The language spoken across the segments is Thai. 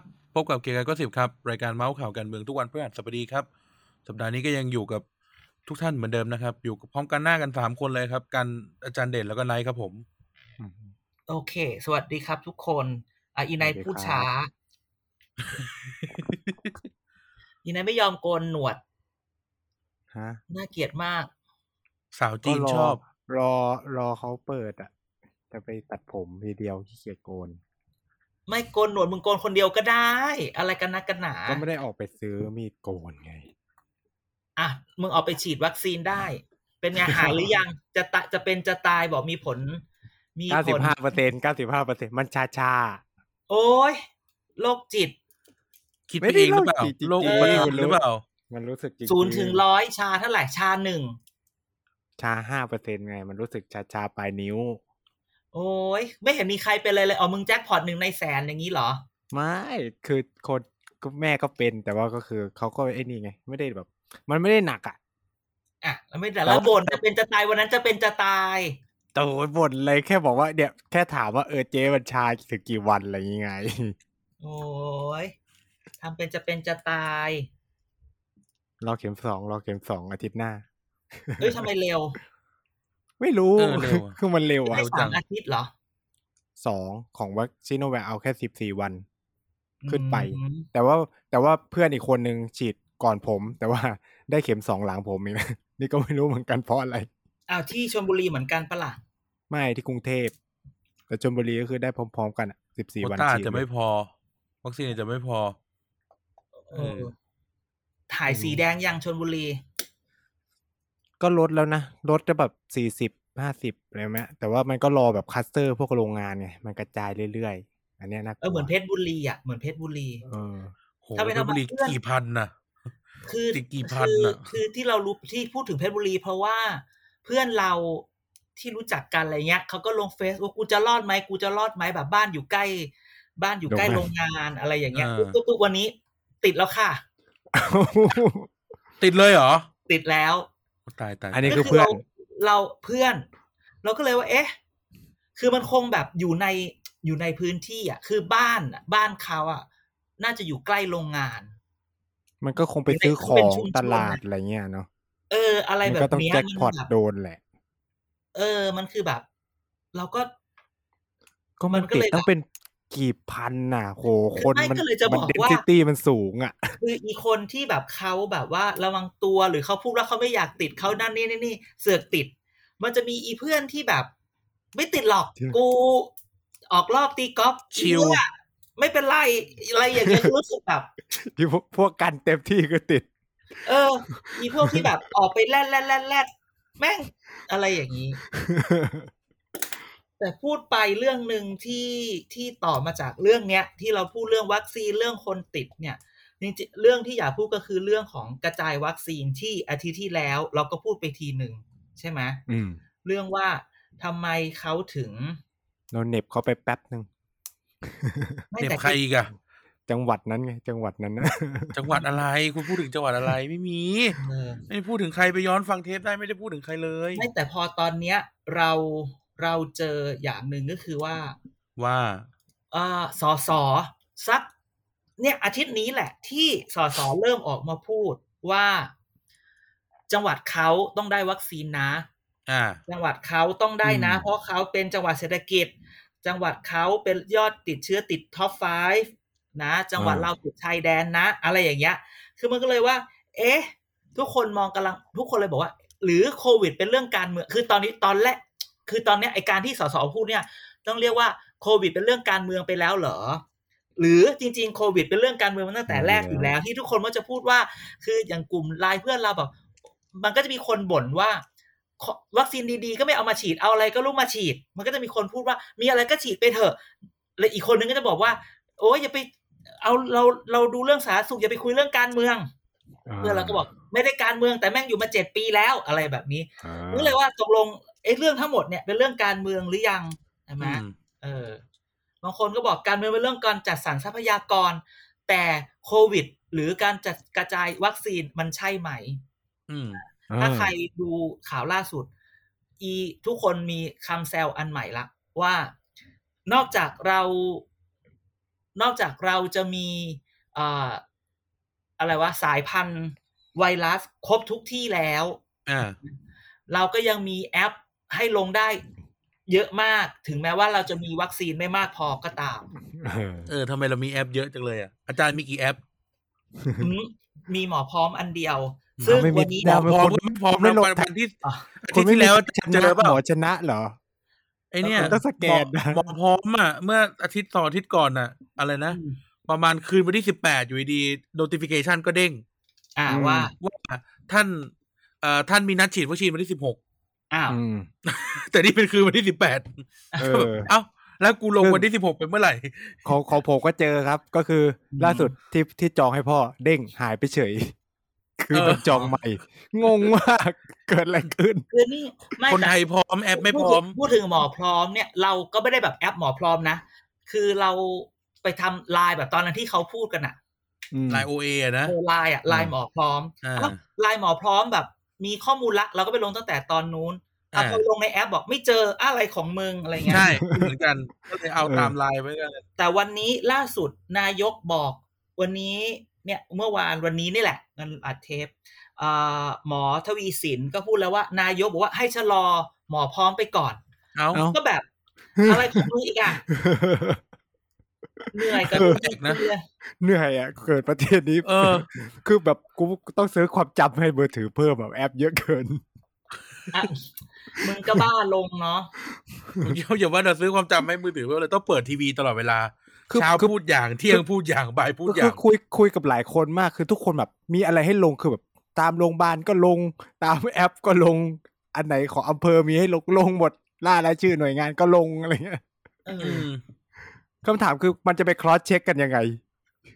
พบกับเกียร์กายก็สิบครับ รายการเมาส์ข่าวการเมืองทุกวันพฤหัสบดีครับ สัปดาห์นี้ก็ยังอยู่กับทุกท่านเหมือนเดิมนะครับ อยู่กับพร้อมกันหน้ากันสามคนเลยครับกันอาจารย์เด่นแล้วก็ไนท์ครับผม โอเค สวัสดีครับทุกคนอ่ะอีไนาย สวัสดีครับ พูดช้า อีไนายไม่ยอมโกนหนวด ฮะ น่าเกลียดมาก สาวจีน ก็ร ชอบ รอรอเขาเปิดอ่ะ จะไปตัดผมทีเดียวขี้เกียจโกน ไม่โกนหนวดมึงโกนคนเดียวก็ได้ อะไรกันนะกันหนา ก็ไม่ได้ออกไปซื้อมีดโกนไง อ่ะมึงออกไปฉีดวัคซีนได้ เป็นไงหายหรื อยัง จะตะจะเป็นจะตายบอกมีผล มีผล 95เปอร์เซ็นต์95เปอร์เซ็นต์มันชาชา โอ้ยโรคจิต คิด ไม่ ไป ได้ เองหรือเปล่า โลกโลกอุจิตจริงๆปทา เอน อ หรือเปล่า ๆมันรู้สึกจริงๆ ศูนย์ถึงร้อยชาเท่าไหร่ชาหนึ่ง ชา5เปอร์เซ็นต์ไง มันรู้สึกชาชาปลายนิ้ว โอ้ยไม่เห็นมีใครเป็นเลยเลยอ๋อมึงแจ็คพอตหนึ่งในแสนอย่างนี้เหรอ ไม่คือคนก็แม่ก็เป็นแต่ว่าก็คือเขาก็ไอ้นี่ไง ไม่ได้แบบ มันไม่ได้หนักอ่ะ อ่ะแล้วไม่แต่ แล้ เรา ว บ่นจะเป็นจะตายวันนั้นจะเป็นจะตาย แต่โอ้ยบ่นเลยแค่บอกว่าเนี่ยแค่ถามว่าเออเจ๊มันชาถึงกี่วันอะไรอยังไง โอ้ยทำเป็นจะเป็นจะตาย รอเข็มสองรอเข็มสองอาทิตย์หน้า เอ้ยทำไมเร็ว ไม่รู้ เออเร็วอะ คือมันเร็ว โย อะ แค่ เร็วจั สาม ง อาทิตย์เหรอ สองของวัคซีโนแวคเอาแค่สิบสี่วัน ขึ้นไป อืม แต่ว่าแต่ว่าเพื่อนอีกคนนึงฉีดก่อนผม แต่ว่าได้เข็มสองหลังผมอีกนะ นี่ก็ไม่รู้เหมือนกันเพราะอะไร อ้าวที่ชลบุรีเหมือนกันปะล่ะ ไม่ที่กรุงเทพแต่ชลบุรีก็คือได้พร้อมๆกันสิบสี่ โคว วัน ต้า ฉีด จะ เล ไม่ ย พอ วัคซีนจะไม่พอ เอ เออ อถ่ายสีแดงยังชลบุรี ก็ลดแล้วนะลดจะแบบสี่สิบห้าสิบอะไรไหมแต่ว่ามันก็รอแบบคลัสเตอร์พวกโรงงานไงมันกระจายเรื่อยๆ อันเนี้ยน่าก เอ ลั อเหมือน ว เพชรบุรีอ่ะเหมือนเพชรบุรี เออ โห ถ้าเป็น เพชรบุรี เพื่อน กี่พันน่ะ คือ ติดกี่พัน คือ น่ะ คือที่เรารู้ที่พูดถึงเพชรบุรี เพราะว่าเพื่อนเราที่รู้จักกันอะไรเงี้ยเขาก็ลงเฟซว่ากูจะรอดไหมกูจะรอดไหมแบบบ้านอยู่ใกล้ บ้านอยู่ใกล้ โร โรงงางางน น อะไรอย่างเงี้ย อ่า ปุ๊บปุ๊บปุ๊บวันนี้ ติดแล้วค่ะ ติดเลยเหรอ ติดแล้ว ตายตาย อันนี้ ตาย คือเพื่อน ราเราเพื่อน เราก็เลยว่า เอ๊ะ คือมันคงแบบอยู่ในอยู่ในพื้นที่อ่ะ คือบ้านอะบ้านเขาอ่ะ น่าจะอยู่ใกล้โรงงาน มันก็คงไปซื้อข เป็ อน ง ชุมชน ตลาดอะไรเงี้ยเนาะ เออ อะไร มันแบก็ บ ต้อง เนี้ย แจ็คพอ มั ต นแบบ โดนแหละ เออ มันคือแบบ เราก็ ก็มัน มันก็ ติด เลย ต้องเป็นกี่พันน่ะโหคน ไม่ มัน ก็เลยจะ มั บอก เดน ว่า ซิตี้มันสูงอ่ะ คืออีคนที่แบบเขาแบบว่าระวังตัวหรือเขาพูดว่าเขาไม่อยากติดเขานั่นนี่นี่นี่เสือกติด มันจะมีอีเพื่อนที่แบบ ไม่ติดหรอก เชื่อ กู ออกรอบตีกอล์ฟ ชิล เหี้ยไม่เป็นไรอะไรอย่างเงี้ยรู้สึกแบบ ที่พวกพวกกันเต็มที่ก็ติด เออ มีพวกที่แบบออกไปแล่นแล่นแล่นแล่นแม่งอะไรอย่างนี้ แต่พูดไปเรื่องหนึ่งที่ที่ต่อมาจากเรื่องเนี้ย ที่เราพูดเรื่องวัคซีนเรื่องคนติดเนี่ยจริงๆเรื่องที่อยากพูดก็คือเรื่องของกระจายวัคซีนที่อาทิตย์ที่แล้ว เราก็พูดไปทีหนึ่งใช่ไหม อืม เรื่องว่าทำไมเขาถึง เราเหน็บเขาไปแป๊บหนึ่ง ไม่ เน็บ แต่ ใครอีกอะ จังหวัดนั้นไง จังหวัดนั้นนะ จังหวัดอะไร คุณพูดถึงจังหวัดอะไรไม่มี เออ ไม่ได้พูดถึงใครไปย้อนฟังเทปได้ไม่ได้พูดถึงใครเลย ไม่แต่พอตอนเนี้ย เราเราเจออย่างหนึ่งก็คือว่า ว่า เอ่อสอสอสัก เนี่ยอาทิตย์นี้แหละ ที่สอสอเริ่มออกมาพูดว่า จังหวัดเขาต้องได้วัคซีนนะ อ่า จังหวัดเขาต้องได้นะ อืม เพราะเขาเป็นจังหวัดเศรษฐกิจ จังหวัดเขาเป็นยอดติดเชื้อติดท็อป5นะ จังหวัดเราติดชายแดนนะ อะไรอย่างเงี้ย คือมันก็เลยว่า เอ๊ะ ทุกคนมองกำลัง ทุกคนเลยบอกว่า หรือโควิดเป็นเรื่องการเมือง คือตอนนี้ตอนแรก คือตอนเนี้ยไอการที่สสพูดเนี่ย ต้องเรียกว่าโควิดเป็นเรื่องการเมืองไปแล้วเหรอ หรือจริงๆโควิดเป็นเรื่องการเมืองมาตั้งแต่แรกอยู่แล้ว ที่ทุกคนก็จะพูดว่า คืออย่างกลุ่มไลน์เพื่อนเราแบบมันก็จะมีคนบ่นว่าขอวัคซีนดีๆ ก็ไม่เอามาฉีดเอาอะไรก็รู้มาฉีด มันก็จะมีคนพูดว่า มีอะไรก็ฉีดไปเถอะและอีกคนนึงก็จะบอกว่า โอ้ยอย่าไป เอาเราเราดูเรื่องสาธารณสุขอย่าไปคุยเรื่องการเมือง า เพื่อนเราก็บอกไม่ได้การเมืองแต่แม่งอยู่มาเจ็ดปีแล้วอะไรแบบนี้ อ่า รู้เลยว่าตกลงไอ้เรื่องทั้งหมดเนี่ยเป็นเรื่องการเมืองหรือยังใช่ไหม อืม เออบางคนก็บอกการเมืองเป็นเรื่องการจัดสรรทรัพยากร แต่โควิด หรือการจัดกระจายวัคซีนมันใช่ไหม อืม ถ้าใครดูข่าวล่าสุด อีทุกคนมีคำแซวอันใหม่ละว่านอกจากเรา นอกจากเราจะมีเอ่ออะไรวะสายพันธุ์ไวรัสครบทุกที่แล้ว อ่า เราก็ยังมีแอปให้ลงได้เยอะมากถึงแม้ว่าเราจะมีวัคซีนไม่มากพอก็ตาม เออ เออทำไมเรามีแอปเยอะจังเลยอ่ะ อาจารย์มีกี่แอป อืมมีหมอพร้อมอันเดียว า ซึ่ง ไม่มี วันนี้ ดาว พร้อมก็ไม่พร้อมแล้ไม่ว ลง วัน ทะ วันที่ อ่ะ อาทิตย์ที่แล้วอาจารย์เจอเปล่า หมอชนะเหรอ ไอเนี่ย มันต้องสแกนนะ หมอหมอพร้อมอ่ะ เมื่ออาทิตย์สองอาทิตย์ก่อนอ่ะ อะไรนะ ประมาณคืนวันที่สิบแปดอยู่ดีๆ notification ก็เด้ง อ่า อืม ว่า ว่าท่านเอ่อท่านมีนัดฉีดวัคซีนวันที่สิบหก อ้าว อืม แต่นี่เป็นคืนวันที่สิบแปด เออ เอ้า แล้วกูลง ซึ่ง วันที่สิบหกไปเมื่อไหร่ ของของผมก็เจอครับ ก็คือล่าสุดที่ที่จองให้พ่อเด้งหายไปเฉย คือ เออ มันจองใหม่ งงมากเกิดอะไรขึ้น คือนี่ไม่ คนไทย แต่ พร้อมแอปไม่พพูด ร้อม พูดถึงหมอพร้อมเนี่ยเราก็ไม่ได้แบบแอปหมอพร้อมนะ คือเราไปทำไลน์แบบตอนนั้นที่เขาพูดกันอะ อืม ไล น์โอเอนะ เออไลน์อะไลน์หมอพร้อม อ่า เอ้าไลน์หมอพร้อมแบบ มีข้อมูลละเราก็ไปลงตั้งแต่ตอนนู้นอ่ะ อ่า พอลงในแอปบอกไม่เจออะไรของมึงอะไรเงี้ย ใช่ เหมือนกันก็เลยเอา เออ ตามไลน์ไว้กันเลย แต่วันนี้ล่าสุดนายกบอก วันนี้เนี่ยเมื่อวานวันนี้นี่แหละมันอัดเทปเอ่อหมอทวีสินก็พูดแล้วว่า นายกบอกว่าให้ชะลอหมอพร้อมไปก่อน เอ้า เอ้า ก็แบบ อะไรของมึงอีกอ่ะเ หนื่อยกัน เออ จริงๆเลย เหนื่อยอ่ะเกิดประเทศนี้ เออ คือแบบกูต้องซื้อความจำให้มือถือเพิ่มแบบแอปเยอะเกิน อ่ะมึงก็บ้าลงเนาะ อย่าว่าเราซื้อความจำให้มือถือเราเลยต้องเปิดทีวีตลอดเวลา คือ เช้า คือ พูดอย่างเที่ยงพูดอย่างบ่ายพูดอย่า คือง คุยคุยกับหลายคนมากคือทุกคนแบบมีอะไรให้ลงคือแบบตามโรงพยาบาลก็ลง ตามแอปก็ลง อันไหนของอำเภอมีให้ลงลงหมดล่ารายชื่อหน่วยงานก็ลงอะไรเงี้ย เอ อื อ ม คำถามคือมันจะไปคลอสเช็คกันยังไง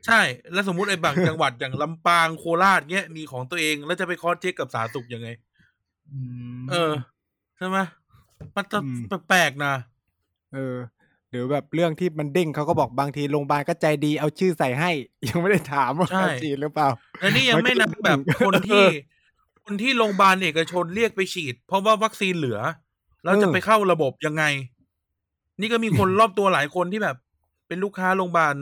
ใช่ แล้วสมมติไอ้บางจังหวัดอย่างลำปางโคราชเนี้ยมีของตัวเองแล้วจะไปคอสเช็คกับสาธารณสุขยังไง ม เออใช่ไหมมันจะ อืม แปลกๆนะ เออ หรือแบบเรื่องที่มันเด้งเขาก็บอกบางทีโรงพยาบาลก็ใจดีเอาชื่อใส่ให้ ยังไม่ได้ถามว่า ใช่ เอาจีนหรือเปล่า และนี่ยัง มันก็ ไม่นับ จะ แบบ ถึง คนที่ เออ คนที่โรงพยาบาลเอกชนเรียกไปฉีด เพราะว่าวัคซีนเหลือ แล้ว เออ จะไปเข้าระบบยังไง นี่ก็มีคน รอบตัวหลายคนที่แบบ เป็นลูกค้าโรงพยาบาล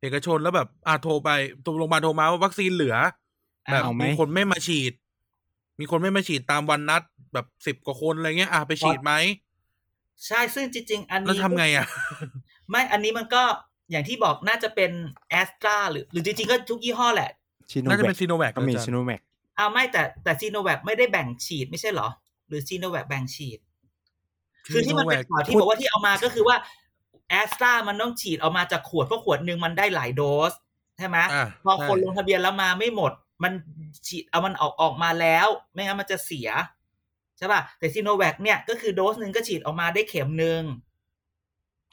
เอกชนแล้วแบบอาโทรไปตัวโรงพยาบาลโทรมาว่าวัคซีนเหลือ แบบ เอาไหม มีคนไม่มาฉีด มีคนไม่มาฉีดตามวันนัด แบบสิบ10กว่าคนอะไรเงี้ยอ่ะไปฉีดไหม ใช่ซึ่งจริง ๆ อัน แล้ว นี้ ทำไงอ่ะ ไม่อันนี้มันก็อย่างที่บอกน่าจะเป็นแอสตราหรือหรือจริงๆก็ทุกยี่ห้อแหละ ชิโน น่าจะ แว เป็น ค ซีโนแวค ก็มีชิโนแวค อ้าวไม่แต่แต่ซีโนแวคไม่ได้แบ่งฉีดไม่ใช่เหรอ หรือซีโนแวคแบ่งฉีด คือที่มันเป็นข่าวที่บอกว่าที่เอามาก็คือว่าแอสตรามันต้องฉีดเอามาจากขวดเพราะขวดหนึ่งมันได้หลายโดสใช่ไหม อ่ะ พอ ใช่ คนลงทะเบียนแล้วมาไม่หมด มันฉีดเอามันออกออกมาแล้ว ไม่งั้นมันจะเสียใช่ป่ะแต่ซีโนแวคเนี่ยก็คือโดสหนึ่งก็ฉีดออกมาได้เข็มหนึ่ง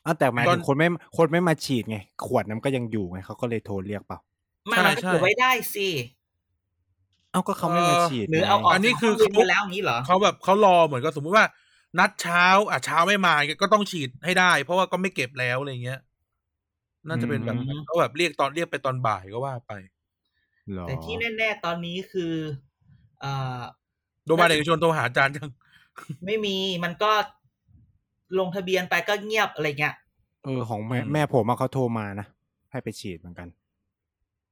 อ้าวแต่หมายถึงคนไม่คนไม่มาฉีดไง ขวดน้ำก็ยังอยู่ไงเขาก็เลยโทรเรียกเปล่า มันก็เก็บไว้ได้สิ เอ้าก็เขาไม่มาฉีด หรือเอาออก ไง นนี้คือ จากห้งเขาเรียนไปแล้วอย่างนี้เหรอ เขาแบบเขารอเหมือนกับสมมุติว่า นัดเช้า อ่ะเช้าไม่มาก็ต้องฉีดให้ได้ เพราะว่าก็ไม่เก็บแล้วอะไรเงี้ย น่าจะเป็นแบบนั้นเขาแบบเรียกตอนเรียกไปตอนบ่ายก็ว่าไป หรอ แต่ที่แน่ๆตอนนี้คือเอ่อ โรงพยาบาลเอกชนโทรหาอาจารย์ยัง ไม่มีมันก็ลงทะเบียนไปก็เงียบอะไรเงี้ย เออของแม่แม่ผมอะเขาโทรมานะให้ไปฉีดเหมือนกัน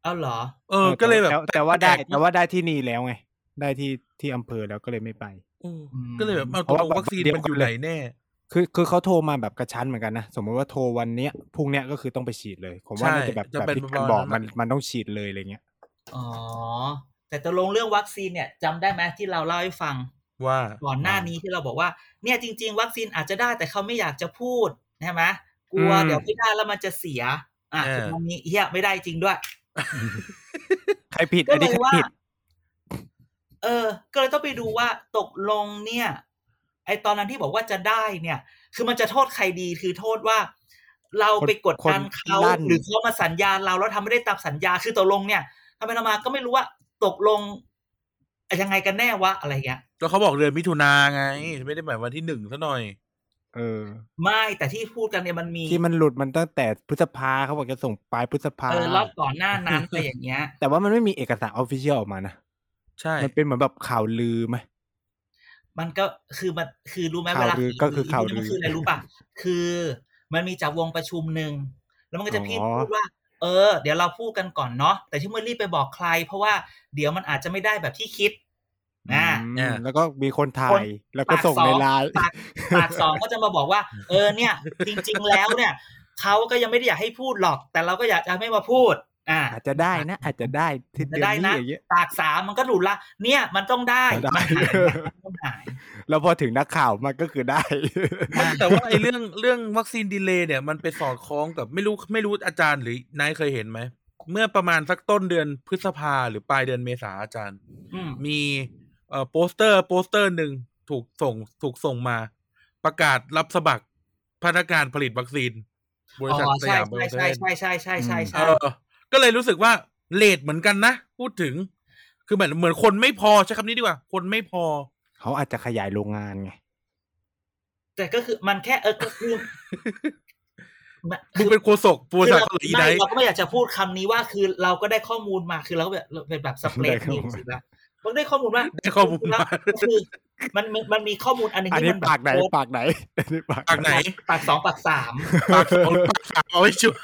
เอาเหรอ เออ ก็เลยแบบ ต่แต่ว่าได้ ปลกๆ แต่ว่าได้ที่นี่แล้วไง ได้ที่ที่อำเภอแล้วก็เลยไม่ไป เออก็เลยแบบเอาต เพราะ กล ว่าง แบบ วัคซีน เดี๋ยว มันอยู่ไหนแน่ คือคือเขาโทรมาแบบกระชั้นเหมือนกันนะสมมติว่าโทรวันเนี้ยพรุ่งเนี้ยก็คือต้องไปฉีดเลย ผมว่า ใช่ น่าจะแบบ จะ แบบ เป็น ที่ ประ กามารณ บอก นั้น มัน นะ มันต้องฉีดเลยอะไรเงี้ย อ๋อ แต่ตกลงเรื่องวัคซีนเนี่ยจำได้ไหมที่เราเล่าให้ฟัง ว่า ก่อนหน้านี้ที่เราบอกว่า เนี่ยจริง ๆ วัคซีนอาจจะได้แต่เขาไม่อยากจะพูดใช่ไหมกลัวเดี๋ยวไม่ได้แล้วมันจะเสีย อ่ะ เออ ถึงวันนี้เฮียไม่ได้จริงด้วย ใครผิด ก็ อัน เล นี้ใค ย ร ว่า ผิด เออ ก็เลยต้องไปดูว่าตกลงเนี่ย ไอตอนนั้นที่บอกว่าจะได้เนี่ย คือมันจะโทษใครดีคือโทษว่า เราไปกดดันเขาหรือเขามาสัญญาเราแล้วทำไม่ได้ตามสัญญาคือตกลงเนี่ยทำไปทำมาก็ไม่รู้ว่า ตกลงยังไงกันแน่วะอะไรเงี้ย ก็เขาบอกเดือนมิถุนาไง ไม่ได้หมายวันที่หนึ่งซะหน่อย เออ ไม่แต่ที่พูดกันเนี่ยมันมี ที่มันหลุดมันตั้งแต่พฤษภาเขาบอกจะส่งปลายพฤษภา เออรอบก่อนหน้านั้นอะไรอย่างเงี้ย แต่ว่ามันไม่มีเอกสารออฟฟิเชียลออกมานะ ใช่ มันเป็นเหมือนแบบข่าวลือไหม มันก็คือมันคือรู้ไหมเว ข่าว ลา ลือก็คือข่าวลือ มันคืออะไรรู้ป่ะ คือมันมีจับวงประชุมหนึ่งแล้วมันก็จะพี่ อ๋อ พูดว่า เออ เดี๋ยวเราพูดกันก่อนเนาะแต่ที่ไม่รีบไปบอกใคร เพราะว่าเดี๋ยวมันอาจจะไม่ได้แบบที่คิดนะ อืมแล้วก็มีคนถ่ายแล้วก็ส่งในไลน์ ปากปากสองก็จะมาบอกว่า เออเนี่ย จริง ๆ แล้วเนี่ยเขาก็ยังไม่ได้อยากให้พูดหรอก แต่เราก็อยากจะให้มาพูด อ่า อาจจะได้นะ อาจจะได้ที่เดือน ได้ นี้ นะ อย่างเงี้ย ปากสามมันก็หลุดละ เนี่ยมันต้องได้ ได้ มันหายมัน หาย แล้วพอถึงนักข่าวมันก็คือ ได้ อ่ะ แต่ว่าไอ้เรื่องเรื่องวัคซีนดีเลย์เนี่ยมันไปสอดคล้องกับไม่รู้ไม่รู้อาจารย์หรือนายเคยเห็นไหม เมื่อประมาณสักต้นเดือนพฤษภาหรือปลายเดือนเมษาอาจารย์ อืม มีเอ่อโปสเตอร์โปสเตอร์หนึ่งถูกส่งถูกส่งมา ประกาศรับสมัครพนักงานผลิตวัคซีน บริษัท อ๋อ ส ใช่ ยามไบโอเท ใช่ ค ใช่ใช่ใช่ใช่ เอ ใช่ อ ก็เลยรู้สึกว่าเลทเหมือนกันนะ พูดถึง คือเหมือนเหมือนคนไม่พอใช้คำนี้ดีกว่า คนไม่พอ เขาอาจจะขยายโรงงานไง แต่ก็คือมันแค่เออก็คือ มัน มึงเป็นโฆษกบริษัทเกาหลี ไม่ ได เราก็ไม่อยากจะพูดคำนี้ว่าคือเราก็ได้ข้อมูลมาคือเราก็แบบเป็นแบบสเปรดนิวสิละมันได้ข้อมูลว่า ได้ข้อมูลมา ก็คือมันมันมันมีข้อมูลอันหนึง อัน ที่ นี้ มันแบบ ปากไหน โพสต์ ปากไหนอันนี้ปาก ปากไหน ปากสองปากสาม ปากสองปากสามเอาไว้ชัวร์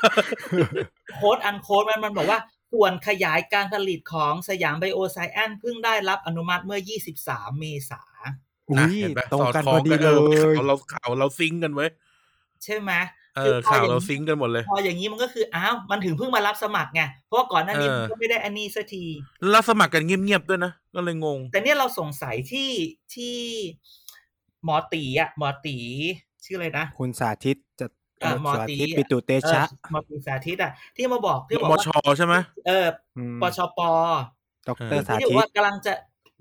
โค้ดอันโค้ดมันมันบอกว่า ส่วนขยายการผลิตของสยามไบโอไซแอนเพิ่งได้รับอนุมัติเมื่อ 23 เมษา อุ้ นะ ย เห็นปะ ตรงกัน สค พอดี บ เล ออย ข่าวเราข่าวเราซิงก์กันไว้ย ใช่ไหม เอ คือพ ข่าว ย่ง เรา นี้ ซิงก์กันหมดเลย พออย่างนี้มันก็คืออ้าวมันถึงเพิ่งมารับสมัครไงเพราะว่าก่อนหน้านี้ เออ มันก็ไม่ได้อันนี้สักที แล้วสมัครกันเงียบๆด้วยนะ ก็เลยงง แต่เนี่ยเราสงสัยที่ที่หมอตีอ่ะหมอตีชื่ออะไรนะ คุณสาธิตจะ เอ่อหมอ สา ตี ธิต อะ ปิตุเต เอ ชะ อหมอตีสาธิตอ่ะที่มาบอกที่บอก ม ว่า ชใช่ไหม เออ ม ปชป ดอกเตอรสา ที่บธิอก ต ว่ากำลังจะ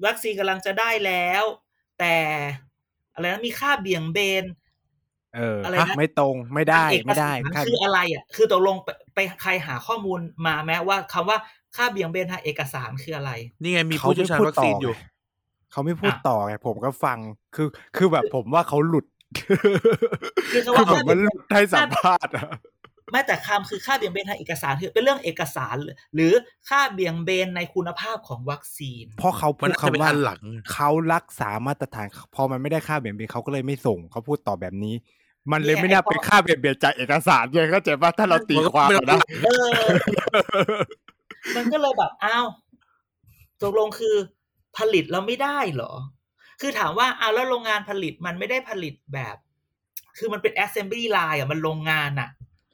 วัคซีนกำลังจะได้แล้ว แต่อะไรนะมีค่าเบี่ยงเบน เอออะไร นะ ไม่ตรงไม่ได้ เอก ไม่ได้ สาร ค่ะ คืออะไรอ่ะ คือตกลงไปไปใครหาข้อมูลมาแม้ว่าคำว่าค่าเบี่ยงเบนทางเอกสารคืออะไร นี่ไงมี เขา ผู้เชี่ยวชาไม่ญ พูด วัค ต่ ซี อน อยู่ ไงเขาไม่พูด อ่ะ ต่อไงผมก็ฟังคือคือแบบผมว่าเขาหลุด คือ คือ คำ ผมมัน ว่า หลุดให้สัมภาษณ์อะ ไม่แต่คำคือค่าเบี่ยงเบนทางเอกสารคือเป็นเรื่องเอกสาร หรือค่าเบี่ยงเบนในคุณภาพของวัคซีน เพราะเขา มั พู น ด น่าจะเป็น คำว่า อันหลัง เขารักษามาตรฐานพอมันไม่ได้ค่าเบี่ยงเบนเขาก็เลยไม่ส่งเขาพูดต่อแบบนี้ มันเลย เนี่ย ไม่น่า ไอ้พวก เป็นค่าเบี่ยงเบนจากเอกสารเลยเข้าใจป่ะถ้าเราตีความ มันก็ไม่อะได้ นะ เออ มันก็เลยแบบอ้าวตกลงคือผลิตเราไม่ได้เหรอ คือถามว่าอ้าวแล้วโรงงานผลิตมันไม่ได้ผลิตแบบ คือมันเป็น assembly line อ่ะมันโรงงานอ่ะ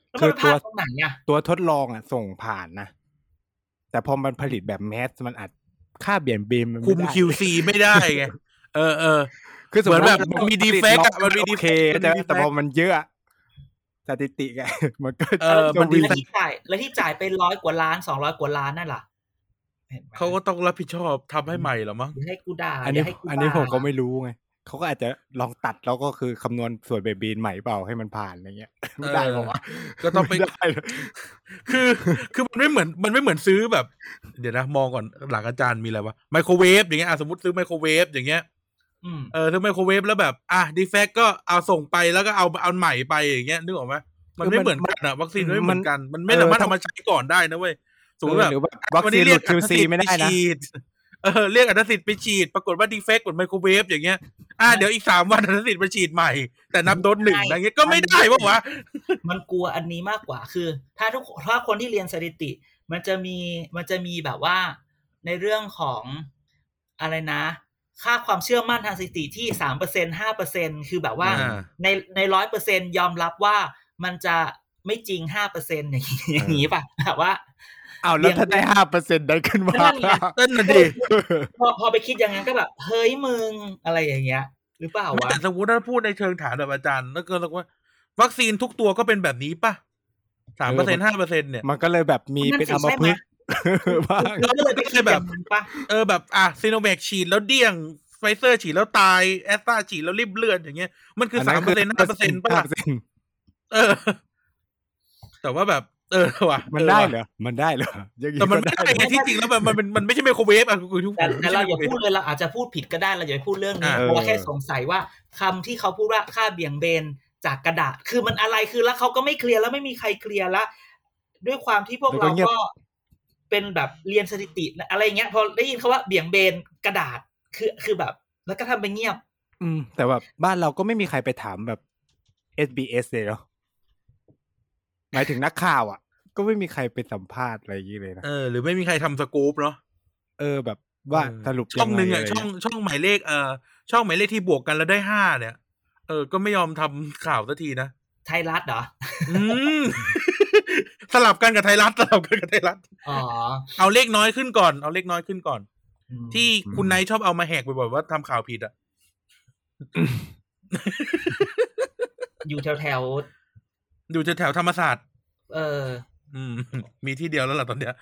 แล้วมันพลาดตรงไหนอ่ะ ตัวทดลองอ่ะส่งผ่านนะแต่พอมันผลิตแบบแมสมันอาจค่าเบี่ยงเบนมัน คุ ไม่ ม ได้ QC ไม่ได้ไงเออเออ คือสมมติ เหมือนแบบ ว่า มี defect อะมันมี โอเค defect แต่ มันมี defect แต่พอมันเยอะอะสถิติอะ มันก็ เออ จะ มัน วิ่ง แล้วที่จ่ายแล้วที่จ่ายไปร้อยกว่าล้านสองร้อยกว่าล้านนั่นล่ะห็นไหม เขาก็ต้องรับผิดชอบทำให้ใหม่เหรอมั้ง อย่าให้กูด่า อัน อ นี้ ย่าให้กู อันนี้ ด่า ผมก็ไม่รู้ไงเขาก็อาจจะลองตัดแล้วก็คือคำนวณส่วนเบี่ยงเบนใหม่เปล่าให้มันผ่านอะไรเงี้ย ไม่ได้หรอวะ ก็ต้องไป ม่ด้เลย คือ คือมันไม่เหมือนมันไม่เหมือนซื้อแบบ เดี๋ยวนะ มองก่อนหลังอาจารย์มีอะไรวะไมโครเวฟอย่างเงี้ยอ่ะสมมติซื้อไมโครเวฟอย่างเงี้ย อืม เออซื้อไมโครเวฟแล้วแบบ อ่ะดีเฟกก็เอาส่งไปแล้วก็เอาเอาใหม่ไปอย่างเงี้ยนึกออกไหมมันไม่เหมือนกันอะวัคซีนไม่เหมือนกัน มันไม่สามารถทำมาใช้ก่อนได้นะเว้ยสมมติแบบ หรือแบบวัค วัน ซี นี้ นห เรี ลุ ยก ด QC ไม่ได้นะ ฉีดเออเรียกอันสิทธิ์ไปฉีด ปรากฏว่าดีเฟกกดไมโครเวฟอย่างเงี้ยอ่ะเดี๋ยวอีกสามวันอันสิทธิ์ไปฉีดใหม่ แต่นับโดสหนึ่งอะไรเงี้ยก็ไม่ได้ปะวะ มันกลัวอันนี้มากกว่าคือ ถ้าทุกถ้าคนที่เรียนสถิติ มันจะมีมันจะมีแบบว่าในเรื่องของอะไรนะ ค่าความเชื่อมั่นทางสถิติที่สามเปอร์เซ็นห้าเปอร์เซ็นคือแบบว่า อ่า ในในร้อยเปอร์เซ็นยอมรับว่ามันจะไม่จริงห้าเปอร์เซ็นอย่างนี้อย่างนี้ป่ะแบบว่า อ้าวแล้วถ้าได้ห้าเปอร์เซ็นต์ได้ขึ้นมา นั่นไง เต้นน่ะดิ พอพอไปคิดอย่างนั้นก็แบบ เฮ้ยมึงอะไรอย่างเงี้ย หรือเปล่าวะ แต่สมมติถ้าพูดในเชิงฐานแบบอาจารย์แล้วก็บอกว่า วัคซีนทุกตัวก็เป็นแบบนี้ป่ะสามเปอร์เซ็นห้าเปอร์เซ็นเนี่ย มันก็เลยแบบมีเป็นอัมพฤกษ์บ้าง เราก็เลยไปคิดแบบนั้นป่ะ เออแบบอ่ะซีโนแวคฉีดแล้วเดี่ยงไฟเซอร์ฉีดแล้วตายแอสตราฉีดแล้วริบเลือดอย่างเงี้ยมันคือสามเปอร์เซ็นห้าเปอร์เซ็นป่ะ 5% เออ แต่ว่าแบบ เออว่ะ มันได้เหรอ มันได้เหรออย่างงี้ แต่มัน ก็ ไม่ ได้ ได้ไงที่จริงแล้วมันมันมันมันไม่ใช่ไมโครเวฟอ่ะคุณทุก แต่แต่เราอย่าพูด ด เลยเราอาจจะพูดผิดก็ได้เราอย่าไปพูดเรื่องนี้ อ่า เพราะว่าแค่สงสัยว่าคำที่เขาพูดว่าค่าเบี่ยงเบนจากกระดาษ คือมันอะไรคือแล้วเขาก็ไม่เคลียร์แล้วไม่มีใครเคลียร์ละด้วยความที่พวกเราก็เป็นแบบเรียนสถิติอะไรอย่างเงี้ยพอได้ยินเขาว่าเบี่ยงเบนกระดาษคือคือแบบ แล้วก็ทำไปเงียบ อืมแต่แบบบ้านเราก็ไม่มีใครไปถามแบบ SBS เลย เนาะหมายถึงนักข่าว อ่ะ ก็ไม่มีใครไปสัมภาษณ์อะไรอย่างงี้เลยนะ เออหรือไม่มีใครทำสกู๊ปเนาะ เออแบบว่า เออ สรุป ช่องหนึ่ง ยั อ่ะ ไ ช่องช่องหมายเลขเอ่อช่องหมายเลขที่บวกกันแล้วได้ห้าเนี่ยเออก็ไม่ยอมทำข่าวสักทีนะ ไทยรัฐเหรอ อืม สลับกันกับไทยรัฐสลับกันกับไทยรัฐ อ๋อ เอาเลขน้อยขึ้นก่อน เอาเลขน้อยขึ้นก่อน อืม ที่คุณนายชอบเอามาแหกบ่อยๆว่าทำข่าวผิดอ่ะ อยู่แถวแถว อยู่แถวๆธรรมศาสตร์ ๆเออ อืม มีที่เดียวแล้วล่ะตอนเนี้ย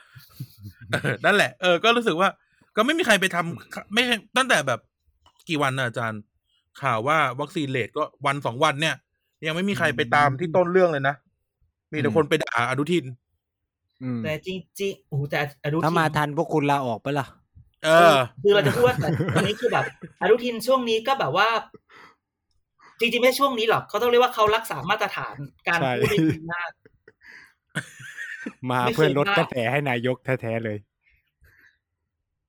เออนั่นแหละ เออ ก็รู้สึกว่า ก็ไม่มีใครไปทำไม่ตั้งแต่แบบกี่วันนะอาจารย์ ข่าวว่าวัคซีนเลทก็วันสองวันเนี่ย ยังไม่มีใครไปตามที่ต้นเรื่องเลยนะ มีแต่คนไปด่าอนุทิน อืม แต่จริงๆโอ้โหแต่อนุทิน ถ้ามาทันพวกคุณลาออกปะล่ะ เออ คือเราจะพูดว่าแต่ อันนี้คือแบบอนุทินช่วงนี้ก็แบบว่า จริงๆไม่ใช่ช่วงนี้หรอกเขาต้องเรียกว่าเขารักษามาตรฐานการ ใช่ พูดได้ดีมาก มา ไม่เคย เพื่อลดกระแสให้นายกแท้ๆเลย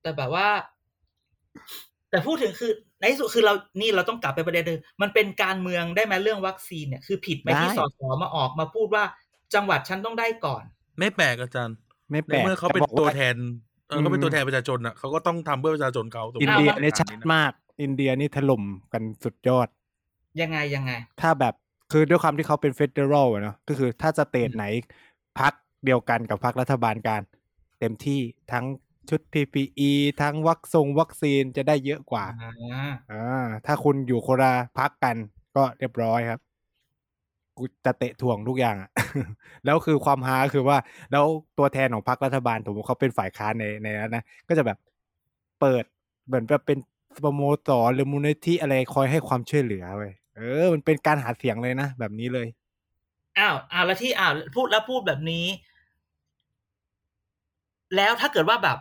แต่แบบว่า แต่พูดถึงคือ ในที่สุดคือเรานี่เราต้องกลับไปประเด็นเดิมมันเป็นการเมืองได้ไหมเรื่องวัคซีนเนี่ยคือผิดไหม ได้ ที่สสมาออกมาพูดว่าจังหวัดฉันต้องได้ก่อน ไม่แปลกอาจารย์ ไม่แป ใน ลก เมื่อเขาเป็น จะบอก ตัว ว่า แทน เออเขาเป็น อืม ตัวแทนประชาชนอ่ะเขาก็ต้องทำเพื่อประชาชนเขาถูกไหม อินเดีย อ่ะ เนี่ยชัดมาก อินเดียนี่ถล่มกันสุดยอด ยังไงยังไง ถ้าแบบคือด้วยความที่เขาเป็นเฟดเดอรัลเนอะก็คือถ้าสเตทไหนพักเดียวกันกับพักรัฐบาลการ เต็มที่ทั้งชุด PPE ทั้งวัคซงวัคซีนจะได้เยอะกว่า อ่า อ่าถ้าคุณอยู่โคนละพักกันก็เรียบร้อยครับ กูจะเตะถ่วงทุกอย่างอะ แล้วคือความฮาคือว่า แล้วตัวแทนของพรรครัฐบาลถูกไหมเขาเป็นฝ่ายค้านในในนั้นนะ ก็จะแบบเปิดเหมือนแบบเป็นสโมสรหรือมูลนิธิอะไรคอยให้ความช่วยเหลือเว้ยเออ มันเป็นการหาเสียงเลยนะ แบบนี้เลย อ้าวอ้าวแล้วที่อ้าวพูดแล้วพูดแบบนี้ แล้วถ้าเกิดว่าแบบ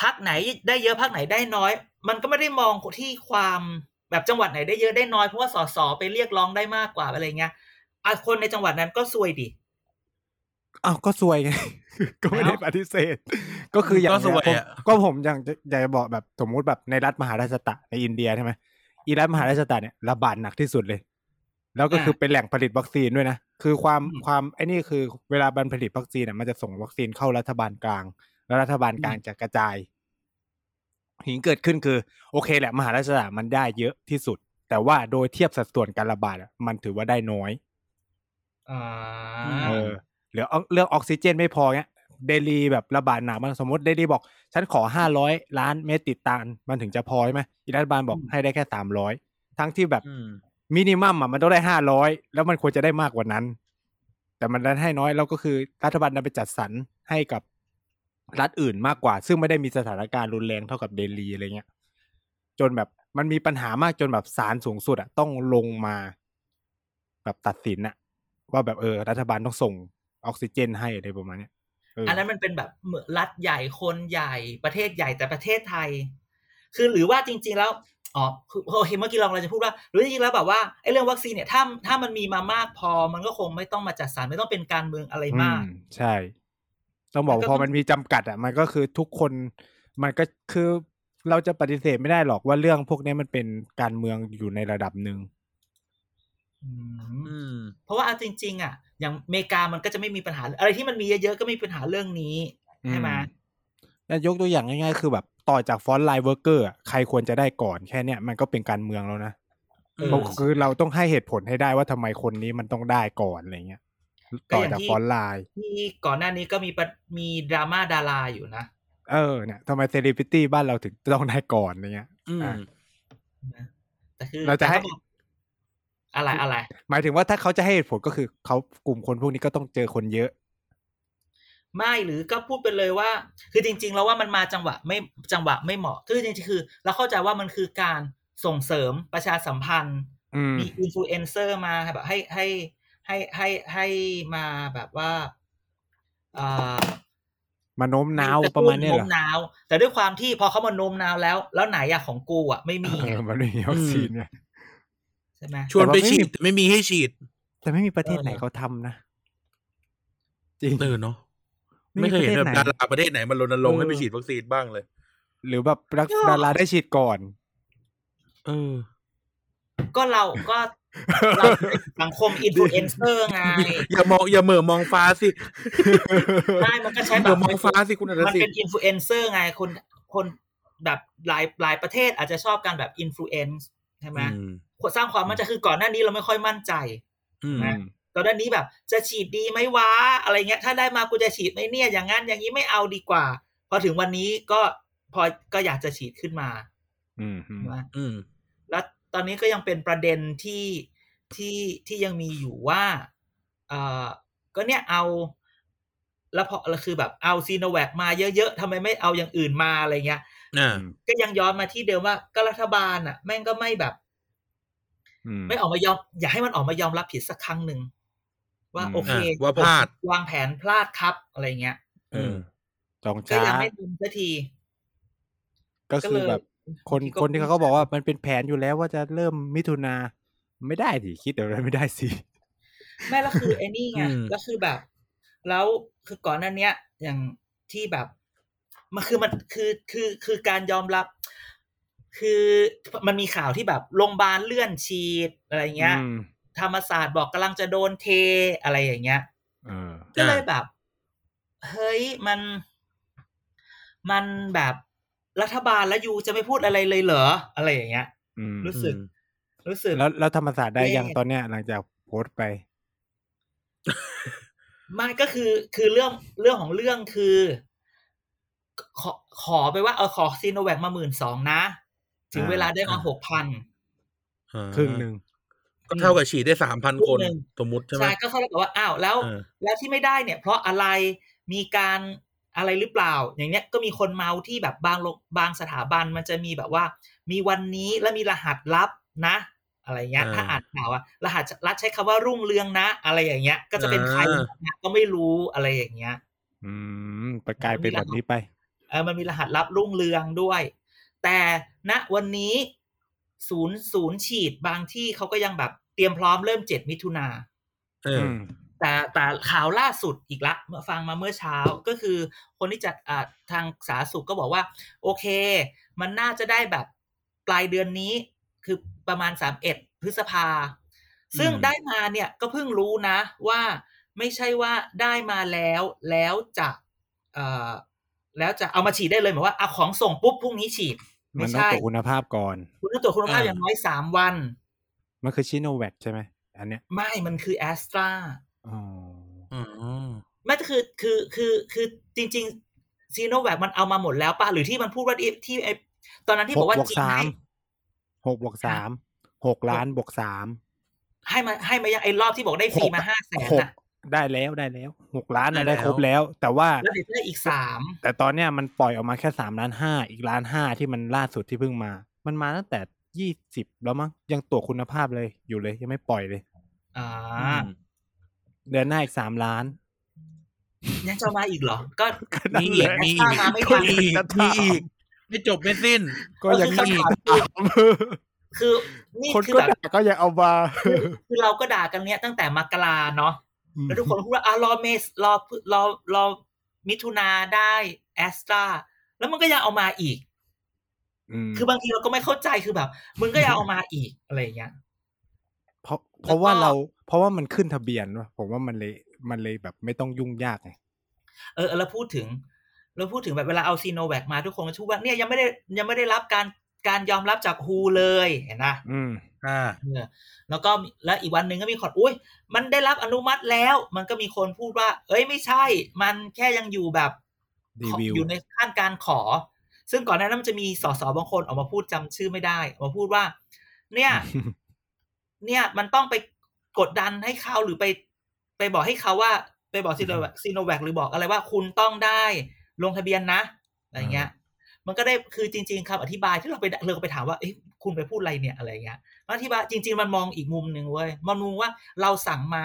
พักไหนได้เยอะพักไหนได้น้อย มันก็ไม่ได้มองที่ความแบบจังหวัดไหนได้เยอะได้น้อยเพราะว่าสสไปเรียกร้องได้มากกว่าอะไรเงี้ยอ่ะคนในจังหวัดนั้นก็ซวยดิ อ้าวก็สวยไง ก็ไม่ได้ปฏิเสธ ก็คืออย่าง ก็ส เนี้วยยผม อ่ะ ก็ผมอย่างจะอยากจะบอกแบบสมมุติแบบในรัฐมหาราชตะในอินเดียใช่ไหมอีรัฐมหาราชตะเนี่ยระบาดหนักที่สุดเลย แล้วก็คือเป็นแหล่งผลิตวัคซีนด้วยนะ คือความ อืม ความไอ้นี่คือเวลาบันผลิตวัคซีนเนี่ยมันจะส่งวัคซีนเข้ารัฐบาลกลาง แล้วรัฐบาลกลางจะกระจาย หิงเกิดขึ้นคือ โอเคแหละมหาราชตะมันได้เยอะที่สุด แต่ว่าโดยเทียบสัดส่วนการระบาดอะมันถือว่าได้น้อย า เออหรือเอาเรื่องออกซิเจนไม่พอเงี้ยเดลีแบบระบาดหนักมากสมมติเดลีบอก ฉันขอห้าร้อยล้านเมตรติดตานมันถึงจะพอใช่ไหมอีกรัฐบาลบอกให้ได้แค่สามร้อยทั้งที่แบบ อืม มินิมัมอ่ะมันต้องได้ห้าร้อยแล้วมันควรจะได้มากกว่านั้น แต่มันดันให้น้อยแล้วก็คือรัฐบาลนันไปจัดสรรให้กับรัฐอื่นมากกว่า ซึ่งไม่ได้มีสถานการณ์รุนแรงเท่ากับเดลีอะไรเงี้ยจนแบบมันมีปัญหามากจนแบบศาลสูงสุดอ่ะต้องลงมา แบบตัดสินอะว่าแบบเออ รัฐบาลต้องส่งออกซิเจนให้อะไรประมาณเนี้ยเอออ อันนั้นมันเป็นแบบเหมือนรัฐใหญ่คนใหญ่ประเทศใหญ่แต่ประเทศไทย คือหรือว่าจริง ๆ แล้วอ๋อคือโอเคเมื่อกี้เราเราจะพูดว่าหรือจริงๆแล้วแบบว่าไอ้เรื่องวัคซีนเนี่ยถ้าถ้ามันมีมามากพอ มันก็คงไม่ต้องมาจัดสรรไม่ต้องเป็นการเมืองอะไร อื มาก ใช่ ต้องบอก มันก็ ว่า ต้อพงอมันมีจำกัดอะมันก็คือทุกคนมันก็คือเราจะปฏิเสธไม่ได้หรอกว่าเรื่องพวกนี้มันเป็นการเมืองอยู่ในระดับหนึ่ง อืม อืม เพราะว่าเอาจริง ๆ อ่ะ อย่างอเมริกามันก็จะไม่มีปัญหา อะไรที่มันมีเยอะๆ ก็ไมมีปัญหาเรื่องนี้ ใช่ไหม อืแล้วยกตัวอย่างง่ายๆ คือแบบต่อจากฟอนต์ไลน์เวิร์กเกอร์ใครควรจะได้ก่อนแค่เนี้ยมันก็เป็นการเมืองแล้วนะ อืม เพราะคือเราต้องให้เหตุผลให้ได้ว่าทำไมคนนี้มันต้องได้ก่อนอะไรเงี้ย ก็ ต่อ อย่าง จาก ที่ ฟอนต์ไลน์ ที่ก่อนหน้านี้ก็มีปะมีดราม่าดาราอยู่นะ เออเนี่ยทำไมเซเลบริตี้บ้านเราถึงต้องได้ก่อนอะไรเงี้ย อืม อ่ะ แต่คือ เราจะให้ แต่ก็บอกอะไรอะไร หมายถึงว่าถ้าเขาจะให้เหตุผลก็คือเขากลุ่มคนพวกนี้ก็ต้องเจอคนเยอะ ไม่หรือก็พูดไปเลยว่า คือจริง ๆ แล้วว่ามันมาจังหวะไม่จังหวะไม่เหมาะ คือจริงๆ คือ เราเข้าใจว่ามันคือการส่งเสริมประชาสัมพันธ์ อืม มีอินฟลูเอนเซอร์มาแบบให้ให้ให้ให้ให้มาแบบว่า เอ่อ มาโน้มน้าวประมาณเนี้ย โน้ เหรอ มน้าวแต่ด้วยความที่พอเขามาโน้มน้าวแล้ว แล้วไหนอะของกูอะไม่มี เออมันไม่มีวัคซีนไง ใช่ไหม ชวนไป แต่ว่าไม่มี ฉีดแต่ไม่มีให้ฉีด แต่ไม่มีประเทศ เออ ไหนเขาทำนะจริง เออเนาะ ไม่ ไม่ มี เคยเห็น ปแบระเทศบ ไหน ดาราประเทศไหนมารณรงค์ เออ ให้ไปฉีดวัคซีนบ้างเลย หรือแบบรักดาราได้ฉีดก่อน เออ ก็เราก็เรา สังคมอินฟลูเอนเซอร์ ไง อย่ามองอย่าเหม่อมองฟ้าสิ ไม่มันก็ใช้ เห แบ ม่อบ มองฟ้าสิคุณอร มัน สิท เป็น ธิ์ อินฟลูเอนเซอร์ไงคนคนแบบหลายหลายประเทศอาจจะชอบการแบบอินฟลูเอนซ์ใช่ไหม อืม สร้างความมั่นใจคือก่อนหน้านี้เราไม่ค่อยมั่นใจ อืม นะ ก่อนหน้านี้แบบจะฉีดดีไหมวะอะไรเงี้ย ถ้าได้มากูจะฉีดไหมเนี่ยอย่างงั้นอย่างนี้ไม่เอาดีกว่า พอถึงวันนี้ก็พอก็อยากจะฉีดขึ้นมา อืม ใช่ไหม อืม แล้วตอนนี้ก็ยังเป็นประเด็นที่ที่ที่ยังมีอยู่ว่าเออก็เนี่ยเอาแล้วพอแล้วคือแบบเอาซีโนแวคมาเยอะๆทำไมไม่เอาอย่างอื่นมาอะไรเงี้ย อ่า ก็ยังย้อนมาที่เดิมว่าก็รัฐบาลอ่ะ แม่งก็ไม่แบบ อืม ไม่ออกมายอม อย่าให้มันออกมายอมรับผิดสักครั้งหนึ่งว่า อืม โอเค อ่ะว่าพลาด ผมวางแผนพลาดครับอะไรเงี้ย เออจอง ก็ ช้า ยังไม่ทำสักที ก็ ก็ คื เล อย แบบ คน ที่ก็ คนที่เขาก็บอกว่ามันเป็นแผนอยู่แล้วว่าจะเริ่มมิถุนาไม่ได้สิคิดเดี๋ยวนั้นไม่ได้สิ ไม่แล้วคือไอ้นี่ไง อืม แล้วคือแบบ แล้วคือก่อนหนั้นเนี้ย อย่างที่แบบมันคือมันคือคือคือการยอมรับ คือมันมีข่าวที่แบบโรงพยาบาลเลื่อนฉีดอะไรเงี้ย อืม ธรรมศาสตร์บอกกำลังจะโดนเทอะไรอย่างเงี้ย เออ ก็เลย อ่า แบบ เฮ้ยมัน มันแบบรัฐบาลและยูจะไม่พูดอะไรเลยเหรอ อะไรอย่างเงี้ย อืม รู้ สึก รู้สึก แล้วแล้วธรรมศาสตร์ได้ยัง เอ๊ะ ตอนเนี้ยหลังจากโพสต์ไป ไม่ก็คือ คือเรื่องเรื่องของเรื่องคือ ขอขอไปว่าเออขอซีโนแวคมาหมื่นสองนะ ถึง อ่า เวลาได้มา อ่า หกพัน อ่า ครึ่งหนึ่ง ก็เท่ากับฉีดได้สามพันคน ครึ่งหนึ่ง สมมติใช่ไหม ใช่ก็เขาเลยบอกว่าอ้าวแล้ว อ่า แล้วที่ไม่ได้เนี่ย เพราะอะไรมีการอะไรหรือเปล่า อย่างเนี้ยก็มีคนเมาส์ที่แบบบางโรงบางสถาบันมันจะมีแบบว่า มีวันนี้และมีรหัสลับนะ อะไรเงี้ย อ่า ถ้าอ่านข่าวอะรหัสลับใช้คำว่ารุ่งเรืองนะ อะไรอย่างเงี้ย ก็จะเป็นใคร อ่า นะก็ไม่รู้อะไรอย่างเงี้ย อืมประกลายเป็นแบบนี้ไป เออมันมีรหัสลับรุ่งเรืองด้วย แต่ณวันนี้ศูนย์ศูนย์ฉีดบางที่เขาก็ยังแบบเตรียมพร้อมเริ่มเจ็ดมิถุนา เออ อื อ ม แต่แต่ข่าวล่าสุดอีกละเมื่อฟังมาเมื่อเช้าก็คือคนที่จัดอ่าทางสาธารณสุขก็บอกว่า โอเค มันน่าจะได้แบบปลายเดือนนี้คือประมาณสามเอ็ดพฤษภา ซึ่ง อืม ได้มาเนี่ยก็เพิ่งรู้นะว่าไม่ใช่ว่าได้มาแล้วแล้วจะเอ่อแล้วจะเอามาฉีดได้เลยหมายว่าเอาของส่งปุ๊บพรุ่งนี้ฉีด มันต้อไม่ง ใช่ ตรวจคุณภาพก่อน คุณต้องตรวจคุณภาพ อ่า อย่างน้อยสามวัน มันคือชิโนแวคใช่ไหมอันเนี้ย ไม่มันคือแอสตรา อ๋อ อ๋อ ไม่แต่คือคือคือคือจริงๆซีโนแวคมันเอามาหมดแล้วป่ะ หรือที่มันพูดว่าที่ที่ไอตอนนั้นที่ ห บอก กว่า บวก จีน สาม ให้ หกบวกสามหกล้านบวกสาม ให้มาให้มายังไอรอบที่บอกได้ฟรีมาห้าแสน หก อ่ะ ได้แล้วได้แล้วหกล้านน่ะ ได้ ได้ แล้ว ครบแล้ว แต่ว่า แล้วเดี๋ยวจะได้อีกสาม แต่ตอนเนี้ยมันปล่อยออกมาแค่สามล้านห้าอีกล้านห้าที่มันล่าสุดที่เพิ่งมา มันมาตั้งแต่ยี่สิบแล้วมั้งยังตรวจคุณภาพเลยอยู่เลย ยังไม่ปล่อยเลย อ่า อืม เดือนหน้าอีกสามล้าน ยังจะเอามาอีกเหรอ ก็ มีอีกมีอีก มาไม่ทัน มีอีกมีอีกไม่จบไม่สิ้น ก็ยัง ก็คือคำถาม คือนี่ คน คือ ก็ แบบ ด่าก็ยังเอามา คือเราก็ด่ากันเนี้ยตั้งแต่มกราเนาะแล้วทุกคนพูดว่าอ่ะรอเมสรอรอรอมิถุนาได้แอสตราแล้วมันก็ยังเอามาอีก ม คือบางทีเราก็ไม่เข้าใจคือแบบมึงก็ยังเอามาอีกอะไรอย่างเงี้ย เพราะเพราะว่าเรา เพราะว่ามันขึ้นทะเบียนวะผมว่ามันเลยมันเลยแบบไม่ต้องยุ่งยากไง เออแล้วพูดถึงแล้วพูดถึงแบบเวลาเอาซีโนแวคมาทุกคนก็ชูว่าเนี่ยยังไม่ได้ยังไม่ได้รับการการยอมรับจากฮูเลยเห็นนะ อืม อ่า เออแล้วก็มีแล้วอีกวันหนึ่งก็มีคนอุ้ยมันได้รับอนุมัติแล้ว มันก็มีคนพูดว่า เอ้ยไม่ใช่ มันแค่ยังอยู่แบบ รีวิว อยู่ในขั้นการขอ ซึ่งก่อนหน้านั้นมันจะมีสสบางคนออกมาพูดจำชื่อไม่ได้ออกมาพูดว่า เนี่ย เนี่ยมันต้องไปกดดันให้เขาหรือไป ไปบอกให้เขาว่า ไปบอกซีโนแวคซีโนแวคหรือบอกอะไรว่าคุณต้องได้ลงทะเบียนนะอะไรเงี้ย มันก็ได้คือจริง ๆคำอธิบายที่เราไปเราก็ไปถามว่าเอ๊ะคุณไปพูดอะไรเนี่ยอะไรเงี้ยมันอธิบายจริง ๆ มันมองอีกมุมหนึ่งเว้ยมันมุมว่าเราสั่งมา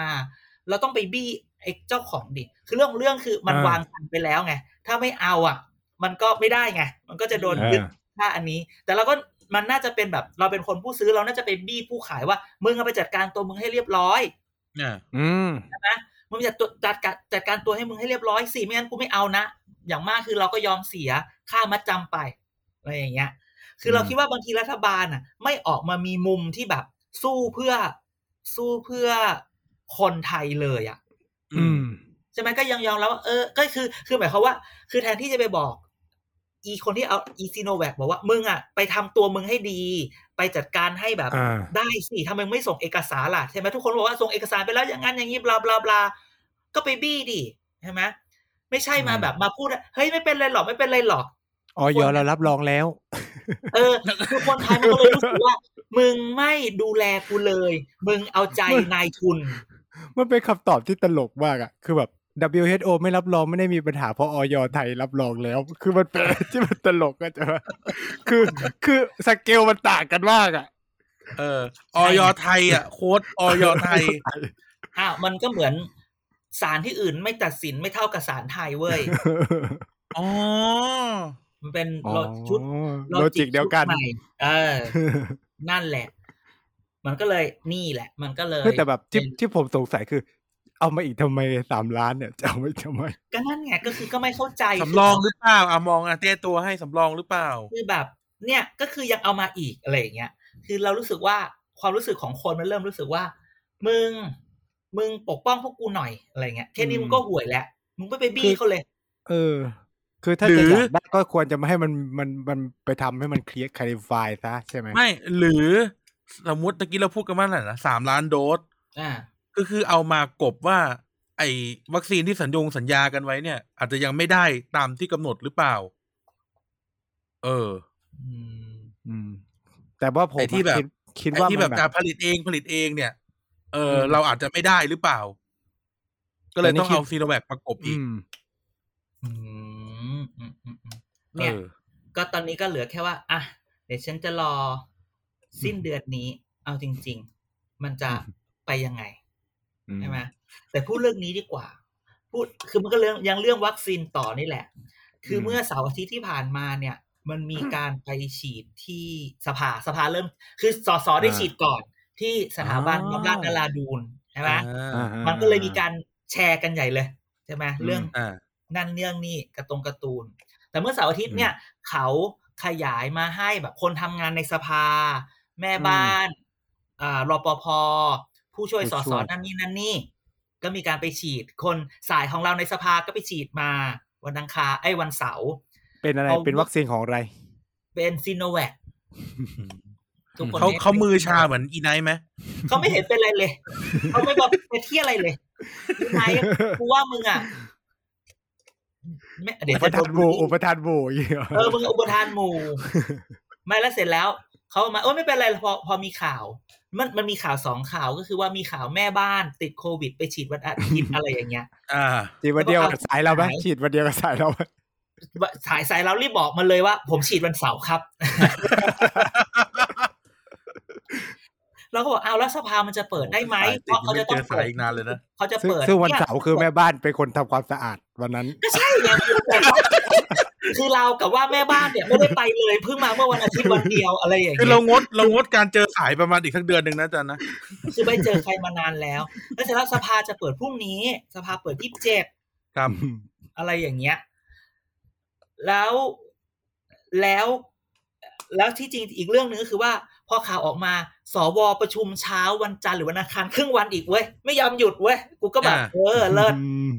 เราต้องไปบี้ไอ้เจ้าของดิคือเรื่องเรื่องคือมัอ่าวนางกันไปแล้วไง ถ้าไม่เอาอ่ะ มันก็ไม่ได้ไง มันก็จะโดน อ่ายึ ยึดค่าอันนี้ แต่เราก็มันน่าจะเป็นแบบ เราเป็นคนผู้ซื้อเราน่าจะไปบี้ผู้ขายว่ามึงเอาไปจัดการตัวมึงให้เรียบร้อย เนี่ย อืม มึงจัดตัวจัดการจัดการตัวให้มึงให้เรียบร้อยสิไม่งั้นกูไม่เอานะ อย่างมากคือเราก็ยอมเสียค่ามัดจำไปอะไรอย่างเงี้ย คือเรา อืม คิดว่าบางทีรัฐบาลอ่ะ ไม่ออกมามีมุมที่แบบสู้เพื่อสู้เพื่อคนไทยเลยอ่ะ อืม ใช่ไหมก็ยังยอมแล้วว่าเออก็คือคือหมายความว่า คือแทนที่จะไปบอก อีคนที่เอาอีซีโนแวคบอกว่ามึงอ่ะไปทำตัวมึงให้ดี ไปจัดการให้แบบ อ่า ได้สิทำไมไม่ส่งเอกสารล่ะใช่ไหมทุกคนบอกว่าส่งเอกสารไปแล้วอย่างนั้นอย่างนี้บลาบลาบลาก็ไปบี้ดิใช่ไหมไม่ใช่มา อืม แบบมาพูดว่าเฮ้ยไม่เป็นไรหรอกไม่เป็นไรหรอก ออยเรารับรองแล้ว เออคือคนไทยมันก็เลยรู้สึกว่า มึงไม่ดูแลกูเลย มึงเอาใจนายทุน มันเป็นคำตอบที่ตลกมากอะคือแบบ WHO ไม่รับรองไม่ได้มีปัญหาเพราะออยไทยรับรองแล้ว คือมัน เป็นอะไรที่มันตลกก็จะว่า คือคือสเกลมันต่างกันมาก อะ เออออยไทยอ่ะโค้ดออยไทย อ้าวมันก็เหมือนศาลที่อื่นไม่ตัดสินไม่เท่ากับศาลไทยเว้ย อ๋อ มันเป็น อ๋อ โลชุด โลจิกเดียวกัน ชุใหม่เออ นั่นแหละ มันก็เลยนี่แหละ มันก็เล ยเฮ้ยแต่แบบที่ที่ผมสงสัยคือ เอามาอีกทำไมสามล้านเนี่ยจะเอามาอีกทำไม ก็นั่นไงก็คือก็ไม่เข้าใจ สำรองหรือเปล่าอ่ะมองอ่ะเต้ตัวให้สำรองหรือเปล่า คือแบบ เนี่ยก็คือยังเอามาอีกอะไรอย่างเงี้ยคือเรารู้สึกว่าความรู้สึกของคนมันเริ่มรู้สึกว่า มึง มึงปกป้องพวกกูหน่อยอะไรเงี้ยแค่นี้ อืม มึงก็ห่วยแล้วมึงไม่ไป คื บี้ อ เขาเลย เออ คือถ้า หรื จะ อ อ อ ยากได้ก็ควรจะมาให้มันมันมันไปทำให้มันเคลียร์คาลิฟายซะใช่ไหม ไม่หรือสมมติตะกี้เราพูดกันว่าอะไรนะสามล้านโดส อ่า ก็คือเอามากบว่า ไอ้วัคซีนที่สัญญงสัญญากันไว้เนี่ย อาจจะยังไม่ได้ตามที่กำหนดหรือเปล่า เออ อืม อืม แต่ว่าผม ไอ้ อะ ที่แบบ คิดคิด ไอ้ ว่า ที่ มัน แบบ แบบ การผลิตเองผลิตเองเนี่ย เอออ ม เราอาจจะไม่ได้หรือเปล่า ก็เลย แต่นี่ ต้อง คิด เอาซีโนแวคประกบ อื อีก ม อืมอืมอืมอืม เอ เนี่ย อ ก็ตอนนี้ก็เหลือแค่ว่า อ่ะ เดี๋ยวฉันจะรอสิ้นเดือนนี้ เอาจริง ๆ มันจะไปยังไง ใช่ไหมแต่พูดเรื่องนี้ดีกว่า พูดคือมันก็เรื่องยังเรื่องวัคซีนต่อนี่แหละ คือ ม เมื่อเสาร์อาทิตย์ที่ผ่านมาเนี่ย มันมีการไปฉีดที่สภาสภาเริ่ม คือสสได้ฉีดก่อนที่สถาบันบำราศนราดูนใช่ไหม อ่าฮะ มันก็เลยมีการแชร์กันใหญ่เลยใช่ไหมเรื่อง อ่า นั่นเรื่องนี่การะตรงการ์ตูน แต่เมื่อเสาร์อาทิตย์เนี่ย เขาขยายมาให้แบบคนทำงานในสภา แม่บ้านอ่ารปภผู้ช่วย ผู้ สอ ช่ สอ วย นั่นนี่นั่นนี่ ก็มีการไปฉีด คนสายของเราในสภาก็ไปฉีดมา วันอังคารไอ้ยวันเสาร์ เป็นอะไร เอา เป็นวัคซีนของอะไร เป็นซีโนแวค ทุกคน เขา นี่ย เขามือชาเหมือนอีไนท์ไหม เขาไม่เห็นเป็นอะไรเลย เขาไม่บอกเป็นที่อะไร เลยยังไงกูว่ามึงอ่ะไม่เดี๋ย อุ ว ป จะโด ทาน น บู โบ ลลี่ อุปทานโบอย่างเงี้ย เออมึงอุปทานหมู่ ไม่แล้วเสร็จแล้ว เขามาเออไม่เป็นไรพอพอมีข่าว มันมันมีข่าวสองข่าวก็คือว่ามีข่าวแม่บ้านติดโควิด ไปฉีดวันอาทิตย์ อะไรอย่างเงี้ย อ่า ฉีดวันเดียวกับสายเราไหม หาย ฉีดวันเดียวกับสายเราไหม สายสายเรารีบบอกมันเลยว่า ผมฉีดวันเสาร์ครับ เราก็บอกเอาวแล้วสภามันจะเปิดได้ไหมเพราะเขาจะต้อง สายอีกนานเลยนะ เขาจะ ซึ่ง เปิด ซึ่งวัน ย เสาร์คือแม่บ้านเป็นคนทำความสะอาดวันนั้น ก็ใช่ไง คือแต่ว่าคือเรากับว่าแม่บ้านเนี่ยไม่ได้ไปเลยเพิ่งมาเมื่อวันอาทิตย์วันเดียวอะไรอย่าง คือ เงี้ย เรางดเรางดการเจอสายประมาณอีกสักเดือนหนึ่งนะอาจันนะ คือไม่เจอใครมานานแล้ว แล้วเสร็จแล้วสภาจะเปิดพรุ่งนี้ สภาเปิดที่เจ็ด ครับ อะไรอย่างเงี้ย แล้วแล้ว แล้วที่จริงอีกเรื่องหนึ่งก็คือว่า พอข่าวออกมา สวประชุมเช้าวันจันทร์หรือวันอังคารครึ่งวันอีกเว้ย ไม่ยอมหยุดเว้ย กูก็แบบเออเลิศ อืม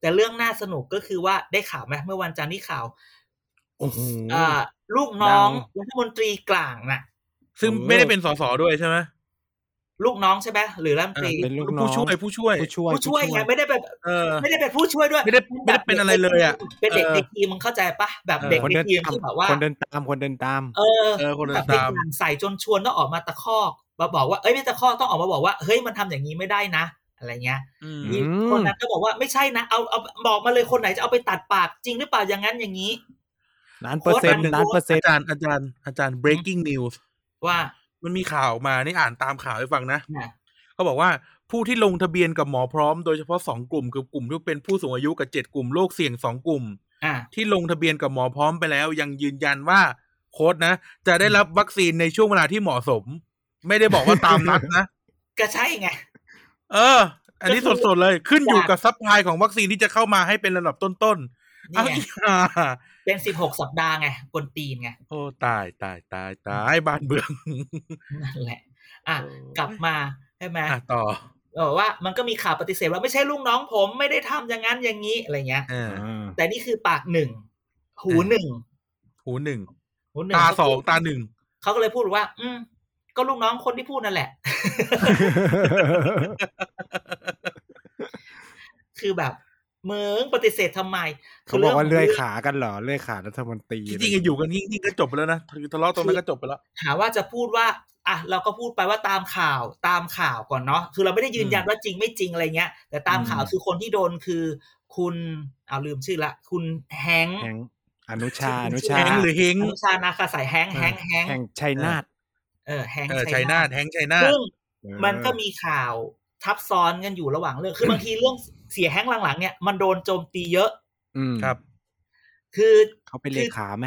แต่เรื่องน่าสนุกก็คือว่าได้ข่าวไหมเมื่อวันจันทร์ที่ข่าว โอ้โห อ่าลูกน้อง ดัง รัฐมนตรีกลางน่ะ ซึ่งไม่ได้เป็นสสด้วยใช่ไหม ลูกน้องใช่ไหมหรือรัฐมนตรี เป็นลูกน้อง ผู้ช่วยผู้ช่วย ผู้ช่วย ผู้ช่วยไงไม่ได้เป็น เออ ไม่ได้เป็นผู้ช่วยด้วย ไม่ได้ไม่ได้เป็นอะไรเลยอะ เป็นเด็ก เออ ในทีมมึงเข้าใจปะแบบ เออ เด็ก คน ใน เดิน ทีม ตาม ที่แบบว่า คนเดินตามคนเดินตาม เออ เออคนเดิ แบ น บไป ตาม กลางใส่จนชวนต้องออกมาตะคอกมาบอกว่าเอ้ยไม่ตะคอกต้องออกมาบอกว่าเฮ้ยมันทำอย่างนี้ไม่ได้นะ อะไรเงี้ย อืม ม คนนั้นก็บอกว่าไม่ใช่นะเอาเอาบอกมาเลยคนไหนจะเอาไปตัดปากจริงหรือเปล่าอย่างนั้นอย่างนี้ ล้านเปอร์เซ็นต์ โค้ด ล้านเปอร์เซ็น อา ต์ จารย์อาจารย์อาจารย์ breaking news ว่า มันมีข่าวออกมานี่อ่านตามข่าวให้ฟังนะ น่ะ เขาบอกว่า ผู้ที่ลงทะเบียนกับหมอพร้อมโดยเฉพาะสองกลุ่มคือกลุ่มที่เป็นผู้สูงอายุกับเจ็ดกลุ่มโรคเสี่ยงสองกลุ่ม อ่า ที่ลงทะเบียนกับหมอพร้อมไปแล้ว ยังยืนยันว่าโค้ดนะ จะได้รับวัคซีนในช่วงเวลาที่เหมาะสม ไม่ได้บอกว่าตามนัดนะ ก็ใช่ไง เออ อันนี้สดๆเลยขึ้นอยู่กับซัพพลายของวัคซีนที่จะเข้ามาให้เป็นระดับต้นๆ นี่ เอา ไง อีกอ่ะ เป็นสิบหกสัปดาห์ไงกวนตีนไง โอ้ตายตายตายตายบ้านเบือง นั่นแหละ อ่ะ โอ้ย กลับมาใช่ไหม อ่ะต่อ บอกว่ามันก็มีข่าวปฏิเสธว่าไม่ใช่ลูกน้องผมไม่ได้ทำอย่างนั้นอย่างนี้อะไรเงี้ย เออ แต่นี่คือปากหนึ่ง หูหนึ่ง หูหนึ่ง หูหนึ่ง ตา เขาก็ สองตาหนึ่ง เขาก็เลยพูดว่า อืมก็ลูกน้องคนที่พูดนั่นแหละ คือแบบเมืองปฏิเสธทำไม เขาบอกว่าเลื่อยขากันเหรอเลื่อยขารัฐมนตรี จริงๆอยู่กันนิ่งๆก็จบไปแล้วนะทะเลาะตรงนั้นก็จบไปแล้ว หาว่าจะพูดว่า อ่ะเราก็พูดไปว่าตามข่าวตามข่าวก่อนเนาะคือเราไม่ได้ยืนยัน อืม ว่าจริงไม่จริงอะไรเงี้ย แต่ตามข่าว อืม คือคนที่โดนคือคุณเอาลืมชื่อละ คุณแฮงค์ แหงอนุชาอนุ ใ ชา แฮงหรือเฮง อนุชานาคาสายแฮงค์ เออ แฮงค์แฮงค์ แห่งชัยนาท เออแฮงค์ เออ ชั ชั ย ย นา นา ท ทแฮงชัยนาท ซึ่ง เออ มันก็มีข่าวทับซ้อนกันอยู่ระหว่างเรื่อง คือบางทีเรื่องเสียแฮงค์หลังๆเนี่ยมันโดนโจมตีเยอะ อืม ครับ คือ เขาเป็นเลขาไหม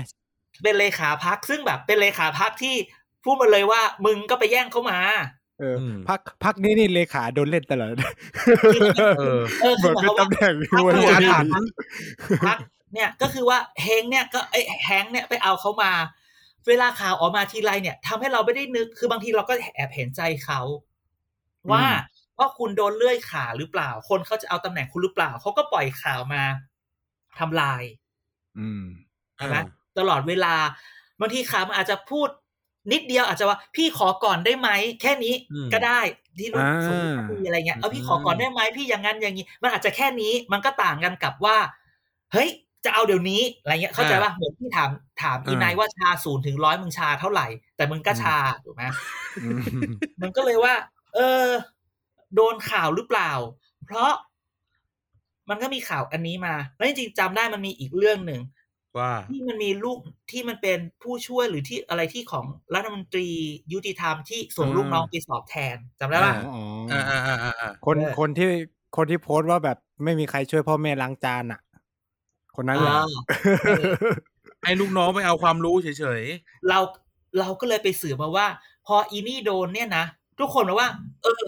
เป็นเลขาพัก ซึ่งแบบเป็นเลขาพักที่พูดมาเลยว่ามึงก็ไปแย่งเขามา เอออ ม พักพักนี้นี่เลขาโดนเล่นตลอด เออ เออ เห คื มื อ อน หคือเป็ตำแหน่งที่ว่าจะมายคน วามว่าอา ดี ถรรพ์ พักเนี่ยก็คือว่าแฮงค์เนี่ยก็ไอยแฮงค์เนี่ยไปเอาเขามา เวลาข่าวออกมาทีไรเนี่ยทำให้เราไม่ได้นึก คือบางทีเราก็แอบเห็นใจเขาว่าว่าคุณโดนเลื่อยขาหรือเปล่า คนเขาจะเอาตำแหน่งคุณหรือเปล่าเขาก็ปล่อยข่าวมาทำลาย อืม ใช่ไหมตลอดเวลาบางทีขามันอาจจะพูดนิดเดียวอาจจะว่าพี่ขอก่อนได้ไหมแค่นี้ อืม ก็ได้ที่รู้ อ่า สมมติคุยอะไรเงี้ยเอาพี่ อืม ขอก่อนได้ไหมพี่อย่างนั้นอย่างนี้ มันอาจจะแค่นี้มันก็ต่างกันกับว่า เฮ้ย จะเอาเดี๋ยวนี้อะไรเงี้ยเข้าใจป่ะเหมือนที่ถามถามอีนายว่าชาศูนย์ถึงร้อยมึงชาเท่าไหร่ แต่มึงก็ชาถูกไหม อืม มันก็เลยว่า เออ โดนข่าวหรือเปล่า เพราะมันก็มีข่าวอันนี้มา แล้วจริงๆจำได้มันมีอีกเรื่องหนึ่ง ว่า ที่มันมีลูกที่มันเป็นผู้ช่วยหรือที่อะไรที่ของรัฐมนตรียุติธรรมที่ส่ง อ่า ลูกน้องไปสอบแทนจำได้ป่ะ อ่า อ๋อ อ่าอ่าอ่าอ่า คน เออ คนที่คนที่โพสต์ว่าแบบไม่มีใครช่วยพ่อแม่ล้างจานอ่ะ คนนั้นแหละ อ่า ให้ลูกน้องไปเอาความรู้เฉย เราเราก็เลยไปสืบมาว่า พออีนี่โดนเนี่ยนะ ทุกคนบอกว่า เออ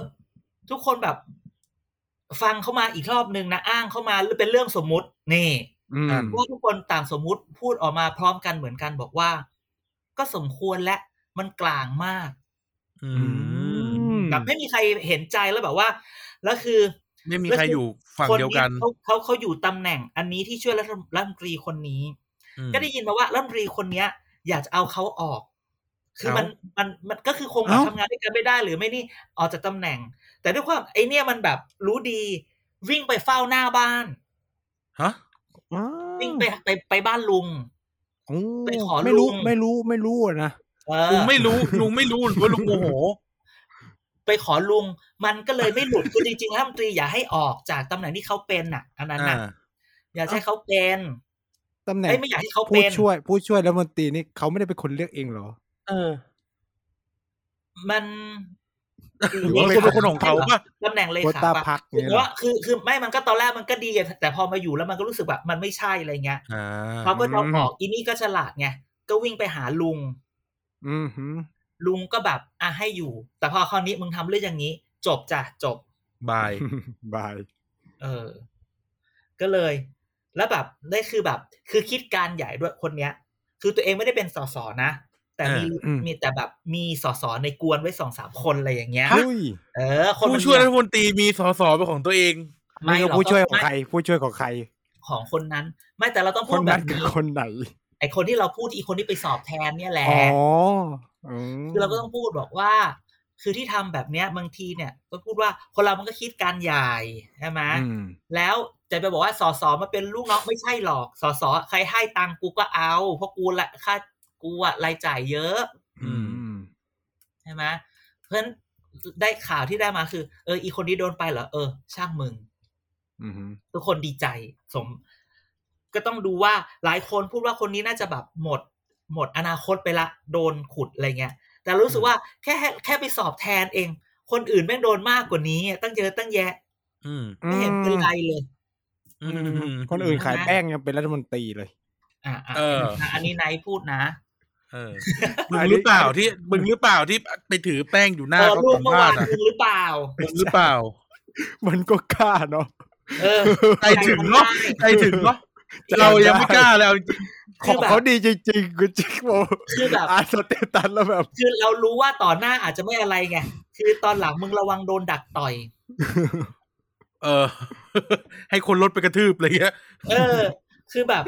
ทุกคนแบบ ฟังเข้ามาอีกรอบนึงนะอ้างเข้ามาหรือเป็นเรื่องสมมุตินี่ อืม ว่าทุกคนต่างสมมุติพูดออกมาพร้อมกันเหมือนกันบอกว่า ก็สมควรและมันกลางมาก ๆอื อื ม ม แบบไม่มีใครเห็นใจแล้วแบบว่าแล้วคือ ไม่มีใครอยู่ฝั่งเดียวกัน คที่เขาเขาเขาอยู่ตำแหน่งอันนี้ที่ช่วยรัฐมรัฐมนตรีคนนี้ อืม ก็ได้ยินมาว่ารัฐมนตรีคนเนี้ย อยากจะเอาเขาออก คือมันมันมันก็คือคงแบบ เอ้า ทำงานด้วยกันไม่ได้ หรือไม่นี่ออกจากตำแหน่ง แต่ด้วยความไอเนี่ยมันแบบรู้ดี วิ่งไปเฝ้าหน้าบ้าน ฮะ อ้า วิ่งไปไปไปบ้านลุง โอ้ ไปขอ ไม่รู้ ลุง ไม่รู้ไม่รู้อะนะ เอ ลุ อง ไม่รู้ ลุงไม่รู้ว่าลุงโมโห ไปขอลุง มันก็เลยไม่หลุดคือจริงๆรัฐมนตรีอย่าให้ออกจากตำแหน่งที่เขาเป็นน่ะ อันนั้นน่ะ อ่า อย่าใช้เขาเป็น ตำแหน่ง เอ้ยไม่อยากให้เขา ผู้ เป็น ช่วย ผู้ช่วยรัฐมนตรีนี่เขาไม่ได้เป็นคนเลือกเองเหรอ เออ มัน หรือว่าเป็นคนของเขาปะ ตำแหน่งเล โคว ขา ต้า ปะ พัก คือว่าคือคือไม่มันก็ตอนแรกมันก็ดีไงแต่พอมาอยู่แล้วมันก็รู้สึกแบบมันไม่ใช่อะไรเงี้ย อ่า เขาก็ต้องออกอีนี่ก็ฉลาดไงก็วิ่งไปหาลุง อื มหืม ลุงก็แบบอ่ะให้อยู่ แต่พอคราวนี้มึงทำเรื่องอย่างนี้ จบจ้ะจบ บาย บาย เออ ก็เลย แล้วแบบได้คือแบบ คือคิดการใหญ่ด้วยคนเนี้ย คือตัวเองไม่ได้เป็นสสนะ แต่มี เอออืม มีแต่แบบมีสสในกวนไว้สองสามคนอะไรอย่างเงี้ย ฮะ อุ้ย เออ คน ผู้ มัน ช่วยรั มี ฐมนตรีมีสสเป็นของตัวเอง ไม่ นี่ก็ เรา ผู้ ก็ ช่วยของ ไม่ ใคร ผู้ช่วยของใคร ของคนนั้น ไม่แต่เราต้อง ค พูด น แบ นั้น บ คือ นี้ คนไหน ไอคนที่เราพูดอีกคนที่ไปสอบแทนเนี่ยแหละ อ๋ออืม คือเราก็ต้องพูดบอกว่า คือที่ทำแบบเนี้ยบางทีเนี่ย ก็พูดว่าคนเรามันก็คิดการใหญ่ใช่ไหม อืม แล้วจะไปบอกว่าสอสอมาเป็นลูกน้องไม่ใช่หรอกสอสอใครให้ตังค์กูก็เอา เพราะกูละค่ากูอะรายจ่ายเยอะ อืมอืม ใช่ไหมเพราะฉะนั้นได้ข่าวที่ได้มาคือ เออ อีคนนี้โดนไปเหรอเออ ช่างมึง อืมหืม ทุกคนดีใจสม ก็ต้องดูว่าหลายคนพูดว่าคนนี้น่าจะแบบหมด หมดอนาคตไปละ โดนขุดอะไรเงี้ย แต่รู้สึกว่าแค่แค่ไปสอบแทนเอง คนอื่นแม่งโดนมากกว่านี้อะตั้งเยอะตั้งแยะ อืม อื ไม่เห็นเป็นไรเลย อืม คนอื่นขายแป้งยังเป็นรัฐมนตรีเลย อ่ะอ่ะ เออ นะอันนี้ไนท์พูดนะ เออมึงหรือเปล่าที่มึงหรือเปล่าที่ไปถือแป้งอยู่หน้า เออ เขา รูป สัม เมื่ภาวอา ษ น ณ์อ่ะ มึงหรือเปล่า มึงหรือเปล่า มันก็กล้าเนาะ เออ ใจถึงเนาะใจถึงเนาะเรายังไม่กล้าแล้ว ข คือ อง แบบ เขาดีจริงๆคุณจิ๊กบอก คือแบบ อ่านสเตตัสแล้วแบบ คือเรารู้ว่าต่อหน้าอาจจะไม่อะไรไง คือตอนหลังมึงระวังโดนดักต่อย เออ ให้คนรถไปกระทืบอะไรเงี้ย เออ คือแบบ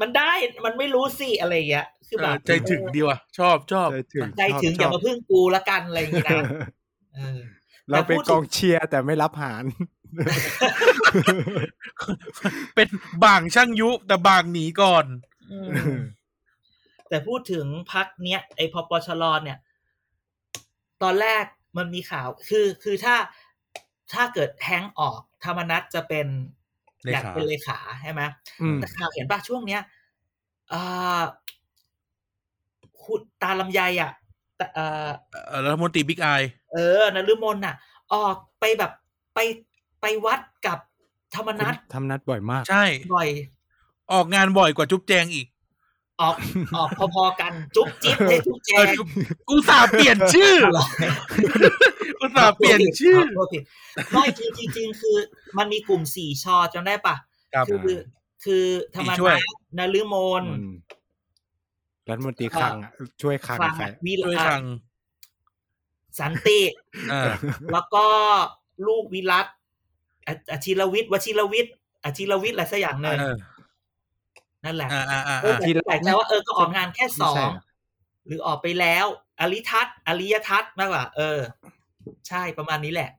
มันได้ มันไม่รู้สิอะไรอย่างเงี้ย คือ เอ แบ อบ ใจถึงดีว่ะชอบชอบ ใจถึง ใจถึง ชบ อย่าชมาบ พึ่งกูละกันอะไรอย่างงี้นะเออ เราเป็น แต่พูดกถึงองเชียร์แต่ไม่รับหาร เป็นบางช่างยุ แต่บางหนีก่อน อืมแต่พูดถึงพักเนี้ยไอพปชรเนี่ย ตอนแรกมันมีข่าว คือคือถ้าถ้าเกิดแฮงก์ออก ธรรมนัตจะเป็น เลขา อยากเป็นเลขาใช่ไหม อืม แต่ข่าวเห็นป่ะช่วงเนี้ยเอ่อขุดตาลำไยอ่ะแต่เอ่อ เอ่อรัฐมนตรีบิ๊กไอ เออนฤมลน่ะ ออกไปแบบไปไปวัดกับธรรมนัต ทำนัดบ่อยมาก ใช่ บ่อย ออกงานบ่อยกว่าจุ๊บแจงอีก ออกออกพอๆกัน จุ๊บ จิ๊บเลยจุ๊บแจ เอองจุ๊บกูสาห์เปลี่ยนชื่อ เหรอ กูสาห์เปลี่ยนชื่อ ขโทษผิดไม่คือจริงๆ คือ มันมีกลุ่มสี่ชอจำได้ป่ะ ครับ คือคือธรรม สี่ช่ว นั ย ตนฤมล อืมรัฐมนตรีคลังอะช่วยคลัง คลัง ใคร วิ ช่วย ลา คัง สันติ อ่า แล้วก็ลูกวิรัตออาชีรวิทย์วชิรวิทย์อาชีรวิทย์อะไรสักอย่างหนึ่ง เออ นั่นแหละ อ่าอ่าอ่า เออแต่แปลกใจว่าเออก็ออกงานแค่สอ ไม่ใช่ ง เหรอ หรือออกไปแล้ว อริทัศน์อริยทัศน์มากกว่า เออ ใช่ประมาณนี้ แหละ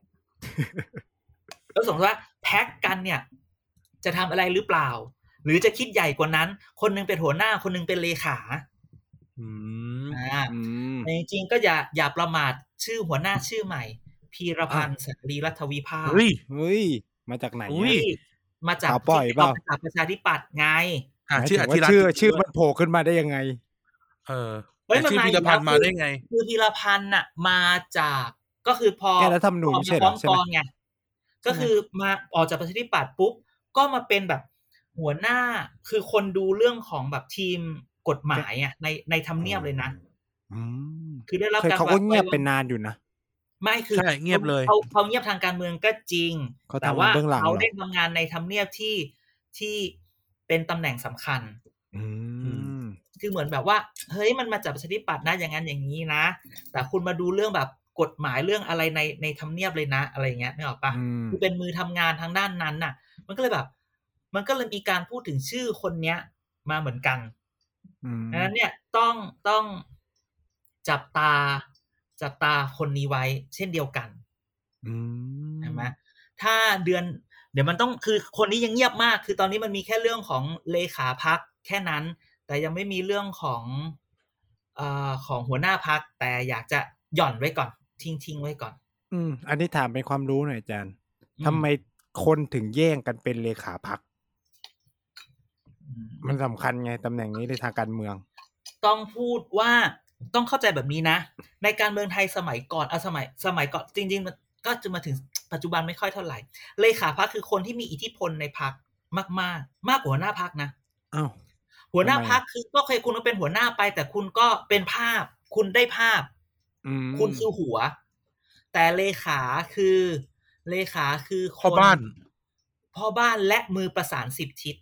แล้วสมมติว่าแพ็กกันเนี่ย จะทำอะไรหรือเปล่า หรือจะคิดใหญ่กว่านั้น คนหนึงเป็นหัวหน้าคนหนึงเป็นเลขา อืม อ่า อืม ในจริงๆก็อย่าอย่าประมาทชื่อหัวหน้าชื่อใหม่ พีรพันธ์สันลีรัฐวิภาค เฮ้ย เฮ้ย มาจากไหน อุ้ เนี่ย ย ที่มาจาก ข่าวปล่อยเปล่า ที่เอมจากประชาธิปัตย์ไง อ่า หมาย ชื่อ ถึ อง ว่า ธิรัตน์ ชื่อชื่อมันโผล่ขึ้นมาได้ยังไง เออ เฮ้ย แต่ชื่อ มันมา พีรพันธ์ อยู่ มา แล้ว ได้ไง คือพีรพันธ์น่ะ มาจากก็คือพอ แก้รัฐธรรมนูญ พอ ไม่ใช่เหรอ พร้อม ใช่ไห ก ม องไงก็คือมาออกจากประชาธิปัตย์ปุ๊บ ก็มาเป็นแบบหัวหน้าคือคนดูเรื่องของแบบทีมกฎหมายอ่ะในในทำเนียบเลยนะ อืม คือได้รับ เคย การ เขาก็ ไว้ เงียบไปนานอยู่นะ ไม่คือ ใช่เงียบเลย เขาเขาเงียบทางการเมืองก็จริง เขา แต่ ทำงา ว่าน เบื้องหลัง เขา เหรอ ได้ทำงานในทำเนียบที่ที่เป็นตำแหน่งสำคัญ อืม คือเหมือนแบบว่า เฮ้ยมันมาจากประชาธิปัตย์นะอย่างนั้นอย่างนี้นะ แต่คุณมาดูเรื่องแบบกฎหมายเรื่องอะไรในในทำเนียบเลยนะ อะไรอย่างเงี้ยนึกออกปะ อืม คือเป็นมือทำงานทางด้านนั้นน่ะ มันก็เลยแบบ มันก็เลยมีการพูดถึงชื่อคนเนี้ย มาเหมือนกัน อืม ดังนั้นเนี่ยต้องต้องจับตาจับตาคนนี้ไว้ เช่นเดียวกัน อื ใช่ไหมถ้าเดือน เดี๋ยวมันต้องคือคนนี้ยังเงียบมาก คือตอนนี้มันมีแค่เรื่องของเลขาพักแค่นั้น แต่ยังไม่มีเรื่องของเออของหัวหน้าพัก แต่อยากจะหย่อนไว้ก่อนทิ้งทิ้งไว้ก่อน อืม อันนี้ถามเป็นความรู้หน่อยอาจารย์ อื ทำไมคนถึงแย่งกันเป็นเลขาพัก อืม มันสำคัญไงตำแหน่งนี้ในทางการเมือง ต้องพูดว่าต้องเข้าใจแบบนี้นะ ในการเมืองไทยสมัยก่อนเอาสมัยสมัยก่อนจริง ๆ มันก็จะมาถึงปัจจุบันไม่ค่อยเท่าไหร่ เลขาพักคือคนที่มีอิทธิพลในพักมากๆ มากกว่าหัวหน้าพักนะ อ้าว หัวหน้า ทำไมอะ พักคือก็เคยคุณก็เป็นหัวหน้าไป แต่คุณก็เป็นภาพ คุณได้ภาพ อืม คุณคือหัว แต่เลขาคือเลขาคือค พ่อบ้าน พ่อบ้านและมือประสานสิบทิศ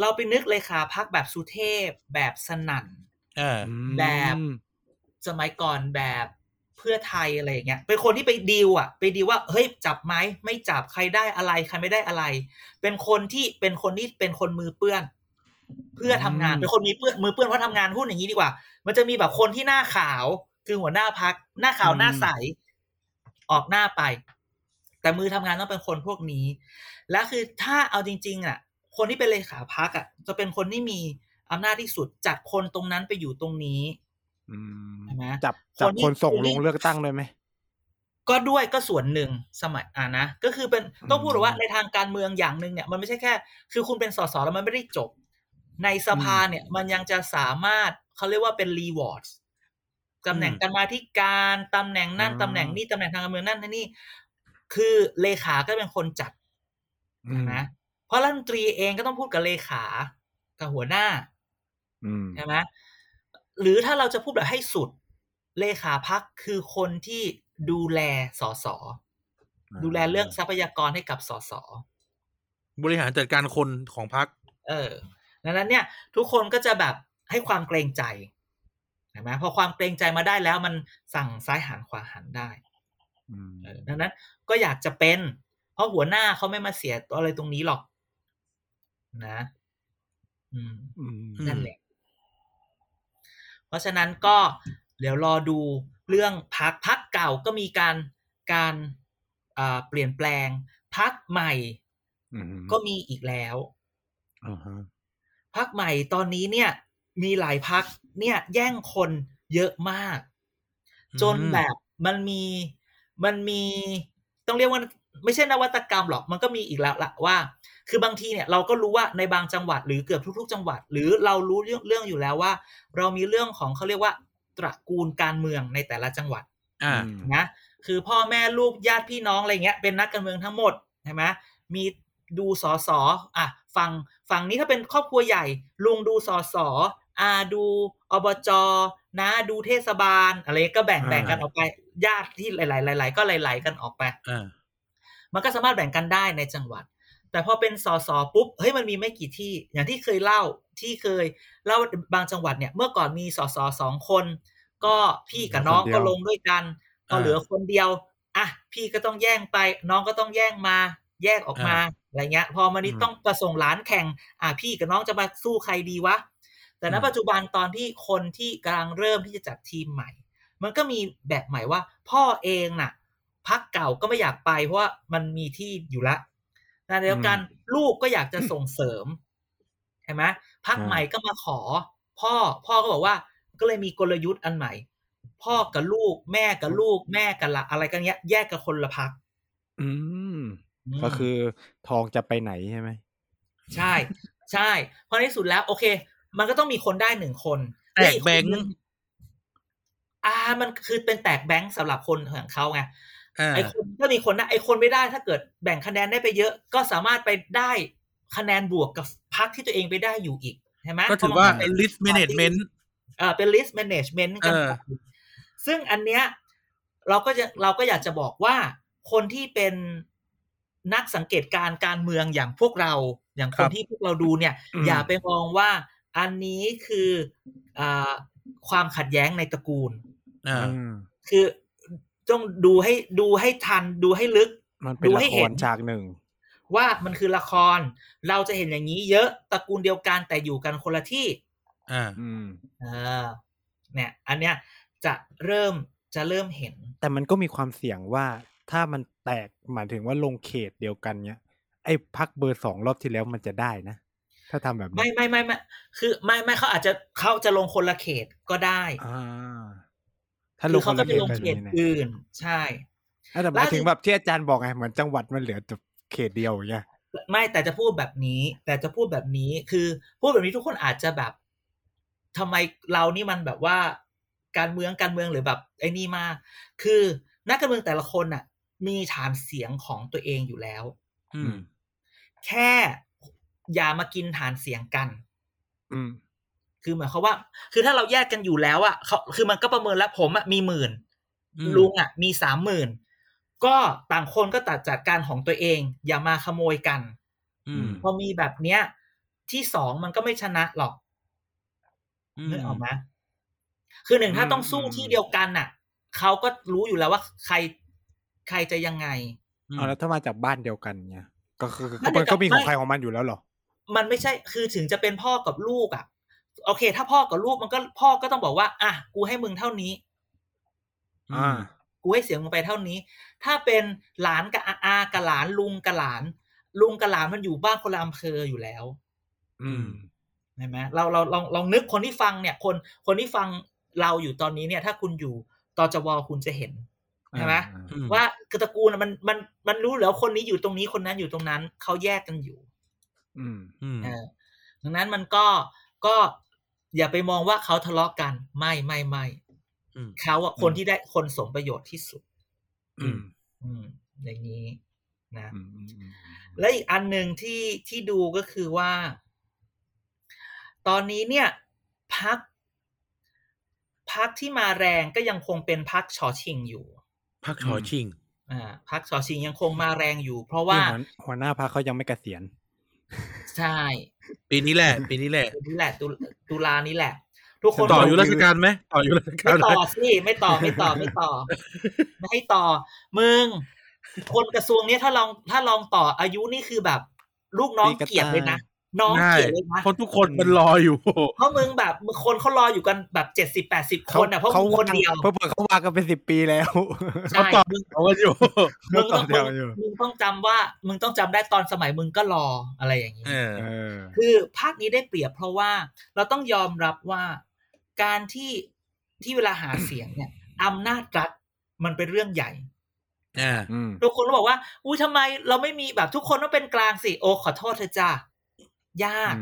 เราไปนึกเลขาพักแบบสุเทพ แบบสนั่น เออ อืม แบบ สมัยก่อนแบบเพื่อไทยอะไรอย่างเงี้ยเป็นคนที่ไปดีลอะไปดีลว่าเฮ้ยจับไหมไม่จับใครได้อะไรใครไม่ได้อะไร เป็นคนที่เป็นคนที่เป็นคนมือเปื้อน เพื่อทำงานเป็นคนมีเปื้อนมือเปื้อนเพราะทำงานพูดอย่างนี้ดีกว่า มันจะมีแบบคนที่หน้าขาวคือหัวหน้าพัก หน้าขาวหน้าใส ออกหน้าไป แต่มือทำงานต้องเป็นคนพวกนี้ และคือถ้าเอาจริง ๆ อ่ะ คนที่เป็นเลขาพักอ่ะ จะเป็นคนที่มีอำนาจที่สุดจากคนตรงนั้นไปอยู่ตรงนี้ อืม เห็นไหม จับจับ คนที่ คนส่ง คนที่ ลงเลือกตั้งเลยไหม ก็ด้วยก็ส่วนหนึ่งสมัยอ่านะก็คือเป็นต้องพูด อืม ว่าในทางการเมืองอย่างหนึ่งเนี่ยมันไม่ใช่แค่ คือคุณเป็นสสแล้วมันไม่ได้จบ ในสภาเนี่ยมันยังจะสามารถเขาเรียกว่าเป็นรีวอร์ด ตำแหน่ง อืม กรรมาธิการตำแหน่งนั่น อ่า ตำแหน่งนี่ตำแหน่งทางการเมืองนั่นนั่นนี่คือเลขาก็เป็นคนจัดนะเพราะรัฐมนตรีเองก็ต้องพูดกับเลขากับหัวหน้า อืม ใช่ไหมหรือถ้าเราจะพูดแบบให้สุด เลขาพักคือคนที่ดูแลสสดูแลเรื่องทรัพยากรให้กับสส บริหารจัดการคนของพรรค เออดังนั้นเนี่ย ทุกคนก็จะแบบให้ความเกรงใจใช่ไหมพอความเกรงใจมาได้แล้วมันสั่งซ้ายหันขวาหันได้ อืม เออดังนั้นก็อยากจะเป็น เพราะหัวหน้าเขาไม่มาเสียอะไรตรงนี้หรอก นะ อืม อืม นั่นแหละ เพราะฉะนั้นก็เดี๋ยวรอดูเรื่องพักพักเก่าก็มีการการอ่าเปลี่ยนแปลงพักใหม่ อืม ก็มีอีกแล้ว อ่าฮะ พักใหม่ตอนนี้เนี่ยมีหลายพักเนี่ยแย่งคนเยอะมาก จนแบบมันมีมันมีต้องเรียกว่าไม่ใช่นวัตกรรมหรอกมันก็มีอีกแล้วละว่า คือบางทีเนี่ยเราก็รู้ว่าในบางจังหวัดหรือเกือบทุก ๆ จังหวัด หรือเรารู้เรื่องเรื่องอยู่แล้วว่า เรามีเรื่องของเขาเรียกว่า ตระกูลการเมืองในแต่ละจังหวัด อ่า นะคือพ่อแม่ลูกญาติพี่น้องอะไรเงี้ยเป็นนักการเมืองทั้งหมดใช่ไหมมีดูสอสออ่ะฝั่งฝั่งนี้ถ้าเป็นครอบครัวใหญ่ ลุงดูสอสออาดูอบจนะดูเทศบาลอะไรก็แบ่งแบ่งกันออกไปญาติที่หลายๆหลาย ๆ ก็หลาย ๆ กันออกไป อ่า มันก็สามารถแบ่งกันได้ในจังหวัด แต่พอเป็นสสปุ๊บ เฮ้ย มันมีไม่กี่ที่ อย่างที่เคยเล่า ที่เคยเล่าบางจังหวัดเนี่ย เมื่อก่อนมีสสสองคน ก็พี่กับน้องก็ลงด้วยกัน ก็ อ่า เหลือคนเดียว อ่ะ พี่ก็ต้องแย่งไป น้องก็ต้องแย่งมา แยกออกมา อะไรเงี้ย พอมันนี้ต้องประส่งหลานแข่ง อ่ะ พี่กับน้องจะมาสู้ใครดีวะ แต่ณ อืม ปัจจุบันตอนที่คนที่กำลังเริ่มที่จะจัดทีมใหม่ มันก็มีแบบใหม่ว่า พ่อเองน่ะพักเก่าก็ไม่อยากไปเพราะว่ามันมีที่อยู่ละในเดียวกันลูกก็อยากจะส่งเสริม ใช่ไหมพักใหม่ก็มาขอ พ่อพ่อก็บอกว่า ก็เลยมีกลยุทธ์อันใหม่ พ่อกับลูกแม่กับลูกแม่กับละอะไรกันเนี้ยแยกกับคนละพัก อืมก็คือทองจะไปไหนใช่ไหม ใช่ ใช่ เพราะในที่สุดแล้ว โอเค มันก็ต้องมีคนได้หนึ่งคน แตกแบงค์ ล้วอีคนหนึ่อ่า มันคือเป็นแตกแบงค์สำหรับคนของเขาไง อ่า ไอคนถ้ามีคนนะไอคนไม่ได้ถ้าเกิดแบ่งคะแนนได้ไปเยอะ ก็สามารถไปได้คะแนนบวกกับพรรคที่ตัวเองไปได้อยู่อีกใช่ไหม ก็ถือว่า เพระมันเป็น list management เออเป็น list management กัน เออ ซึ่งอันเนี้ยเราก็จะเราก็อยากจะบอกว่าคนที่เป็นนักสังเกตการณ์การเมืองอย่างพวกเรา อย่างคนที่พวกเราดูเนี่ย อย่าไปมองว่าอันนี้คืออาความขัดแย้งในตระกูล อ่า อืม คือต้องดูให้ดูให้ทันดูให้ลึก มันเป็น ดู ละ ให้ ค เห็ ร น ฉากหนึ่ง ว่ามันคือละคร เราจะเห็นอย่างนี้เยอะตระกูลเดียวกันแต่อยู่กันคนละที่ อ่า อืม เออเนี่ย อันเนี้ยจะเริ่มจะเริ่มเห็น แต่มันก็มีความเสี่ยงว่าถ้ามันแตกหมายถึงว่าลงเขตเดียวกันเนี้ย ไอ้พักเบอร์สองรอบที่แล้วมันจะได้นะ ถ้าทำแบบ ไม่ นี้ ไม่ไม่ไม่คือไม่ไม่เขาอาจจะเขาจะลงคนละเขตก็ได้ อ่า ถ้าลงคืคอเขา น ก็ ละเข จะ ต ลง แบบ เข นี้ ต นะ อื่น ใช่ อ่ะแต่หมายถึงแบบที่อาจารย์บอกไงเหมือนจังหวัดมันเหลือแต่เขตเดียวอย่างเงี้ย ไม่แต่จะพูดแบบนี้ แต่จะพูดแบบนี้คือพูดแบบนี้ทุกคนอาจจะแบบทำไมเรานี่มันแบบว่า การเมืองการเมืองหรือแบบไอ้นี่มาก คือนักการเมืองแต่ละคนน่ะ มีฐานเสียงของตัวเองอยู่แล้ว อืม แค่อย่ามากินฐานเสียงกัน อืม คือหมายความว่า คือถ้าเราแยกกันอยู่แล้วอ่ะเขาคือมันก็ประเมินแล้วผมอ่ะมีหมื่น อืม ลุงอ่ะมีสามหมื่นก็ต่างคนก็ตัดจัดการของตัวเอง อย่ามาขโมยกัน อืม พอมีแบบเนี้ย ที่สองมันก็ไม่ชนะหรอก อืม นึกออกไหมคือหนึ่งถ้า อืม ต้องสู้ อืม ที่เดียวกันน่ะเขาก็รู้อยู่แล้วว่าใครใครจะยังไง เอาแล้วถ้ามาจากบ้านเดียวกันเนี้ยก็คือ บ้านเดี มันยวกัน ก็มีของ ไม่ ใครของมันอยู่แล้วเหรอ มันไม่ใช่คือถึงจะเป็นพ่อกับลูกอ่ะ โอเค ถ้าพ่อกับลูกมันก็พ่อก็ต้องบอกว่า อ่ะกูให้มึงเท่านี้ อ่า อ่า กูให้เสียงมึงไปเท่านี้ ถ้าเป็นหลานกับอาอากับหลานลุงกับหลาน ลุงกับหลานมันอยู่บ้านคนละอำเภออยู่แล้ว อืม ใช่ไหมเราเราลองลองนึกคนที่ฟังเนี่ย คนคนที่ฟังเราอยู่ตอนนี้เนี่ย ถ้าคุณอยู่ตจวคุณจะเห็น ใช่ไหม อืม ว่ากระตระกูลน่ะมันมันมันรู้แล้วคนนี้อยู่ตรงนี้คนนั้นอยู่ตรงนั้นเขาแยกกันอยู่ อืม อืม เออดังนั้นมันก็ก็อย่าไปมองว่าเขาทะเลาะกัน ไม่ไม่ไม่ อืม เขาอะคนที่ได้คนสมประโยชน์ที่สุด อืม อืมอย่างนี้นะ อืมอืมอืม และอีกอันหนึ่งที่ที่ดูก็คือว่า ตอนนี้เนี่ยพักพักที่มาแรงก็ยังคงเป็นพักชอชิงอยู่ พักชอชิง อ่าพักชอชิงยังคงมาแรงอยู่ เพราะว่า หัหัวหน้าพักเขายังไม่เกษียณ ใช่ ปีนี้แหละ ปีนี้แหละ ตุนี่แหละตุตุลานี้แหละ ทุกคน ต่ออา บ ยุ ก ราชการไหมต่ออายุราชการ ไม่ ไหม ต่อสิไม่ต่อไม่ต่อไม่ต่อ ไม่ให้ต่อ มึง คนกระทรวงเนี้ยถ้าลองถ้าลองต่ออายุนี่คือแบบ ลูกน้อง ตีกระ เกลียดเลยนะ ต่าย น้อง ใช่ เกลียดเลยนะ เพราะทุกคนมันรออยู่ เพราะมึงแบบมึงคนเขารออยู่กันแบบเจ็ดสิบแปดสิบคนอ่ะเพราะมึงคนเดียว เพราะเขาวางกันเป็นสิบปีแล้ว ใช่ ต่อ มึง เอากันอยู่ มึ ก็ ง ต่ ต้ อ อง แถวอยู่ มึงต้องจำว่า มึงต้องจำได้ตอนสมัยมึงก็รออะไรอย่างนี้ เออ เออ คือภาคนี้ได้เปรียบเพราะว่าเราต้องยอมรับว่าการที่ที่เวลาหาเสียงเนี่ยอำนาจรัฐมันเป็นเรื่องใหญ่ อ่า อืม ทุกคนก็บอกว่าอุ้ยทำไมเราไม่มีแบบทุกคนต้องเป็นกลางสิโอ้ขอโทษเธอะจ้ายาก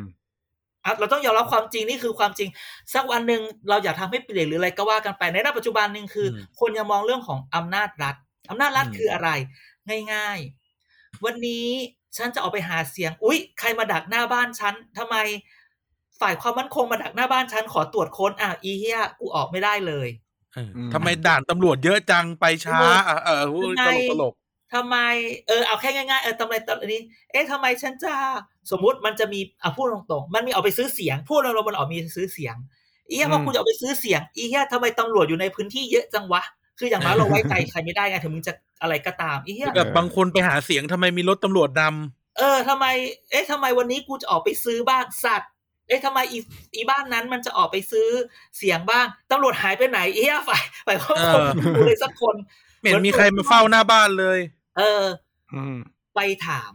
อ่ะเราต้องยอมรับความจริงนี่คือความจริง สักวันหนึ่งเราอยากทำให้เปลี่ยนหรืออะไรก็ว่ากันไปในณปัจจุบันหนึ่งคืออ ม คนยังมองเรื่องของอำนาจรัฐอำนาจรัฐ อืม คืออะไร ง่ายๆ วันนี้ฉันจะออกไปหาเสียง อุ๊ย ใครมาดักหน้าบ้านฉันทำไม ฝ่ายความมั่นคงมาดักหน้าบ้านฉันขอตรวจค้นอ่ะอีเฮียกูออกไม่ได้เลย เอออ ม ทำไมด่านตำรวจเยอะจังไปช้าอ่ะเออ ยังไง ตลกตลก ทำไมเออเอาแค่ง่ายๆเออทำไมตอนนี้ เอ๊ะทำไมฉันจะสมมุติมันจะมีอ่ะพูดตรงๆมันมีออกไปซื้อเสียงพูดเรามันออกมีซื้อเสียงอีเหี้ยพอ อืม คุณจะออกไปซื้อเสียงอีเหี้ยทำไมตำรวจอยู่ในพื้นที่เยอะจังวะ คืออย่างน้อยเราไว้ใจใครไม่ได้ไงถึงมึงจะอะไรก็ตามอีเหี้ย แบบบางคนไปหาเสียงทำไมมีรถตำรวจด เออทำไม เอ๊ะทำไมวันนี้กูจะออกไปซื้อบ้างสัตว์ เอ๊ะทำไมอีอีบ้านนั้นมันจะออกไปซื้อเสียงบ้างตำรวจหายไปไหนอีเหี้ย ฝ่ายฝ่ายครอบครัวไม่รู้เลยสักคน ำไม่เห็นมีใครมาเฝ้าหน้าบ้านเลย เออ อืม ไปถาม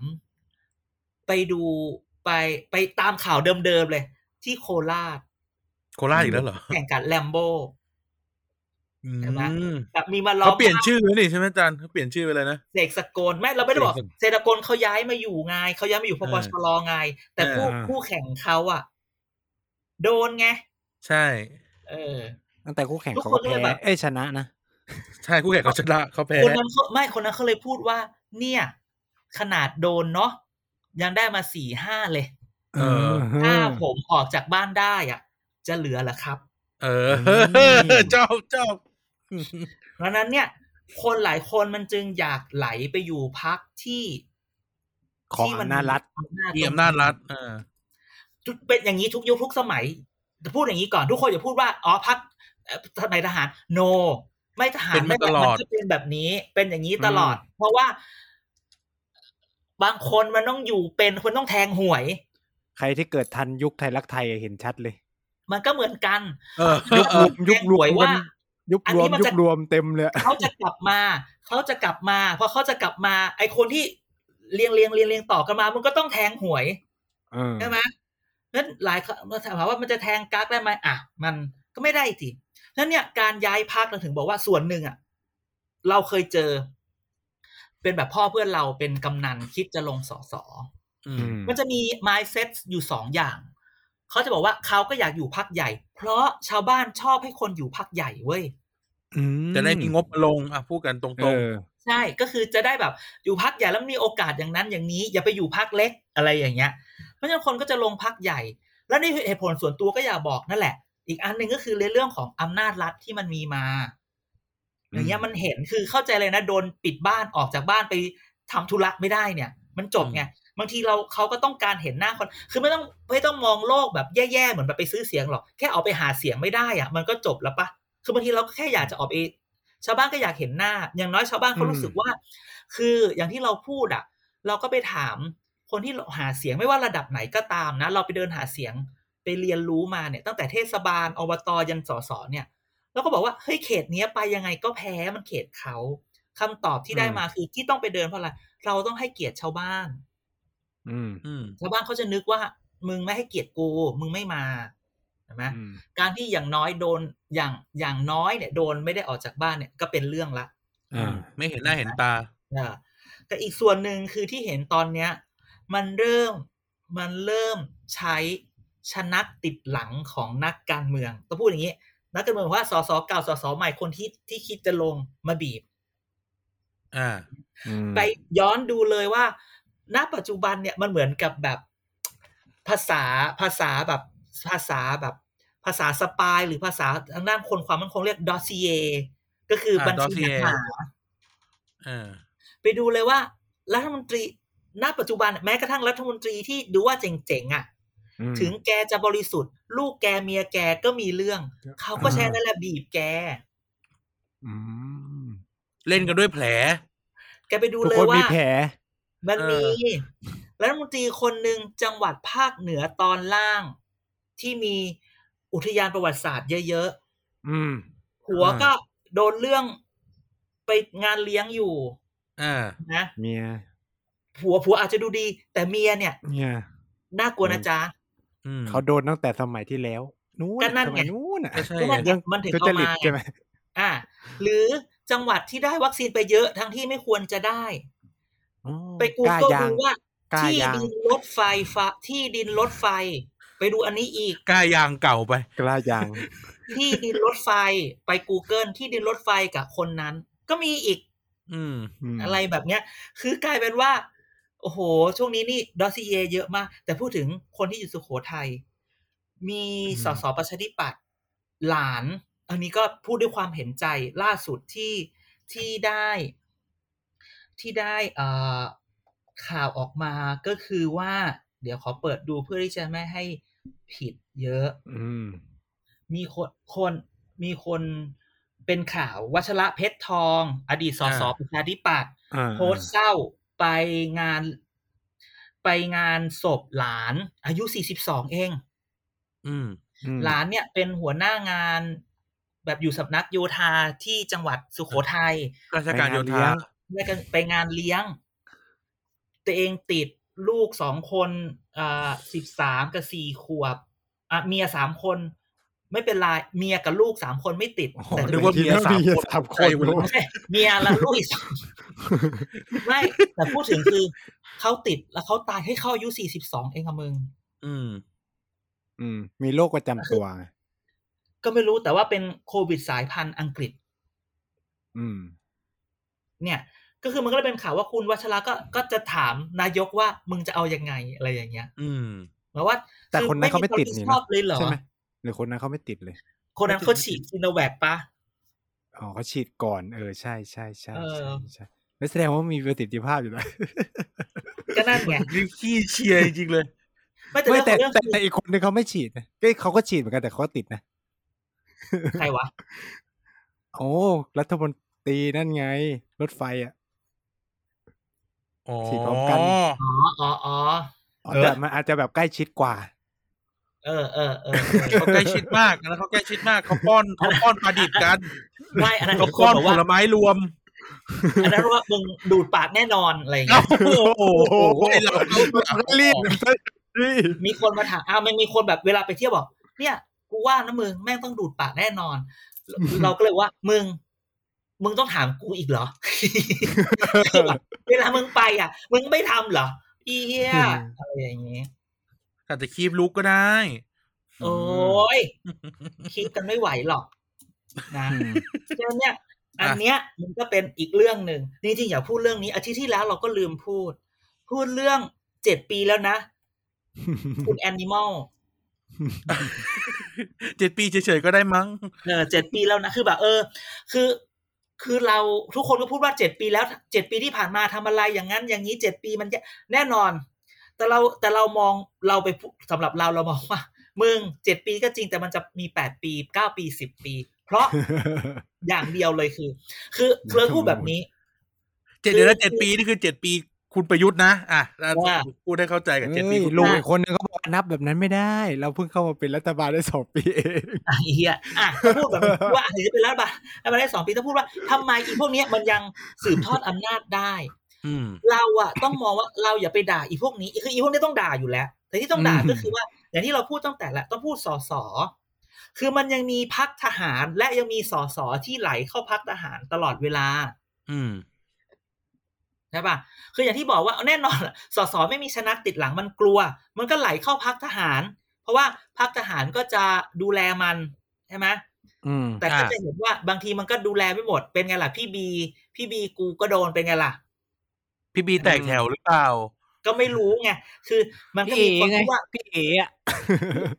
ไปดูไปไปตามข่าวเดิมๆเลย ที่โคราช โคราชอีกแล้วเหรอ แข่งกันแลมโบ้ อืม แบบมีมาล้อม เขาเปลี่ยนชื่อแล้วนี่ใช่ไหมอาจารย์เขาเปลี่ยนชื่อไปเลยนะ เสกสกลไม่เราไม่ได้บอก เสกสกล เสกสกลเขาย้ายมาอยู่ไงเขาย้ายมาอยู่พป เออ ชรไง แต่ผู้ เออ ผู้แข่งเขาอะโดนไง ใช่ เออ ตั้งแต่คู่แข่ง ทุก เขา ค ก็ นก็ แพ้ เลยแบบ เอ้ยชนะนะ ใช่คู่แข่งเขาชนะเขาแพ้ คนนั้นเขาไม่คนนั้นเขาเลยพูดว่า เนี่ย ขนาดโดนเนาะยังได้มาสี่ห้าเลย เออ ถ้าผมออกจากบ้านได้อ่ะ จะเหลือเหรอครับ เออ ม เจ้าเจ้า เพราะฉะนั้นเนี่ย คนหลายคนมันจึงอยากไหลไปอยู่พักที่ ของ ที่มั อำนาจรัฐ อำนาจ มีอำนาจรัฐเออ จุดเป็นอย่างนี้ทุกยุคทุกสมัยจะพูดอย่างนี้ก่อนทุกคนอย่าพูดว่าอ๋อพักสมัยทหาร โน ไม่ทหาร เป็นมา ไม่แบบ ตลอด มันจะเป็นแบบนี้ เป็นอย่างนี้ตลอด เพราะว่า บางคนมันต้องอยู่เป็นคนต้องแทงหวย ใครที่เกิดทันยุคไทยรักไทยเห็นชัดเลย มันก็เหมือนกัน เออ ยุค เออ ยุครวม แกงหวยว่า กันยุครวมอันนี้มัน ยุ จะ ครวมเต็มเลย เขาจะกลับมา เขาจะกลับมาพอเขาจะกลับมา ไอคนที่เรียงเรียงเรียงเรียงต่อกันมามันก็ต้องแทงหวย เออ ใช่ไหมนั้นหลายคนถามว่ามันจะแทงกั๊กได้ไหมอ่ะ มันก็ไม่ได้ทีนั้นเนี่ยการย้ายพักเราถึงบอกว่าส่วนหนึ่งอ่ะ เราเคยเจอ เป็นแบบพ่อเพื่อนเราเป็นกำนันคิดจะลงสอสอ อืม มันจะมี mindset อยู่สองอย่าง เขาจะบอกว่าเขาก็อยากอยู่พักใหญ่ เพราะชาวบ้านชอบให้คนอยู่พักใหญ่เว้ย จะได้มีงบลงอ่ะพูดกันตร เอง อ ใช่ ก็คือจะได้แบบอยู่พักใหญ่แล้วมีโอกาสอย่างนั้นอย่างนี้ อย่าไปอยู่พักเล็กอะไรอย่างเงี้ย เพราะฉะนั้นคนก็จะลงพักใหญ่ แล้วในเหตุผลส่วนตัวก็อย่าบอกนั่นแหละ อีกอันหนึ่งก็คือเรื่องของอำนาจรัฐที่มันมีมา อืม อย่างเงี้ยมันเห็นคือเข้าใจเลยนะโดนปิดบ้านออกจากบ้านไปทำธุระไม่ได้เนี่ย มันจบไงบางทีเราเขาก็ต้องการเห็นหน้าคน คือไม่ต้องไม่ต้องมองโลกแบบแย่ๆเหมือนแบบไปซื้อเสียงหรอกแค่ออกไปหาเสียงไม่ได้อะมันก็จบแล้วปะคือบางทีเราก็แค่อยากจะออกไป ชาวบ้านก็อยากเห็นหน้า อย่างน้อยชาวบ้านเขา อืม รู้สึกว่า คืออย่างที่เราพูดอ่ะ เราก็ไปถามคนที่หาเสียงไม่ว่าระดับไหนก็ตามนะ เราไปเดินหาเสียงไปเรียนรู้มาเนี่ย ตั้งแต่เทศบาลอบตยันสสเนี่ย แล้วก็บอกว่าเฮ้ยเขตเนี้ยไปยังไงก็แพ้มันเขตเขาคำตอบที่ได้มาคือที่ต้องไปเดินเพราะอะไรเราต้องให้เกียรติชาวบ้าน อืม ๆ อืม ชาวบ้านเขาจะนึกว่า มึงไม่ให้เกียรติกูมึงไม่มาใช่ไหม อืม การที่อย่างน้อยโดนอย่างอย่างน้อยเนี่ยโดนไม่ได้ออกจากบ้านเนี่ยก็เป็นเรื่องละ อ่า ไม่เห็นหน้าเห็นตา อ่าแต่อีกส่วนหนึ่งคือที่เห็นตอนเนี้ย มันเริ่มมันเริ่มใช้ชนักติดหลังของนักการเมืองต้องพูดอย่างนี้ นักการเมืองบอกว่าสสเก่าสสใหม่คนที่ที่คิดจะลงมาบีบ อ่า อืม ไปย้อนดูเลยว่า ณ ปัจจุบันเนี่ยมันเหมือนกับแบบภาษาภาษาแบบภาษาแบบ ภาษาสปายหรือภาษาทางด้านคนความมั่นคงเรียกดอซีเยก็คือ อ่า บัญชีห dossier ลักฐาน อ่า ไปดูเลยว่า รัฐมนตรี ณ ปัจจุบันแม้กระทั่งรัฐมนตรีที่ดูว่าเจ๋งๆอ่ะ อืม ถึงแกจะบริสุทธิ์ ลูกแกเมียแกก็มีเรื่อง เขาก็ อ่า ใช้นั่นแหละบีบแก อืม เล่นกันด้วยแผล แกไปดู ทุก เลย คน ว่า มีแผล มัน เอ มี อ รัฐมนตรีคนหนึ่งจังหวัดภาคเหนือตอนล่าง ที่มีอุทยานประวัติศาสตร์เยอะ อืม ๆ หัวก็โดนเรื่องไปงานเลี้ยงอยู่ อ่า นะ เมีย ผัวผัวอาจจะดูดี แต่เมียเนี่ย เนี่ย น่ากลัวนะจ๊ะ อืม เขาโดนตั้งแต่สมัยที่แล้ว นู้น ก็นั่น ส ไง มัยนู้นอ่ะ ก็ใช่ แล้ว ไง นั่นไงมันถึง ทุ เอา จริต มา ใช่ไหม อ่า หรือจังหวัดที่ได้วัคซีนไปเยอะทั้งที่ไม่ควรจะได้ อ๋อ ไปกู ล้า ก็ ยาง ดูว่า กล้า ที่ ยาง ดินรถไฟฟ้าที่ดินรถไฟ ไปดูอันนี้อีก กล้ายางเก่าไป กล้ายาง ที่ดินรถไฟไป Google ที่ดินรถไฟกับคนนั้น ก็มีอีก อืม ม อะไรแบบเนี้ย คือกลายเป็นว่า โอ้โห ช่วงนี้นี่ดอสเยเยอะมาก แต่พูดถึงคนที่อยู่สุโขทัยมี อืม สสประชาธิปัตย์หลาน อันนี้ก็พูดด้วยความเห็นใจล่าสุดที่ที่ได้ ที่ได้เอ่อข่าวออกมาก็คือว่า เดี๋ยวขอเปิดดูเพื่อที่จะไม่ให้ผิดเยอะ อืม มีคนคนมีคนเป็นข่าววัชระเพชรทอง อดีตสส อ่า ประชาธิปัตย์ อ่า โพสต์เศร้าไปงาน ไปงานศพหลาน อายุ 42 เอง อืม อืม หลานเนี่ยเป็นหัวหน้างานแบบอยู่สำนักโยธาที่จังหวัดสุโขทัย ราชการโยธา ด้วยกันไปงานเลี้ยง ตัวเองติดลูกสองคนอ่าสิบสามกับสี่ขวบอ่ะเมียสามคน ไม่เป็นไรเมียกับลูกสามคนไม่ติด โอ้โห แต่ นึกว่าเมียสามคน สามคนรู้ ไม่ใช่เมียและลูก อีกสองไม่แต่พูดถึงคือเขาติดแล้วเขาตายให้เขาอายุสี่สิบสองเองอะมึง อืม อืม มีโรคประจำตัวไง ก็ไม่รู้แต่ว่าเป็นโควิดสายพันธุ์อังกฤษ อืม เนี่ย ก็คือมันก็เลยเป็นข่าวว่าคุณวัชระก็ก็จะถามนายกว่ามึงจะเอายังไงอะไรอย่างเงี้ย อืม หมายว่า แต่คนนั้นเขาไม่ติด นี่ นี่ ช นะ อบเลยเหรอ ใช่ไหมหรือคนนั้นเขาไม่ติดเลย คนนั้นเขาฉีดซิโนแวคปะ อ๋อเขาฉีดก่อนเออใช่ใช่ใช่ เออ ใช่ใช่ไม่แสดงว่ามีประสิทธิภาพอยู่นะ ก็นั่นไง นี่ขี้เชียร์จริงๆเลย ไม่แต่ ไม่ เรื่องข แต่ องเรื่อง แต่ คือ แต่อีกคนนึงเขาไม่ฉีดนะเอ้ยเขาก็ฉีดเหมือนกันแต่เขาก็ติดนะ ใครวะ โอ้รัฐมนตรีนั่นไง รถไฟอ่ะ อ๋อ ฉีดพร้อมกัน อ๋ออ๋ออ๋อ อ๋อ เออ แต่มันอาจจะแบบใกล้ชิดกว่า เออเออเออเออ เขาใกล้ชิดมากนะเขาใกล้ชิดมากเขาป้อนเขาป้อนปลาดิบกัน ไม่อันนั้น เขา อีกคน ป้อน บอก ผ ว่า ลไม้รวม อันนั้นว่ามึงดูดปากแน่นอนอะไรอย่าง เอ้า เงี้ย โอ้โหเรา เรารีบรีบ มีคนมาถามอ้าวมันมีคนแบบเวลาไปเที่ยวบอก เนี่ย กูว่านะมึงแม่งต้องดูดปากแน่นอน เราก็เลยว่า มึง มึงต้องถามกูอีกเหรอ คือแบบเวลามึงไปอ่ะ มึงไม่ทำเหรอ อีเหี้ยอะไรอย่างงี้ อาจจะคีบลุกก็ได้ โอ้ยคิดกันไม่ไหวหรอก นะ อืม ฉะนั้นเนี่ย อันเนี้ยมันก็เป็นอีกเรื่องหนึ่งนี่จริงอย่าพูดเรื่องนี้ อาทิตย์ที่แล้วเราก็ลืมพูด พูดเรื่องเจ็ดปีแล้ว นะ คุณแอนิมอล เจ็ดปีเฉยๆก็ได้มั้ง เออเจ็ดปีแล้วนะคือแบบเออ คือ คือเราทุกคนก็พูดว่าเจ็ดปีแล้วเจ็ดปีที่ผ่านมาทำอะไรอย่างนั้น อย่างนี้เจ็ดปีมันแย่แน่นอน แต่เราแต่เรามองเราไปพูสำหรับเราเรามองว่ามึงเจ็ดปีก็จริงแต่มันจะมีแปดปีเก้าปีสิบปี เพราะ อย่างเดียวเลยคือ คือเคยพูดแบบนี้ เจ็ดเดือนละเจ็ดปีนี่คือเจ็ดปีคุณประยุทธ์นะ อ่ะอ่ะ ว่า พูดให้เข้าใจกับเจ็ดปี เฮ้ย คุณ ลุงอีกคนนึงเขาบอกนับแบบนั้นไม่ได้ เราเพิ่งเข้ามาเป็นรัฐบาลได้สองปีเอง อ่ะไอ้เฮียอ่ะก็พูดแบบนี้ว่าถึงจะเป็นรัฐบาลรัฐบาลได้สองปีต้องพูดว่าทำไมอีพวกเนี้ยมันยังสืบทอดอำนาจได้ อืม เราอะต้องมองว่าเราอย่าไปด่าอีพวกนี้คืออีพวกนี้ต้องด่าอยู่แล้ว แต่ที่ต้องด่า อืม ก็คือว่า อย่างที่เราพูดตั้งแต่ละต้องพูดสอสอคือมันยังมีพักทหารและยังมีสอสอที่ไหลเข้าพักทหารตลอดเวลา อืม ใช่ปะคืออย่างที่บอกว่าแน่นอนล่ะสอสอไม่มีชนะติดหลังมันกลัว มันก็ไหลเข้าพักทหาร เพราะว่าพักทหารก็จะดูแลมันใช่ไหม อืม แต่ก็ อ่า จะเห็นว่าบางทีมันก็ดูแลไม่หมดเป็นไงล่ะพี่บีพี่บีกูก็โดนเป็นไงล่ะ พี่บีแตกแถวหรือเปล่า ก็ไม่รู้ไงคือมันก็ พี่ มี เอ๋ คน ไง ที่ว่า พี่เอ๋อะ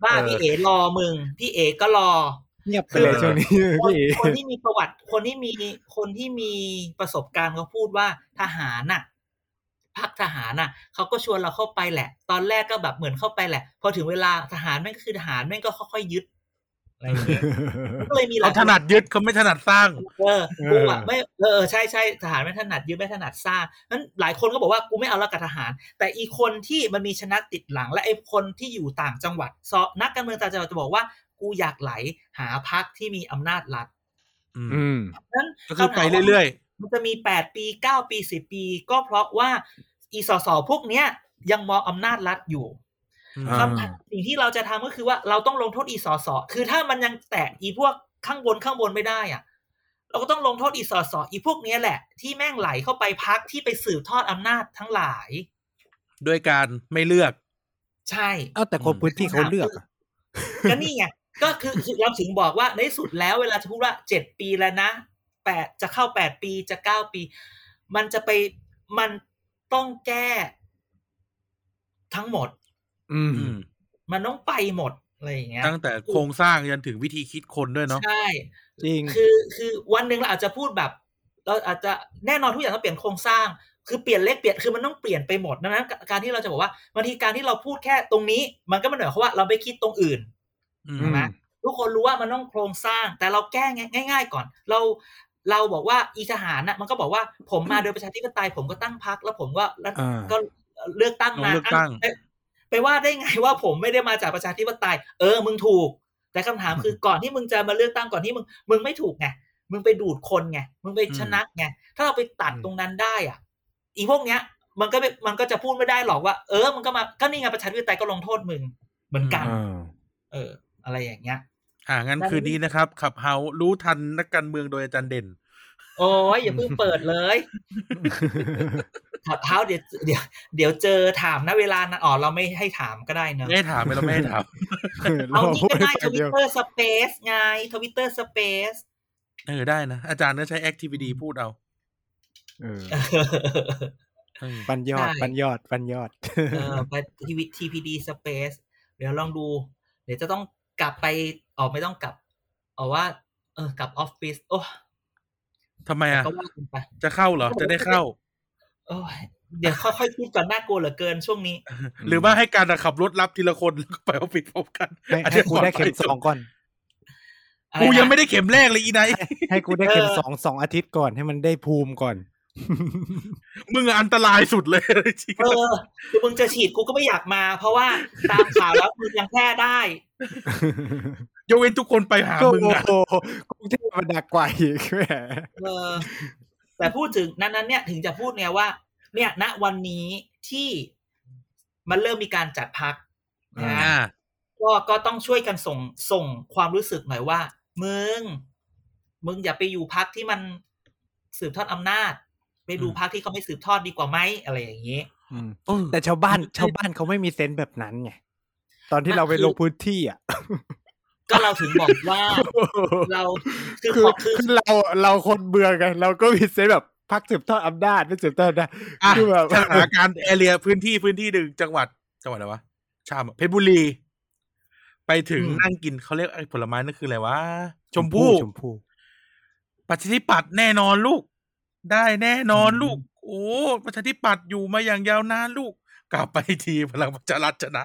บ้า เออ พี่เอ๋รอมึงพี่เอ๋ก็รอ เงียบไปเลย เออ ช่วงนี้ คน พี่เอ๋ คนที่มีประวัติ คนที่มีคนที่มีประสบการณ์เขาพูดว่าทหารน่ะพักทหารน่ะเขาก็ชวนเราเข้าไปแหละ ตอนแรกก็แบบเหมือนเข้าไปแหละ พอถึงเวลาทหารแม่งก็คือทหารแม่งก็ค่อยๆยึดอะไรอย่างเงี้ยก็เลยมีหลา เขา ย ถนัดยึดเขาไม่ถนัดสร้าง เออกูอ่ะไม่เออเออใช่ใช่ทหารไม่ถนัดยึดไม่ถนัดซ่างนั้นหลายคนก็บอกว่ากูไม่เอาแล้วกับทหาร แต่อีกคนที่มันมีชนะติดหลัง และไอ้คนที่อยู่ต่างจังหวัดซอนักการเมืองต่างจังหวัดจะบอกว่ากูอยากไหลหาพักที่มีอำนาจรัฐ อืม อืม นั้น ก็คือไปเรื่อย ๆมันจะมีแปดปีเก้าปีสิบปี ก็เพราะว่าอีสสพวกเนี้ยยังมองอำนาจรัฐอยู่ ๆอืม อ่า คำถามสิ่งที่เราจะทำก็คือว่าเราต้องลงโทษอีสสคือถ้ามันยังแตะอีพวกข้างบนข้างบนไม่ได้อะเราก็ต้องลงโทษอีสสอีพวกเนี้ยแหละ ที่แม่งไหลเข้าไปพักที่ไปสืบทอดอำนาจทั้งหลาย ด้วยการไม่เลือก ใช่ เอ้าแต่คนพื้นที่เขาเลือกอะ ก็นี่ไงก็คือคือเราถึงบอกว่าในที่สุดแล้วเวลาจะพูดว่าเจ็ดปีแล้วนะแปดจะเข้าแปดปีจะเก้าปี มันจะไปมันต้องแก้ ทั้งหมด อืม อืม มันต้องไปหมดอะไรอย่างเงี้ย ตั้งแต่โครงสร้างยันถึงวิธีคิดคนด้วยเนาะ ใช่ จริง คือคือวันหนึ่งเราอาจจะพูดแบบ เราอาจจะแน่นอนทุกอย่างต้องเปลี่ยนโครงสร้าง คือเปลี่ยนเล็กเปลี่ยนคือมันต้องเปลี่ยนไปหมดดังนั้นการที่เราจะบอกว่าบางทีการที่เราพูดแค่ตรงนี้ มันก็ไม่เหนือเขามว่าเราไปคิดตรงอื่น อืม อืม นะทุกคนรู้ว่ามันต้องโครงสร้าง แต่เราแก้ง่ายง่าย ๆ ก่อน เราเราบอกว่าอีทหารน่ะมันก็บอกว่าผมมาโดยประชาธิปไตยผมก็ตั้งพักแล้วผมก็แล้ว อ่า ก็เลือกตั้ง ลง มา เลือกตั้ง เอ้ยไปว่าได้ไงว่าผมไม่ได้มาจากประชาธิปไตย เออ มึงถูก แต่คำถามคือ ก่อนที่มึงจะมาเลือกตั้งก่อนที่มึงมึงไม่ถูกไงมึงไปดูดคนไงมึงไปชนะไงถ้าเราไปตัด อืม ตรงนั้นได้อ่ะ อีพวกเนี้ย มันก็ไม่มันก็จะพูดไม่ได้หรอกว่าเออมันก็มาก็นี่ไงประชาธิปไตยก็ลงโทษมึงเหมือนกัน อ่า เออ อะไรอย่างเงี้ย อ่างั้น แล้ว คืนนี้นะครับขับเฮารู้ทันนักการเมืองโดยอาจารย์เด่น โอ้ยอย่าเพิ่งเปิดเลย ขับเท้าเดี๋ยวเดี๋ยวเดี๋ยวเจอถามนะเวลานั้นอ๋อเราไม่ให้ถามก็ได้เนอะ ไม่ให้ถามไหมเราไม่ให้ถาม เรา เอานี่ พูด ก็ได้ ไป ทวิ เดี ต ยว เตอร์สเปซไงทวิตเตอร์สเปซ เออได้นะ อาจารย์ก็ใช้ activity พูดเอา เออ เออ ปันยอดปันยอดปันยอด เออไปทีวีทีพีดีสเปซเดี๋ยวลองดู เดี๋ยวจะต้องกลับไปอ๋อไม่ต้องกลับเอาว่า เออกลับออฟฟิศโอ้ ทำไมอ่ะ ก็ว่ากันไป จะเข้าเหรอ จะได้เข้า โอ้ยเดี๋ยวค่อยๆคิดก่อนน่ากลัวเหลือเกินช่วงนี้ หรือว่าให้การขับรถรับทีละคนแล้วก็ไปออฟฟิศพร้อมกัน ให้ อัน ให้ นี้ กูได้เข็มสองก่อน อะร กู นะ ยังไม่ได้เข็มแรกเลยอีไนท์ ให้กูได้เข็มสองสองอาทิตย์ก่อนให้มันได้ภูมิก่อน มึงอะอันตรายสุดเลยจริง เออคือมึงจะฉีดกูก็ไม่อยากมา เพราะว่าตามข่าวแล้วมึงยังแพร่ได้ ยกเว้นทุกคนไปหา ก็ มึง โอ้ อะ โหกรุงเทพมันหนักกว่าอีกแหม เออแต่พูดถึงนั้นนั้นๆเนี่ยถึงจะพูดเนี่ยว่า เนี่ยณวันนี้ที่มันเริ่มมีการจัดพักนะ อ่า ก็ก็ต้องช่วยกันส่งส่งความรู้สึกหน่อยว่า มึง มึงอย่าไปอยู่พักที่มันสืบทอดอำนาจ ไปดู อืม พักที่เขาไม่สืบทอดดีกว่าไหมอะไรอย่างนี้ อืม เออ แต่ชาวบ้าน มันไม่ใช่ ชาวบ้านเขาไม่มีเซนส์แบบนั้นไงตอนที่ มัน เราไป คือ ลงพื้นที่อ่ะ ก็เราถึงบอกว่า เราคือ คือ ขอคือ คือเราเราคนเบื่อไงเราก็มีเซนส์แบบพักสืบทอดอำนาจไม่สืบทอดนะ อ่ะ คือแบบ สถานการณ์แอเรียพื้นที่พื้นที่หนึ่งจังหวัด จังหวัดอะไรวะ ชามเพชรบุรี ไปถึง อืม นั่งกินเขาเรียกไอ้ผลไม้นั่นคืออะไรวะ ชมพู่ ชมพู่ ประชาธิปัตย์แน่นอนลูก ได้แน่นอน อืม ลูก โอ้ประชาธิปัตย์อยู่มาอย่างยาวนานลูก กลับไปทีพลังประชารัฐชนะ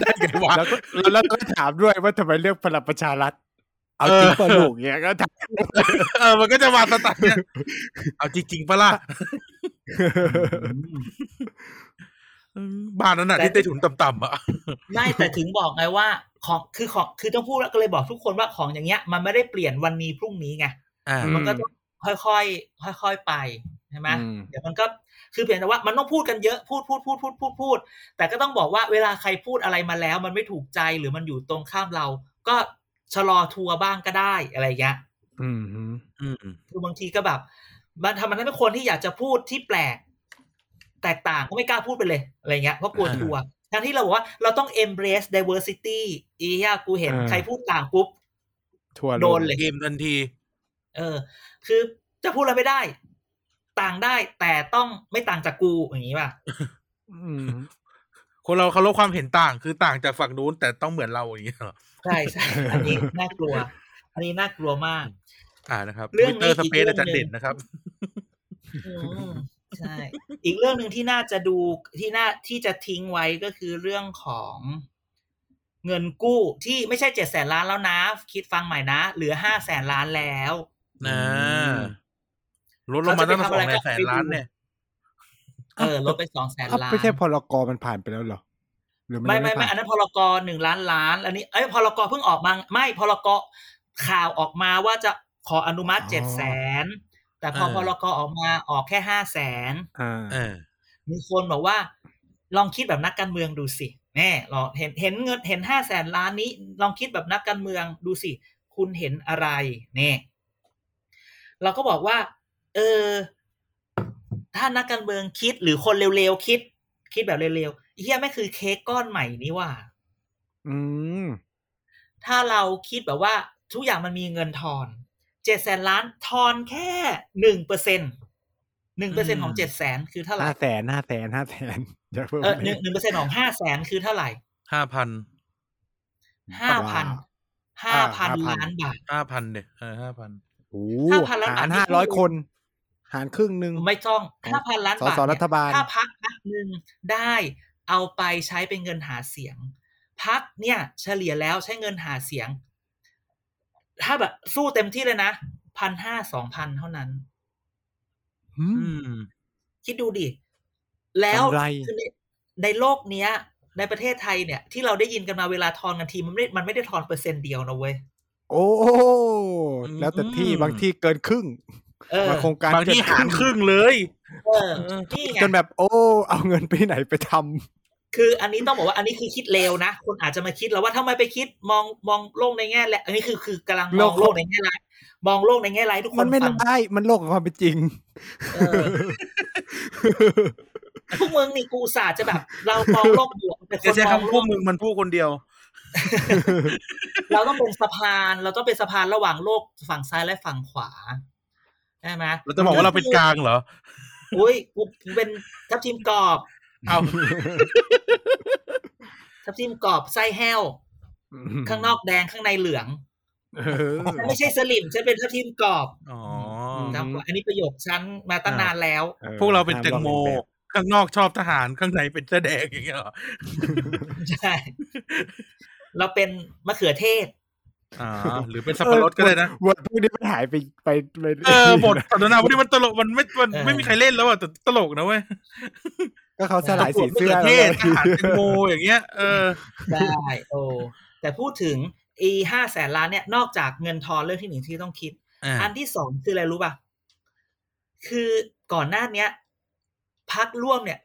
ได้ไงวะ แล้วก็แล้วก็ถามด้วยว่าทำไมเลือกพลังประชารัฐเอาจริง เออ ปะลูกเนี่ยก็ถาม เออมันก็จะมาสไตล์เนี้ยเอาจริงๆปะล่ะ อืมบ้านนั้นน่ะที่ใต้ถุนต่ำๆอ่ะ ไม่แต่ถึงบอกไงว่าของคือของคือต้องพูดแล้วก็เลยบอกทุกคนว่าของอย่างเงี้ย มันไม่ได้เปลี่ยนวันนี้พรุ่งนี้ไง อ่า มันก็ต้องค่อยๆ ค่อยๆ ไปใช่ไหม อืม เดี๋ยวมันก็คือเพียงแต่ว่ามันต้องพูดกันเยอะพูดพูดพูดพูดพูดพูด แต่ก็ต้องบอกว่าเวลาใครพูดอะไรมาแล้ว มันไม่ถูกใจหรือมันอยู่ตรงข้ามเรา ก็ชะลอทัวร์บ้างก็ได้อะไรอย่างเงี้ย อืม อืม คือบางทีก็แบบมันทำมันให้เป็นคนที่อยากจะพูดที่แปลก แตกต่างก็ไม่กล้าพูดไปเลยอะไรอย่างเงี้ยเพราะกลัวทัวร์ทั้งที่เราบอกว่าเราต้อง embrace diversity อีเหี้ยกูเห็นใครพูดต่างปุ๊บ ทั่วโลก โดนเลย ทีมทันที เออ คือจะพูดอะไรไม่ได้ ต่างได้แต่ต้องไม่ต่างจากกูอย่างนี้ป่ะ อืม คนเราเคารพความเห็นต่างคือต่างจากฝั่งนู้นแต่ต้องเหมือนเราอย่างเงี้ยเหรอ ใช่ใช่ อันนี้น่ากลัว อันนี้น่ากลัวมาก อ่านะครับ เรื่อง มิเตอนี้ร์ส อีก เปซเรื่ออางจารย์ หนึ่ เด่ ง นนะครับ อืมใช่ อีกเรื่องหนึ่งที่น่าจะดูที่น่าที่จะทิ้งไว้ก็คือเรื่องของเงินกู้ที่ไม่ใช่เจ็ดแสนล้านแล้วนะ คิดฟังใหม่นะ เหลือห้าแสนล้านแล้ว นะ อืม ลดลงมาตั้งแต่สเขาจะ อง ไปทำอะไร แสน ก็ไปดู ล้านเนี่ย เออลดไปสองแสน อ้าว ล้าน ไม่ใช่พลกรมันผ่านไปแล้วเหรอหรือมัน ไม่ ยัง ไม่ไม่ ผ่า อันนั้นพลกรหนึ่งล้านล้าน อันนี้เอ้ยพลกรเพิ่งออกมา ไม่พลกรข่าวออกมาว่าจะขออนุมัติเจ็ดแสนแต่พอ เออ พลกรออกมาออกแค่ห้าแสน อ่า เออ มีคนบอกว่า ลองคิดแบบนักการเมืองดูสิแม่ลองเห็นเห็นเงินเห็นห้าแสนล้านนี้ ลองคิดแบบนักการเมืองดูสิ คุณเห็นอะไรเนี่ยเราก็บอกว่า เออ ถ้านักการเมืองคิดหรือคนเร็วๆคิด คิดแบบเร็วๆเฮียไม่งคือเค้กก้อนใหม่นี่ว่า อืม ถ้าเราคิดแบบว่า ทุกอย่างมันมีเงินทอนเจ็ดแสนล้านทอนแค่หนึ่งเปอร์เซ็นหนึ่งเปอร์เซ็นของเจ็ดแสนคือเท่าไหร่ ห้าแสนห้าแสนห้าแสน อย่าเพิ่ม เออหนึ่งหนึ่งเปอร์เซ็นของห้าแสนคือเท่าไหร่ ห้าพัน ห้าพันห้าพันล้านบาท ห้าพันเนี่ยเออห้าพัน โอ้ 5,000ล้านบาท หาร นี่ ห้า คือ ร้อยคนหารครึ่งหนึ่ง ไม่ต้อง ของ ห้าพันล้านบาท สส เนี่ย รัฐบาล ถ้าพักพักหนึ่งได้เอาไปใช้เป็นเงินหาเสียง พักเนี่ย เฉลี่ยแล้วใช้เงินหาเสียง ถ้าแบบสู้เต็มที่เลยนะพันห้าสองพันเท่านั้น อื อื ม ม คิดดูดิ แล้ว กำไร คือในในโลกเนี้ย ในประเทศไทยเนี่ย ที่เราได้ยินกันมาเวลาทอนกันทีมันไม่มันไม่ได้ทอนเปอร์เซ็นต์เดียวนะเว้ย โอ้โห อืม แล้วแต่ที่บางที่เกินครึ่ง เออบ างโครงการ บางที่ เกิน หารครึ่งเลย เออนี่ไง จนแบบ โอ้ เอาเงินไปไหนไปทำ คืออันนี้ต้องบอกว่าอันนี้คือคิดเลวนะคนอาจจะมาคิดแล้วว่าทำไมไปคิดมองมองโลกในแง่แหละอันนี้คือคือกำลังมองโลกในแง่ร้ายมองโลกในแง่ร้ายทุกค มัน นไม่ ฟัง ได้มันโลกของความเป็นจริง เอ อพวกมึงนี่กูอุตสาห์จะแบบ เรามองโลกบวกเป็นค จะ น ใช้ มอง คำ โล พูด ก มึงมันพูดคนเดียว เราต้องเป็นสะพาน เราต้องเป็นสะพานระหว่างโลกฝั่งซ้ายและฝั่งขวาใช่ไหม เราจะบอกว่าเราเป็นกลางเหรอ อุ้ยกูเป็นทับทิมกรอบ เอา ทับทิมกรอบไส้แห้ว ข้างนอกแดงข้างในเหลือง เออ ฉันไม่ใช่สลิมฉันเป็นทับทิมกรอบ อ๋อ อืม จำไว้อันนี้ประโยคฉันมาตั้งนานแล้ว ออ พวกเราเป็นแตงโม ห้าลอกเลียนแบบ ข้างนอกชอบทหารข้างในเป็นเสื้อแดงอย่างเงี้ยเหรอ ใช่ เราเป็นมะเขือเทศ อ่าหรือเป็นสับปะรดก็ได้นะ บทพวกนี้มันหายไปไปไป เออบทสนทนาวันนี้มันตลกมันไม่มัน เออ ไม่มีใครเล่นแล้วอ่ะแต่ตลกนะเว้ย ก็เขาสลายสีเสื้อ มะขือเทศทหาร แล้ว แตงโมอย่างเงี้ยเออ ได้ โอ้แต่พูดถึงไอีห้าแสนล้านเนี่ย นอกจากเงินทอนเรื่องที่หนึ่งที่ต้องคิด อ่า อันที่สองคืออะไรรู้ป่ะ คือก่อนหน้าเนี้ยพักร่วมเนี่ย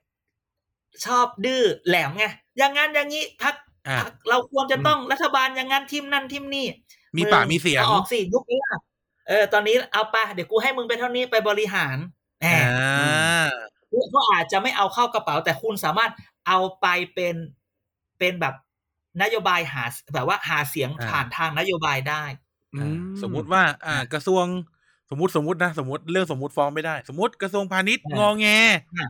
ชอบดื้อแหลมไงอย่างงั้นอย่างนี้พัก อ่า เราควรจะต้องรัฐบาลอย่างงั้นทิมนั่นทิมนี่ มีปากมีเสียง อาออกสิยุคนี้ล่ะเออ ตอนนี้เอาไปเดี๋ยวกูให้มึงไปเท่านี้ไปบริหารแหม อ่า คุณก็อาจจะไม่เอาเข้ากระเป๋า แต่คุณสามารถเอาไปเป็นเป็นแบบนโยบายหาแบบว่าหาเสียงผ่านทางนโยบายได้ อื สมมุติว่า อ่ากระทรวงสมมติสมมตินะสมมติเรื่องสมมติฟ้องไม่ได้ สมมติกระทรวงพาณิชย์ อ่าง งอแง อ่า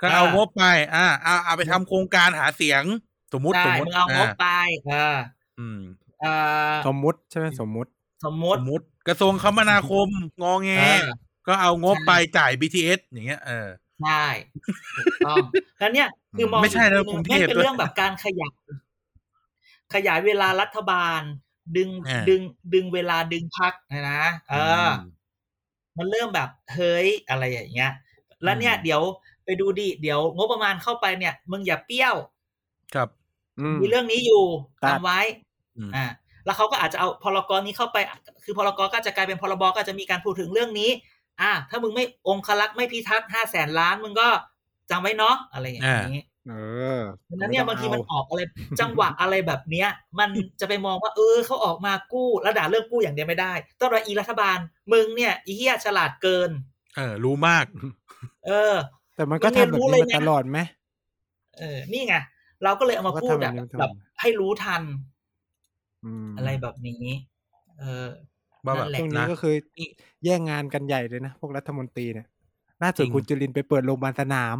ก็เอางบไป อ่าเอาเอาไปทำโครงการหาเสียง สมมติ ได้ สมมติ มึงเอางบไปเออ อืม เออ สมมุติใช่ไหมสมมุติ สมม ส ติ มมติกระทรวงคมนาคมงอแง เออ ก็เอางบ ใช่ ไปจ่าย BTS อย่างเงี้ยเออ ได้ถูกต้องแล้วเนี่ย คือมอง ไม่ใช่นะ อีกทีห กรุงเทพนึ่งไม่งเป็น ด้วย เรื่องแบบการขยายขยายเวลารัฐบาล ดึง อ่า ดึงดึงเวลาดึงพักนะนะเออ มันเริ่มแบบเฮ้ยอะไรอย่างเงี้ย แล้วเนี่ย อืม เดี๋ยวไปดูดิเดี๋ยวงบประมาณเข้าไปเนี่ยมึงอย่าเปรี้ยว ครับ อืม มีเรื่องนี้อยู่ ครับ จำไว้ อืม อ่าแล้วเขาก็อาจจะเอาพรกรนี้เข้าไป คือพรกรก็จะกลายเป็นพรบก็จะมีการพูดถึงเรื่องนี้ อ่า ถ้ามึงไม่องคลักษ์ไม่พิทักษ์ห้าแสนล้านมึงก็จำไว้เนาะอะไรอย่างนี้ เออ ดังนั้นเนี่ยบางทีมัน ไต้อ ออกอะไร จังหวะอะไรแบบเนี้ย มันจะไปมองว่า เออเขาออกมากู้แล้วด่าเรื่องกู้อย่างเดียวไม่ได้ ต้องรออีรัฐบาลมึงเนี่ยอีเหี้ยฉลาดเกิน เออ รู้มาก เออ แต่มันก็ มันเรียน ทำแบบ รู้ นี้ เลย มา นะ ตลอดไหม เออ นี่ไง เราก็เลยเอามาพูดแบบ ว่าทำแบบนี้ทำ แบบให้รู้ทัน ม อะไรแบบนี้ เออ ว่าแบบ นั่นแหละ ช่วงนี้ นะ ก็คือแย่งงานกันใหญ่เลยนะ พวกรัฐมนตรีเนี่ยล่าสุด จริง คุณจุลินไปเปิดโรงพยาบาลสนาม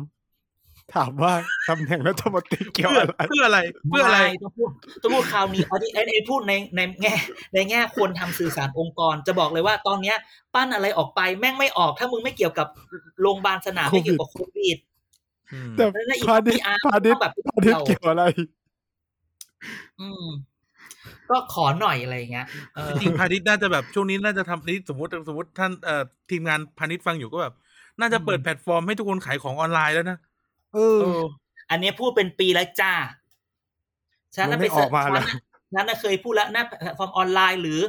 ถามว่า ตำแหน่งรัฐมนตรีเกี่ยว เพื่อ อะไร เพื่ออะไร เพื่ออะไร ม่ต้องพูดต้องพูดคราวนี้เอาที่ไอ้ไอ้พูดในในแง่ในแง่คนทำสื่อสารองค์กร จะบอกเลยว่าตอนเนี้ย ปั้นอะไรออกไปแม่งไม่ออก ถ้ามึงไม่เกี่ยวกับโรงพยาบาลสนามไม่เกี่ยวกับโควิด แต่ แล้วอีก พาณิช อี ย์ กอัน พาณิชย์ ก็แบบ พาณิชย์ เกี่ เกี่ ย ยว วอะไร อืม ก็ขอหน่อยอะไรอย่างเงี้ยเออ จริงพาณิชย์น่าจะแบบช่วงนี้น่าจะทำนี่สมมติสมมติท่านเอ่อทีมงานพาณิชย์ฟังอยู่ก็แบบ น่าจะเปิด อืม แพลตฟอร์มให้ทุกคนขายของออนไลน์แล้วนะ เออ เออ อันเนี้ยพูดเป็นปีแล้วจ้า ฉันะ มันไม่ออกมา ฉั เลยนะฉันนะเคยพูดแล้วหน้าแพลตฟอร์มออนไลน์ หรือ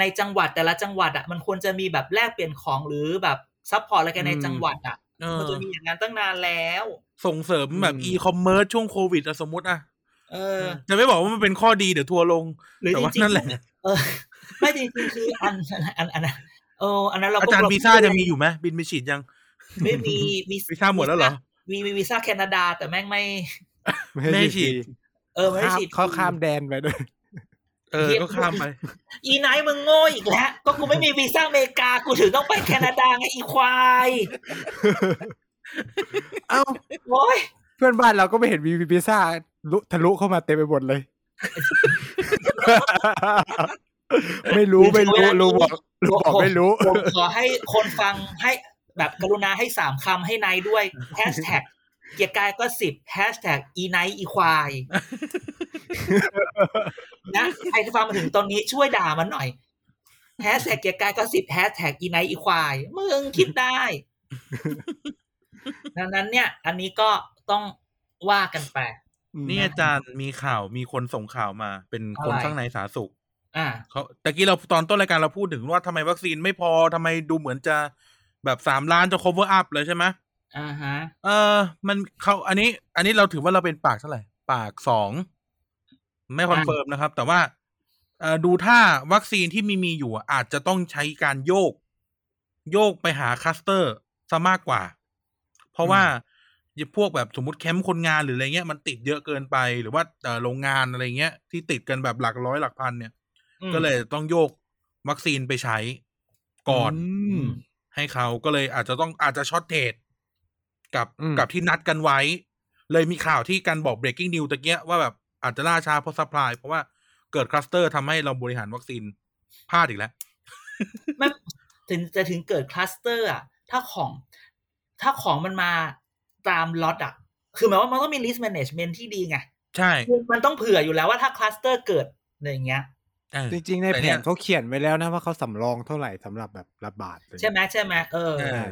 ในจังหวัดแต่ละจังหวัดอ่ะมันควรจะมีแบบแลกเปลี่ยนของหรือแบบซัพพอร์ตอะไรกันใน อืม จังหวัดอ่ะ เอ มัน อ จะมีอย่างนั้นตั้งนานแล้ว ส่งเสริมแบบ อืม อีคอมเมิร์ซช่วงโควิดอะสมมติอะ เออ จะไม่บอกว่ามันเป็นข้อดีเดี๋ยวทัวร์ลง หรือ แต่ จ ว่า ริง นั่นแหละ ๆเออ ไม่จริงๆคืออันอันอันอันเอออันนั้นเราก็ อาจารย์ บล็อก วีซ่าจะมีอยู่ไหมบินไปฉีดยัง ไม่ มีวี วีซ่าหมดแล้วเหรอ มีมีวีซ่าแคนาดา แต่แม่งไม่ ไม่ ไม่ให้ ให้ ฉี ฉี ด ด เออไม่ได้ฉีด เขาข้ามแดนไปด้วย เออ เทียบ ก็ข้ามไป อีไนท์มึงโง่อีกแล้ว ก็กูไม่มีวีซ่าอเมริกา กูถึงต้องไปแคนาดาไงอีควาย เอ้า โอ้ย เพื่อนบ้านเราก็ไม่เห็นมีพิซซ่าลุทะลุเข้ามาเต็มไปหมดเลย ไม่ รู้ไม่รู้รู้บอกรู้บอกไม่รู้ ผมขอให้คนฟังให้แบบกรุณาให้สามคำให้ไนท์ด้วยแฮชแท็กเกียร์กายก็สิบแฮชแท็กอีไนท์อีควายนะใครที่ฟังมาถึงตอนนี้ช่วยด่ามันหน่อยแฮชแท็กเกียร์กายก็สิบแฮชแท็กอีไนท์อีควายมึงคิดได้ ดังนั้นเนี่ย อันนี้ก็ต้องว่ากันไป นี่อาจารย์มีข่าวมีคนส่งข่าวมา เป็นคน อะไร ข้างในสาธารณสุข อ่า เขาตะกี้เราตอนต้นรายการเราพูดถึงว่าทำไมวัคซีนไม่พอทำไมดูเหมือนจะแบบสามล้านจะ cover up เลยใช่ไหม อ่าฮะ เออ มันเขาอันนี้ อันนี้เราถือว่าเราเป็นปากเท่าไหร่ ปากสองไม่คอนเฟิร์มนะครับ แต่ว่าเอ่อดูถ้าวัคซีนที่มีมีอยู่อะอาจจะต้องใช้การโยก โยกไปหาคลัสเตอร์ซะมากกว่า เพราะว่าพวกแบบสมมติแคมป์คนงานหรืออะไรเงี้ยมันติดเยอะเกินไปหรือว่าเอ่อโรงงานอะไรเงี้ยที่ติดกันแบบหลักร้อยหลักพันเนี่ย อืม ก็เลยต้องโยกวัคซีนไปใช้ก่อน อืม ให้เขาก็เลยอาจจะต้องอาจจะช็อตเทรดกับ อืม กับที่นัดกันไว้ เลยมีข่าวที่การบอก breaking news ตะเกียว่าแบบอาจจะล่าช้าเพราะซัพพลายเพราะว่าเกิดคลัสเตอร์ทำให้เราบริหารวัคซีนพลาดอีกแล้ว ไม่ถึงจะถึงเกิดคลัสเตอร์อ่ะ ถ้าของ ถ้าของมันมาตามล็อตอ่ะ คือหมายว่ามันต้องมี list management ที่ดีไง ใช่ คือมันต้องเผื่ออยู่แล้วว่าถ้าคลัสเตอร์เกิดอะไรอย่างเงี้ย เออ จริง ๆ ใน แต่ แผ เนี่ย นเขาเขียนไว้แล้วนะว่าเขาสำรองเท่าไหร่สำหรับแบบระบาดเลย ใช่ไหมใช่ไหมเออ ใช่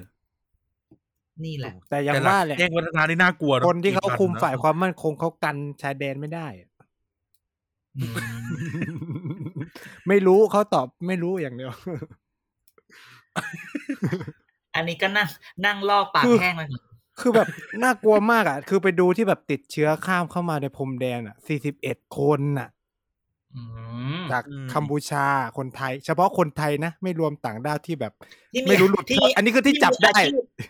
นี่แหละ แต่อยัง แต่หลั ว่าก แหละ แจ้งวัฒนาที่น่ากลัวะ คนที่เขา อีกอัน คุม นะ ฝ่ายความมั่นคงเขากันชายแดนไม่ได้อะ ไม่รู้เขาตอบไม่รู้อย่างเดียว อันนี้ก็นั่งนั่งลอกปากแห้งเลย คือแบบ น่ากลัวมากอ่ะ คือไปดูที่แบบติดเชื้อข้ามเข้ามาในพรมแดนอ่ะ 41 คนน่ะ อืม จาก อืม กัมพูชาคนไทย เฉพาะคนไทยนะ ไม่รวมต่างด้าวที่แบบ ที่ ไม่รู้หลุด ที่ อันนี้คือที่จับได้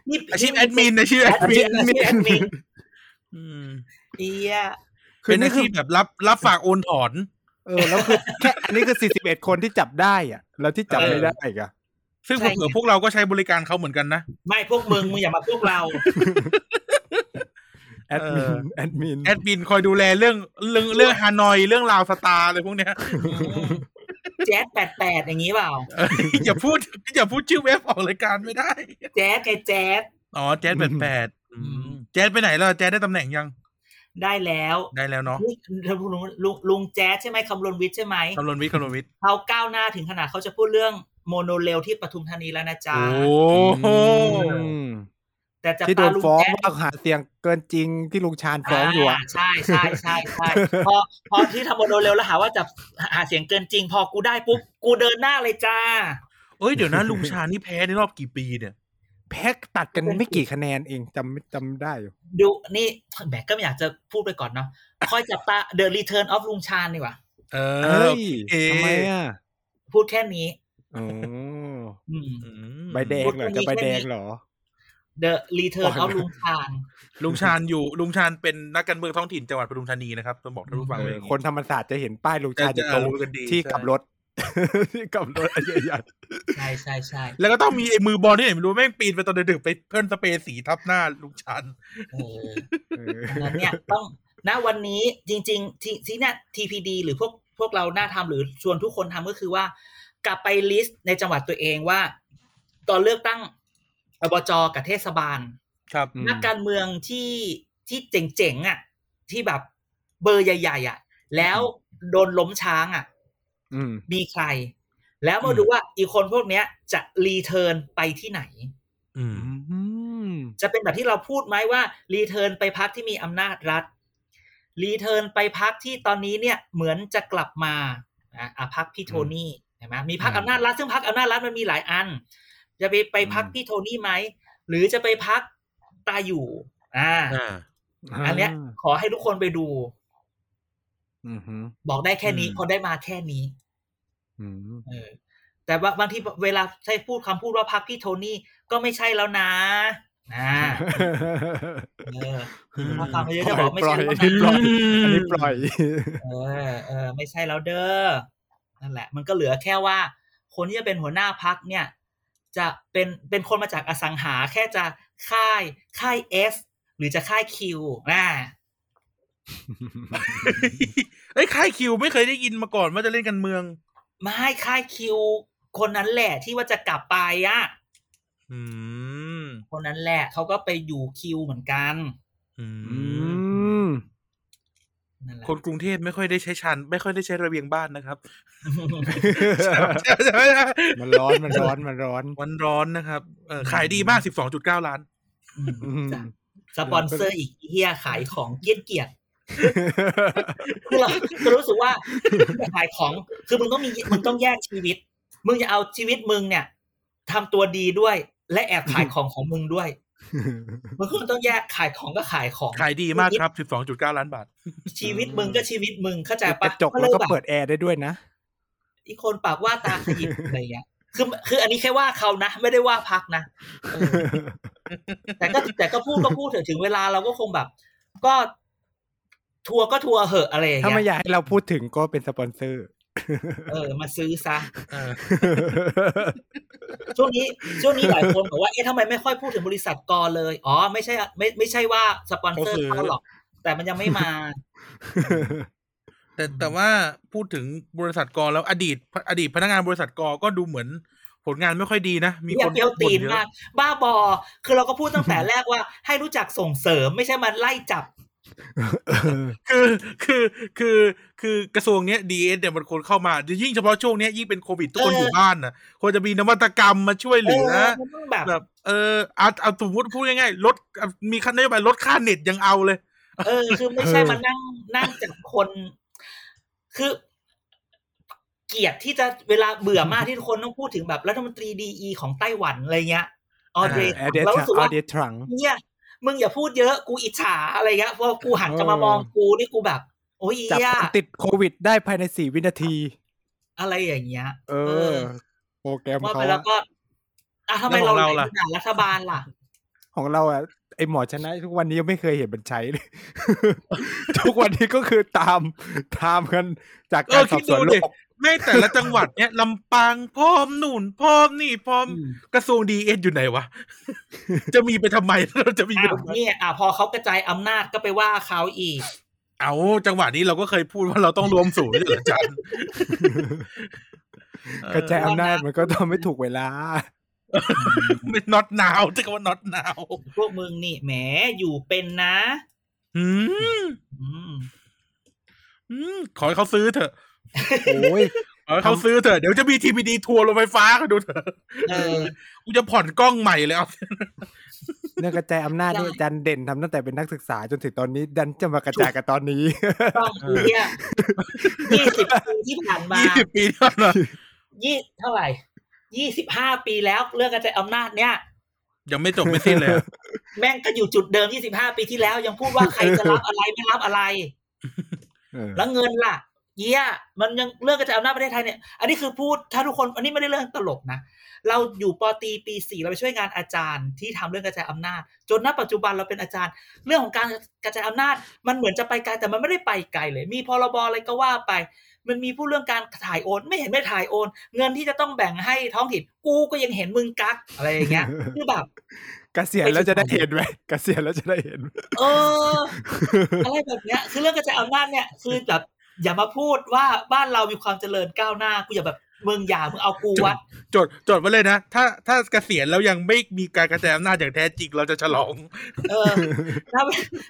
ที่ อาชีพแอดมินอาชีพแอด อา มิ ชีพ น อาชีพแอดมิน อืม เอีย คื เป็น นี่ อา คื ชี อ พแบบรับรับฝากโอนถอน เออแล้วคือแค่อันนี้คือ 41 คนที่จับได้อ่ะ แล้วที่จับ เออ ไม่ได้อีกอ่ะ ซึ่งเผื่อๆพวกเราก็ใช้บริการเขาเหมือนกันนะ ไม่พวกมึงมึงอย่ามาพวกเรา แอดมิน เออ แอดมิน แอดมินคอยดูแลเรื่องเรื่องเรื่องฮานอยเรื่องราวสตาร์อะไรพวกเนี้ย แจ๊ดแปดแปดอย่างนี้เปล่า เออ อย่าพูดอย่าพูดชื่อเว็บออกรายการไม่ได้ แจ๊ดไงแจ๊ด อ๋อแจ๊ดแปดแปด อืม แจ๊ดไปไหนแล้วแจ๊ดได้ตำแหน่งยัง ได้แล้ว ได้แล้วเนาะ นี่ลุงลุงลุงแจ๊ดใช่ไหมคำรณวิทย์ใช่ไหม คำนวณวิทย์คำนวณวิทย์ เขาก้าวหน้าถึงขนาดเขาจะพูดเรื่องโมโนเรลที่ปทุมธานีแล้วนะจ๊ะ โอ้โห อืม แต่จะ ที่โด ปาน ลุง ฟ้อง แจ๊ด ว่าหาเสียงเกินจริงที่ลุงชาญฟ้องอยู่อ่ะ าใช่ใช่ใช่ใช่พอพอที่ทำโมโนเรลแล้วหาว่าจับหาเสียงเกินจริง พอกูได้ปุ๊บกูเดินหน้าเลยจ้า เอ้ยเดี๋ยวนะลุงชานี่แพ้ในรอบกี่ปีเนี่ย แพ็กตัดกันไม่กี่คะแนนเองจำจำได้อยู่ ดูนี่แหมก็ไม่อยากจะพูดไปก่อนเนาะคอยจับตา The Return of ลุงชาญดีกว่า เอ เอ้ อย โอเค ทำไมอ่ะ พูดแค่นี้ อ๋อ อืม อืม ใบแดงเหรอจะใบแดงเหรอ The Return of ลุงชาญ ลุงชาญอยู่ลุงชาญเป็นนักการเมืองท้องถิ่นจังหวัดปทุมธานีนะครับต้องบอกท่านผู้ฟังไว้อย่าง คนธรรมศาสตร์จะเห็นป้ายลุง จะ ชาญอ จะ ยู่ตรง รู้กันดี ที่กลับรถ ที่กลับรถใหญ่ ใช่ใช่ใช่ แล้วก็ต้องมีไอ้มือบอลที่ไหนไม่รู้แม่งปีนไปตอนดึกๆไปเพิ่นสเปรย์สีทับหน้าลุงชัน เออ ๆเออ นั้นเนี่ยต้องณวันนี้จริงๆที่ที่เนี่ย TPD หรือพวกพวกเราหน้าทำหรือชวนทุกคนทำก็คือว่า กลับไปลิสต์ในจังหวัดตัวเองว่า ตอนเลือกตั้งอบจกับเทศบาล ครับ นักการเมืองที่ที่เจ๋งๆอ่ะที่แบบเบอร์ใหญ่ๆอ่ะ แล้วโดนล้มช้างอ่ะ อืม มีใคร แล้วมา อืม ดูว่าอีกคนพวกเนี้ยจะรีเทิร์นไปที่ไหน อืม อืม จะเป็นแบบที่เราพูดไหมว่ารีเทิร์นไปพักที่มีอำนาจรัฐรีเทิร์นไปพักที่ตอนนี้เนี่ยเหมือนจะกลับมาอ่ะอ่ะพักพี่โทนี่ใช่ไหมมีพัก อืม อำนาจรัฐซึ่งพักอำนาจรัฐมันมีหลายอัน จะไปไปพัก อืม พี่โทนี่ไหมหรือจะไปพักตาอยู่ อ่า อ่า อันเนี้ยขอให้ทุกคนไปดู อืมฮึ บอกได้แค่นี้ อืม พอได้มาแค่นี้ อืม เออ แต่ว่าบางทีเวลาใช้พูดคำพูดว่าพักพี่โทนี่ก็ไม่ใช่แล้วนะนะเออ ถ้าฟังเยอะจะบอกไม่ ปล่ ใช่ ย แล้ว อัน นะ นี้ปล่อยอันนี้ปล่อย เออเออไม่ใช่แล้วเด้อนั่นแหละ มันก็เหลือแค่ว่า คนที่จะเป็นหัวหน้าพักเนี่ย จะเป็นเป็นคนมาจากอสังหาแค่จะค่ายค่ายเอสหรือจะค่ายคิวนะ เอ้ยค่ายคิวไม่เคยได้ยินมาก่อนว่าจะเล่นกันเมือง ไม่ค่ายคิว คนนั้นแหละที่ว่าจะกลับไปอะ อืม คนนั้นแหละเขาก็ไปอยู่คิวเหมือนกัน อื อื ม ม นั่นแหละ คนกรุงเทพไม่ค่อยได้ใช้ชัน ไม่ค่อยได้ใช้ระเบียงบ้าน นะครับใช่ไหมใช่ไหม มันร้อน มันร้อน มันร้อน มันร้อนนะครับเออขายดีมากสิบสองจุดเก้าล้าน อืม อืม จ้ะสปอนเซอร์อีกเฮียขายของเกียดเกียด คือเราจะรู้สึกว่าขายของ คือมึงต้องมีมึงต้องแยกชีวิต มึงจะเอาชีวิตมึงเนี่ยทำตัวดีด้วย และแอบขายของของมึงด้วยมึงก็ต้องแยกขายของก็ขายของ ขายดีมากครับสิบสองจุดเก้าล้านบาท ชีวิตมึงก็ชีวิตมึงเข้าใจ ปิดก ปะ ระจก ก็เล แล้ว ย ก็ แบบ เปิดแอร์ได้ด้วยนะ อีกคนปากว่าตาขยิบอะไรอย่างเงี้ยคือคืออันนี้แค่ว่าเขานะ ไม่ได้ว่าพักนะเออแต่ก็แต่ก็พูดก็พูดเถอะถึงเวลาเราก็คงแบบ ก็ทัวร์ก็ทัวร์เหอะอะไรอย่าง ถ้าไม่ เงี้ย อยากให้เราพูดถึงก็เป็นสปอนเซอร์ เออมาซื้อซะ เออ ช่วงนี้ช่วงนี้หลายคนบอกว่า เอ๊ะทำไมไม่ค่อยพูดถึงบริษัทกอเลย อ๋อ ไม่ใช่ ไม่ไม่ใช่ว่าสปอนเซอร์ เขาซื้อ เขาหรอก แต่มันยังไม่มา แต่แต่ว่าพูดถึงบริษัทกอแล้วอดีต อดีตพนักงานบริษัทกอก็ดูเหมือนผลงานไม่ค่อยดีนะ มี อ ค ย่านเปรียวตีน บ่เยอะ มาก บ้าบอ คือเราก็พูดตั้งแต่แรกว่า ให้รู้จักส่งเสริมไม่ใช่มันไล่จับ คือคือคือคือกระทรวงเนี้ยดีเอสเนี่ยมันควรเข้ามา ยิ่งเฉพาะช่วงเนี้ยยิ่งเป็นโควิดทุกคน เออ อ อ ยู่บ้านน่ะควรจะมีนวัตกรรมมาช่วยเห เอ ลือ อมันต้องแบบ แบบเออเอาเอาสมมติพูดง่ายๆลดมีขั้นนโยบายลดค่าเน็ตยังเอาเลย เออ คือไม่ใช่ เออ มันนั่งนั่งจับคน คือ เกลียดที่จะเวลาเบื่อมากที่ทุกคนต้องพูดถึงแบบรัฐมนตรีดีอีของไต้หวันอะไรเงี้ยออเดร แอร์เดท เรา รัง รู้สึก แอ ว่า ร์เดทรัง เนี่ยมึงอย่าพูดเยอะกูอิจฉาอะไรเงี้ยพอกูหันจะมามอง เออ กูนี่กูแบบ โอ้ย จับ เหี้ย คนติดโควิดได้ภายในสี่วินาที อะไรอย่างเงี้ย เออ โปรแกรม ว่า เขา ไปแล้ว อะ ก็อ่ะทำไม แล้วข เรา องเรา ไหน ล่ะ ด่ารัฐบาลล่ะ ของเราอ่ะไอหมอชนะทุกวันนี้ยังไม่เคยเห็นมันใช้เลย ทุกวันนี้ก็คือตามตามกันจาก เอ การ อ สอ คิ บ ด ส ดู วนโล ดิ ก แม่งแต่ละจังหวัดเนี่ยลำปางพร้อมนู่นพร้อมนี่พร้อมกระทรวงดีเอสอยู่ไหนวะ จะมีไปทำไมเราจะมีไป อ้าว ทำไม เนี่ยอ่ะพอเขากระจายอำนาจก็ไปว่าเขาอีก เอาจังหวะนี้เราก็เคยพูดว่าเราต้องรวมศูนย์ไม่ใช่เหรออาจารย์ กระจายอำนาจมันก็ทำไม่ถูกเวลา ไม่ not now ที่คำว่า not now พวกมึงนี่แหมอยู่เป็นนะ อืม อืม อืมขอให้เขาซื้อเถอะ โอ้ย ขอให้เขาซื้อเถอะ เดี๋ยวจะมีทีพีดีทัวร์ลงไฟฟ้าเขาดูเถอะ เออ กูจะผ่อนกล้องใหม่เลยเอา เรื่องกระจายอำนาจนี่ ได้ อาจันเด่นทำตั้งแต่เป็นนักศึกษาจนถึงตอนนี้ ดันจะมากระจายกันตอนนี้ ต้องเนี่ยยี่สิบปีที่ผ่านมา ยี่สิบปีเท่านั้น ยี่เท่าไหร่ยี่สิบห้าปีแล้วเรื่องกระจายอำนาจเนี่ย ยังไม่จบไม่สิ้นเลยอะ แม่งก็อยู่จุดเดิม 25 ปีที่แล้ว ยังพูดว่าใครจะรับอะไรไม่รับอะไร เออ แล้วเงินล่ะ เยี่ยมันยังเรื่องกระจายอำนาจประเทศไทยเนี่ย อันนี้คือพูดถ้าทุกคนอันนี้ไม่ได้เรื่องตลกนะ เราอยู่ปอตรีปีสี่เราไปช่วยงานอาจารย์ที่ทำเรื่องกระจายอำนาจ จนณปัจจุบันเราเป็นอาจารย์ เรื่องของการกระจายอำนาจ มันเหมือนจะไปไกลแต่มันไม่ได้ไปไกลเลย มีพรบอะไรก็ว่าไป มันมีผู้เรื่องการถ่ายโอน ไม่เห็นไม่ถ่ายโอน เงินที่จะต้องแบ่งให้ท้องถิ่นกูก็ยังเห็นมึงกักอะไรอย่างเงี้ยคือแบบ เกษียณแล้วจะได้เห็นไหมเกษียณแล้วจะได้เห็น เออ อะไรแบบเนี้ย คือเรื่องกระจายอำนาจเนี่ยคือแบบอย่ามาพูดว่าบ้านเรามีความเจริญก้าวหน้ากูอย่าแบบเมืองอย่ามึงเอากูวัด จดจดไว้เลยนะ ถ้าถ้าเกษียณแล้วยังไม่มีการกระจายอำนาจอย่างแท้จริงเราจะฉลอง เออถ้า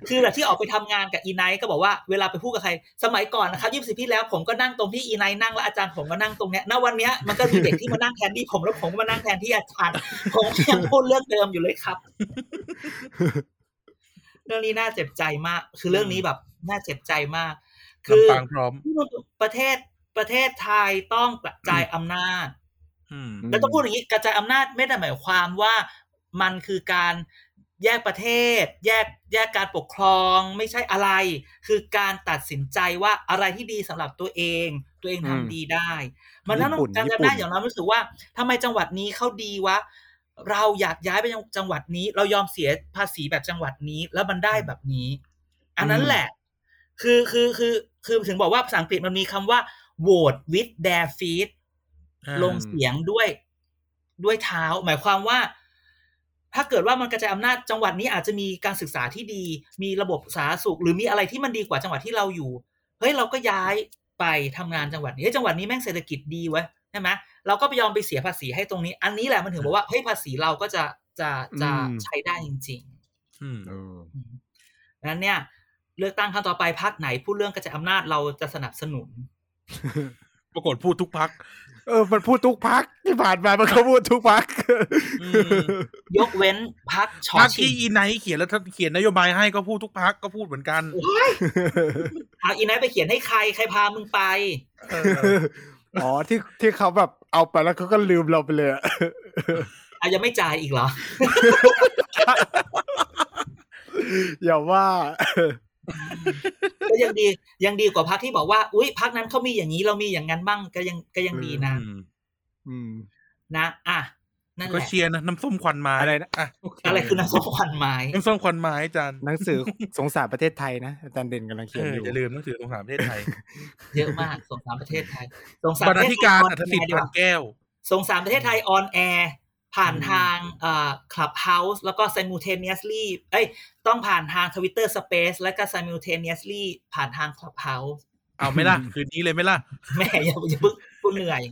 คือแบบที่ออกไปทำงานกับอีไนท์ก็บอกว่าเวลาไปพูดกับใคร สมัยก่อนนะครับยี่สิบปีที่แล้วผมก็นั่งตรงที่อีไนท์นั่งและอาจารย์ผมก็นั่งตรงเนี้ยณวันเนี้ยมันก็มีเด็กที่มานั่งแทนที่ผมแล้วผมก็มานั่งแทนที่อาจารย์ ผมก็ยังพูดเรื่องเดิมอยู่เลยครับ เรื่องนี้น่าเจ็บใจมาก คือเรื่องนี้แบบน่าเจ็บใจมาก คือ ลำปางพร้อม ประเทศประเทศไทยต้องกระจายอำนาจ อืม แล้วต้องพูดอย่างนี้กระจายอำนาจไม่ได้หมายความว่ามันคือการแยกประเทศ แยกแยกการปกครองไม่ใช่อะไร คือการตัดสินใจว่าอะไรที่ดีสำหรับตัวเอง ตัวเอง อื ทำ ม ดีได้ มันน่า ญี่ปุ่น การ ญี่ จำ ปุ่ ได้ น อย่างเรารู้สึกว่าทำไมจังหวัดนี้เขาดีวะ เราอยากย้ายไปจังหวัดนี้ เรายอมเสียภาษีแบบจังหวัดนี้แล้วมันได้แบบนี้ อันนั้นแหละ คือคือคือคือถึงบอกว่าภาษาอังกฤษมันมีคำว่า vote with their feet อ่า ลงเสียงด้วยด้วยเท้า หมายความว่า ถ้าเกิดว่ามันกระจายอำนาจจังหวัดนี้อาจจะมีการศึกษาที่ดี มีระบบสาธารณสุข หรือมีอะไรที่มันดีกว่าจังหวัดที่เราอยู่ เฮ้ยเราก็ย้ายไปทำงานจังหวัดนี้เฮ้ยจังหวัดนี้แม่งเศรษฐกิจดีเว้ยใช่ไหมเราก็ไปยอมไปเสียภาษีให้ตรงนี้ อันนี้แหละมันถึงบอกว่าเฮ้ยภาษีเราก็จะจะจะ อืม ใช้ได้จริง ๆ อืม เออ นั้นเนี่ย เลือกตั้งครั้งต่อไปพักไหนพูดเรื่องกระจายอำนาจเราจะสนับสนุน ปรากฏพูดทุกพัก เออ มันพูดทุกพักที่ผ่านมามันก็พูดทุกพัก อืม ยกเว้นพักชอ พัก ชิ ที่ ง อีไนท์เขียนแล้วเขียนนโยบายให้ก็พูดทุกพักก็พูดเหมือนกัน พักอีไนท์ไปเขียนให้ใครใครพามึงไป เออ อ๋อที่ที่เขาแบบเอาไปแล้วเขาก็ลืมเราไปเลยอะ อาจจะไม่จ่ายอี กเหรอ อย่าว่า ก็ยังดียังดีกว่าพักที่บอกว่า อุ้ยพักนั้นเขามีอย่างนี้เรามีอย่างนั้นบ้างก็ยังก็ยังดีนะ อืม อืม นะ อ่ะ นั่นแห ก็ ละ เชียร์นะน้ำส้มควันไม้ อะไรนะ อ่ะ อะไรคือน้ำส้มควันไม้ น้ำส้มควันไม้อาจารย์ หนังสือสงสารประเทศไทยนะอาจารย์เด่นกำลังเขียนอเออยู่อย่าลืมหนังสือสงครามประเทศไทย เยอะ มากสงสารประเทศไทยสงสาบรร ประ รณา เทศ ธิการ ไทยอ อั น ธ แอ สิท ร์ดี ธิ์ ก ผ่า ว่า นแก้ว สงสารประเทศไทยออนแอร์ผ่านทางเอ่อ Clubhouse แล้วก็ simultaneously เอ้ยต้องผ่านทาง Twitter Space แล้วก็ simultaneously ผ่านทาง Clubhouse เอาไหม่ล่ะ คืนนี้เลยไหม่ล่ะ แม่อย่าอย่าเพิ่งกูเห นื่อย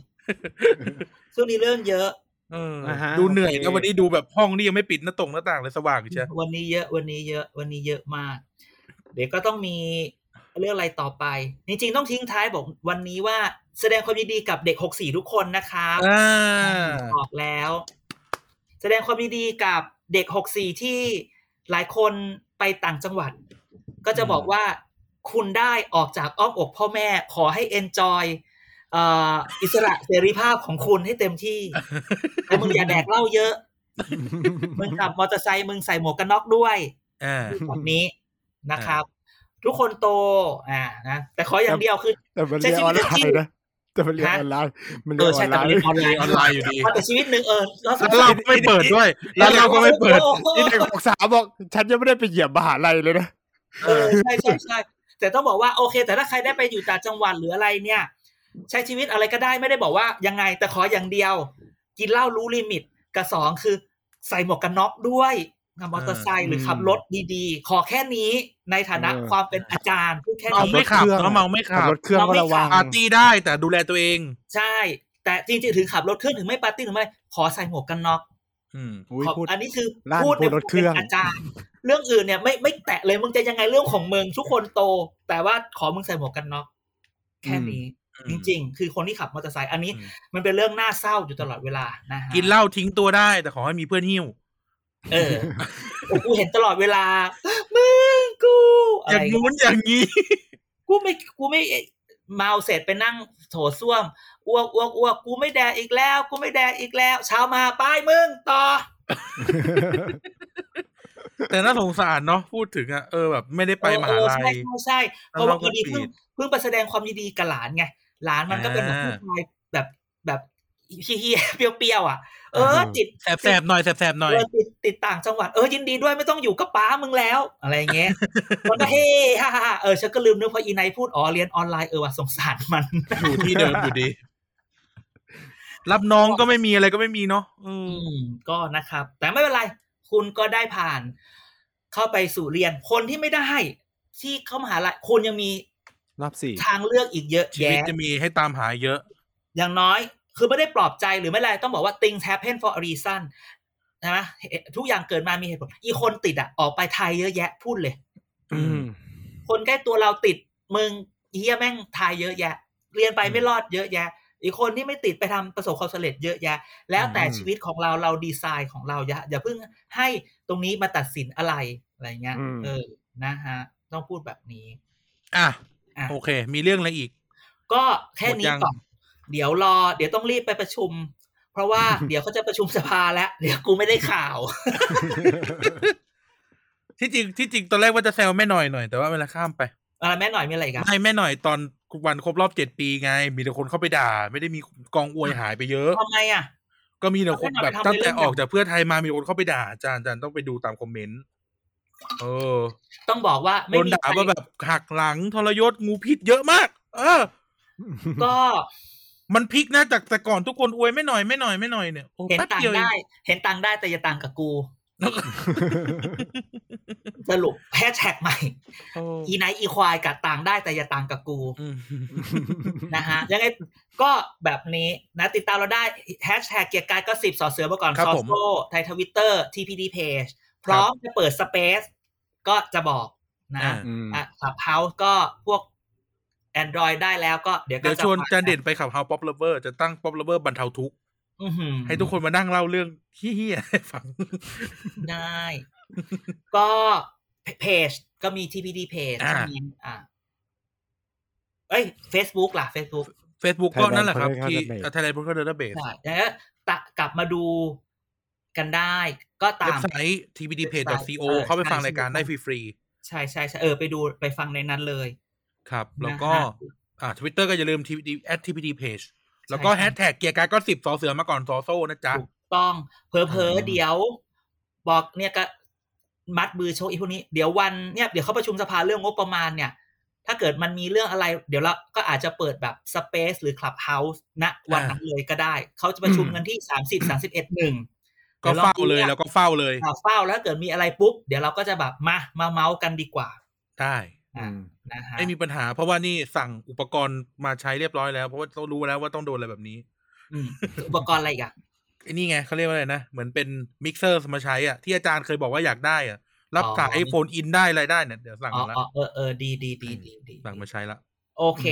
ช่วงนี้เรื่องเยอะ เออ อ่าฮะ ดูเหนื่อย โอเค ก็วันนี้ดูแบบห้องนี่ยังไม่ปิดหน้าตรงหน้าต่างเลยสว่างอยู่เชียว วันนี้เยอะวันนี้เยอะวันนี้เยอะมาก เดี๋ยวก็ต้องมีเรื่องอะไรต่อไป จริงๆ ต้องทิ้งท้ายบอกวันนี้ว่าแสดงความยินดีกับเด็ก 64 ทุกคนนะครับ อ่า ออกแล้ว แสดงความยินดีกับเด็ก 64 ที่หลายคนไปต่างจังหวัด ก็จะบอกว่าคุณได้ออกจากอ้อมอกพ่อแม่ขอให้ enjoy เอ่ออิสระเสรีภาพของคุณให้เต็ม ที่ แต่มึงอย่าแดกเหล้าเยอะ มึงขับมอเตอร์ไซค์มึงใส่หมวกกันน็อกด้วย อ่า แบบนี้นะครับ ทุกคนโต อ่านะแต่ขออย่างเดียวคือ แต่มันเรียนออนไลน์นะแต่มันเรียน ฮะ ออนไลน์มัน เอ เรียน อ ออนไลใช่แต่มัน น์ เรียนออนไลออนไลน์น์อยู่ดี แต่ชีวิตหนึ่งเออแล้ว ร้านเราก็ไม่เปิดด้วยร้านเราก็ไม่เปิด อีเด็กหกสามบอก ฉันยังไม่ได้ไปเหยียบมหาลัยเลยนะ เออใช่ใช่ใช่แต่ต้องบอกว่าโอเค แต่ถ้าใครได้ไปอยู่ต่างจังหวัดหรืออะไรเนี่ย ใช้ชีวิตอะไรก็ได้ไม่ได้บอกว่ายังไง แต่ขออย่างเดียว กินเหล้ารู้ลิมิตกับสองคือ ใส่หมวกกันน็อกด้วยขับมอเตอร์ไซค์หรือขับรถดีๆ ขอแค่นี้ในฐานะ เออ ความเป็นอาจารย์พูดแค่ เมา นี้ ไม่ขับ เครื่อง เนาะเมาไม่ขั ขับบรถเครื่องก็ระวัง ปาร์ตี้ได้แต่ดูแลตัวเอง ใช่ แต่จริงๆถึงขับรถเครื่องถึงไม่ปาร์ตี้ถึงไม่ขอใส่หมวกกันน็อก อืม อุ้ย ขอบ พูด อันนี้คือ ลั่น พูด พูดรถเครื่อง ป็นอาจารย์ เรื่องอื่นเนี่ยไม่ไม่แตะเลยมึงจะยังไงเรื่องของมึงทุกคนโต แต่ว่าขอมึงใส่หมวกกันน็อกแค่นี้ จริงๆ คือคนที่ขับมอเตอร์ไซค์อันนี้ อืม มันเป็นเรื่องน่าเศร้าอยู่ตลอดเวลานะฮะ กินเหล้าทิ้งตัวได้แต่ขอให้มีเพื่อนหิ้ว เออโอ้กูเห็นตลอดเวลา มึงกูอะ อ ไร ย่างนู้นอย่างนี้ กูไม่กูไม่เมาเสร็จไปนั่งโถส้วมอ้วกอ้วกอ้วกกูไม่แดกอีกแล้ว กูไม่แดกอีกแล้ว เช้ามาไปมึงต่อ แต่น่าสงสารเนาะพูดถึงอะเออแบบไม่ได้ไปมหาลั เออเออใช่ ย ใช่ใช่เพ แล้ว ราะว่า เรา พ ก็ อดีเพิ่ง ปิด เพิ่งไปแสดงความยินดีกับหลานไงหลานมันก็เป็นแบบ อ่า ผู้ชายแบบแบบเฮี้ยๆเปรี้ยวๆอ่ะเ เออ จิต แสบๆหน่อยแสบๆหน่อย เออติดติดต่างจังหวัดเออยินดีด้วยไม่ต้องอยู่กับป้ามึงแล้ว อะไรอย่างเงี้ย มันก็เฮ้ ฮ่าฮ่าฮ่าเออฉันก็ลืมนึกพออีไนท์พูดอ๋อเรียนออนไลน์เออว่ะสงสารมัน อยู่ที่เดิม อยู่ดี รับน้องก็ไม่มีอะไรก็ไม่มีเนาะอืม อืมก็นะครับ แต่ไม่เป็นไร คุณก็ได้ผ่าน เข้าไปสู่เรียนคนที่ไม่ได้ ที่เข้ามหาลัยคุณยังมี รอบสี่ ทางเลือกอีกเยอะ ชีวิต แยะ จะมีให้ตามหาเยอะ อย่างน้อยคือไม่ได้ปลอบใจหรือไม่อะไรต้องบอกว่า things happen for a reason นะมทุกอย่างเกิดมามีเหตุผล อีคนติดอ่ะ ออกไปไทยเยอะแยะพูดเลย อืม คนใกล้ตัวเราติดมึงเฮียแม่งทายเยอะแยะ เรียนไปไม่รอดเยอะแยะ อีกคนที่ไม่ติดไปทำประสบความสำเร็จเยอะแยะ แล้วแต่ อืม ชีวิตของเราเราดีไซน์ของเราอย่าอย่าเพิ่งให้ตรงนี้มาตัดสินอะไรอะไรเงี้ยเออนะฮะต้องพูดแบบนี้ อ่ะ อ่ะ โอเค มีเรื่องอะไรอีก ก็แค่หมนี้ดยัง ก่อนเดี๋ยวรอ เดี๋ยวต้องรีบไปประชุม เพ ราะว่า เดี๋ยวเขาจะประชุมสภาแล้ว เดี๋ยวกูไม่ได้ข่าว ที่จริงที่จริงตอนแรกว่าจะแซวแม่หน่อยหน่อยแต่ว่าเวลาข้ามไป อะไรแม่หน่อยมีอะไรอีกัน ไม่แม่หน่อยตอนวันครบรอบเจ็ดปีไง มีแต่คนเข้าไปด่า ไม่ได้มีกองอวยหายไปเยอะ ทำไงอ่ะ ก็มีแต่คนแบบ แม่หน่อยไปทำ ตั้งแต่ เรื่อง ออกจากเพื่อไทยมามีคนเข้าไปด่าอาจารย์อาจารย์ต้องไปดูตามคอมเมนต์เออ ต้องบอกว่า โด ไม่ น มี ด่า ใคร ว่าแบบหักหลังทรยศงูพิษเยอะมาก เออ ก็ มันพลิกนะจากแต่ก่อนทุกคนอวยแม่หน่อยแม่หน่อยแม่หน่อยเนี่ยโอ้ เห็น แป๊บ ต่าง เดียวเอง ได้ เห็นต่างได้แต่อย่าต่างกับกู สรุปแฮชแท็กใหม่ อีไนท์อีควายกับต่างได้แต่อย่าต่างกับกู อืม นะฮะ ยังไงก็แบบนี้นะติดตามเราได้แฮชแท็กเกียร์กายก็สิบสอเสือมาก่อน ครับ ซอ ผม โซไทยทวิตเตอร์ทีพีดีเพจพร้อมจะเปิดสเปซก็จะบอกนะ อ่า อ่ะขับเฮาส์ก็พวก Android ได้แล้วก็เดี๋ยวก็ เดี๋ยว จะ ชวนอาจารย์เด่นไปขับเฮาป๊อปเลเวอร์จะตั้งป๊อปเลเวอร์บรรเทาทุกข์ อื้อหือ ให้ทุกคนมานั่งเล่าเรื่องเฮี้ยๆให้ฟัง ได้ ก็เพจก็มี TPD เพจ อ่า มีอ่าเอ้ย Facebook ล่ะ Facebook Facebook ก็ Thailand นั่นแหละครับ Protocol ที่ Database ไทยแลนด์พ r o เดอร์เบส ใช่แล้วตะกลับมาดูกันได้ ก็ เว็ ตา บ ม ไซต์ tpdpage.co เออ เข้าไปฟัง ใช่ รายการได้ฟรี ใช่ใช่ใช่เออ ไปดูไปฟังในนั้นเลย ๆครับ แล้วก็ นะฮะ อ่าทวิตเตอร์ก็อย่าลืม tpd tpdpage แล้วก็ ใช่ แฮชแท็กเกียร์กายก็สิบสอเสือมาก่อนซอโซ่นะจ๊ะ ถูกต้องเพอเพอๆเดี๋ยว บอกเนี่ยก็มัดมือโชว์อีพวกนี้เดี๋ยววันเนี่ยเดี๋ยวเขาประชุมสภาเรื่องงบประมาณเนี่ย ถ้าเกิดมันมีเรื่องอะไร เดี๋ยวเราก็อาจจะเปิดแบบสเปซหรือคลับเฮาส์ณวันนั้นเลยก็ได้ เขาจะประชุมกันที่สามสิบสามสิบเอ็ดหนึ่ง ก็เฝ้าเลยแล้วก็เฝ้าเลย เฝ้าแล้วถ้าเกิดมีอะไรปุ๊บ เดี๋ยวเราก็จะแบบมามาเมาส์กันดีกว่า ได้ อ่ะนะฮะ ไม่มีปัญหา เพราะว่านี่สั่งอุปกรณ์มาใช้เรียบร้อยแล้วเพราะว่าเรารู้แล้วว่าต้องโดนอะไรแบบนี้ อืมอุปกรณ์อะไรอีกอ่ะ ไอ้นี่ไงเขาเรียกว่าอะไรนะ เหมือนเป็นมิกเซอร์มาใช้อ่ะที่อาจารย์เคยบอกว่าอยากได้อ่ะ รับ อ๋อ สายโฟนอินได้อะไรได้เนี่ยเดี๋ยวสั่ง อ๋อ มาละ อ๋อเออเออดีดีดีดีดี สั่งมาใช้ละ โอเค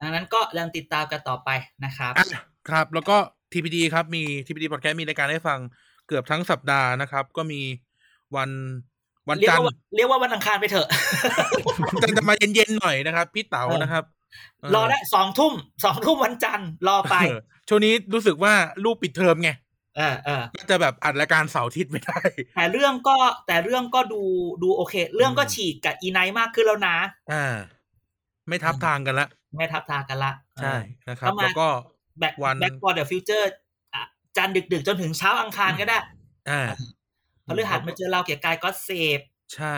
ดังนั้นก็ยังติดตามกันต่อไปนะครับ อ่ะครับ แล้วก็ TPD ครับมี TPD podcast มีรายการให้ฟังเกือบทั้งสัปดาห์นะครับ ก็มีวันวัน เรียก จันท ว่า ร์ เรียกว่าวันอังคารไปเถอะ วันจันทร์ จะมาเย็นๆหน่อยนะครับ พี่เต๋า เออ นะครับเ รอได้สองทุ่มสองทุ่มวันจันทร์รอไป เออช่วงนี้รู้สึกว่าลูกปิดเทอมไง เออเออ ก็จะแบบอัดรายการเสาร์อาทิตย์ไม่ได้ แต่เรื่องก็แต่เรื่องก็ดูดูโอเค เรื่องก็ อืม ฉีกกับอีไนท์มากขึ้นแล้วนะ อ่า ไม่ทับทางกันละ ไม่ทับทางกันละ ใช่ เออ นะครับ ประมาณ แล้วก็ แบ็ค วัน แบ็คบอลเดอะฟิวเจอร์จันทร์ดึกๆ จนถึงเช้าอังคารก็ได้ อ่า พฤหัสมาเจอเราเกียรติกายก็เสพ ใช่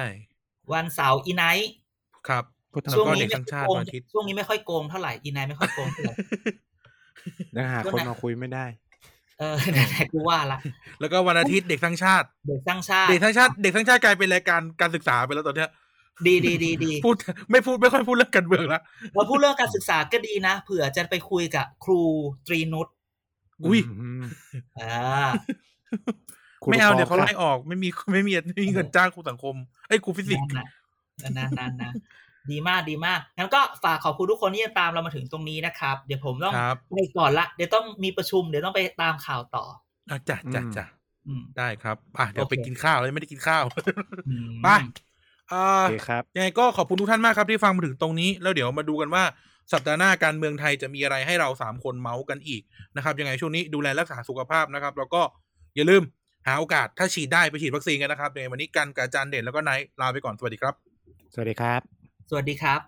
วันเสาร์อีไนท์ ครับ พุทธ แล้ว ม ก็ ช่วนงเด็ นี้ ก ไม่ ทั้ง ค่ ชาติอยโกง วันอาทิตย์ ช่วงนี้ไม่ค่อยโกงเท่าไหร่อีไนท์ไม่ค่อยโกงเท่าไหร่ ยังหาคน ช่วงไหน มาคุยไม่ได้ เออนั่นแหละกูว่าละ แล้วก็วันอา ทิตย์เด็กทั้งชาติ เด็กสร้างชาติ เด็กทั้งชาติเด็กทั้งชาติกลายเป็นรายการการศึกษาไปแล้วตอนเนี้ย ดีดีดีดี พูด ไม่พูดไม่ค่อยพูดเรื่องการเมืองละ เราพูดเรื่องการศึกษาก็ดีนะเผื่อจะไปคุยกับครูตรีนุช อุ้ย ม อ่า คุณ ไม่เอา ป เดี๋ยวเขา ครับ ไล่ออกไม่มี ไม่มีไม่มีเงินจ้างครูสังคมไอ้ยครูฟิสิกส์ นั่นนะนั่นนะนั่นนะดีมากดีมากงั้นก็ฝากขอบคุณทุกคนที่ยังตามเรามาถึงตรงนี้นะครับ เดี๋ยวผมต้อง ครับ ไปก่อนละ เดี๋ยวต้องมีประชุมเดี๋ยวต้องไปตามข่าวต่อ อ่ะจ้ะจ้ะจ้ะ อืม ได้ครับอ่ะเดี๋ยวไป โอเค กินข้าวเลยงไม่ได้กินข้าว อืม ไปอ่ โอา เคครับ ยังไงก็ขอบคุณทุกท่านมากครับที่ฟังมาถึงตรงนี้ แล้วเดี๋ยวมาดูกันว่าสัปดาห์หน้าการเมืองไทยจะมีอะไรให้เราสามคนเมาส์กันอีกนะครับยังไงช่วงนี้ดูแลรักษาสุขภาพนะครับ แล้วก็อย่าลืมหาโอกาสถ้าฉีดได้ไปฉีดวัคซีนกันนะครับยังไงวันนี้กันกับอาจารย์เด่นแล้วก็ไนท์ลาไปก่อนสวัสดีครับ สวัสดีครับ สวัสดีครับ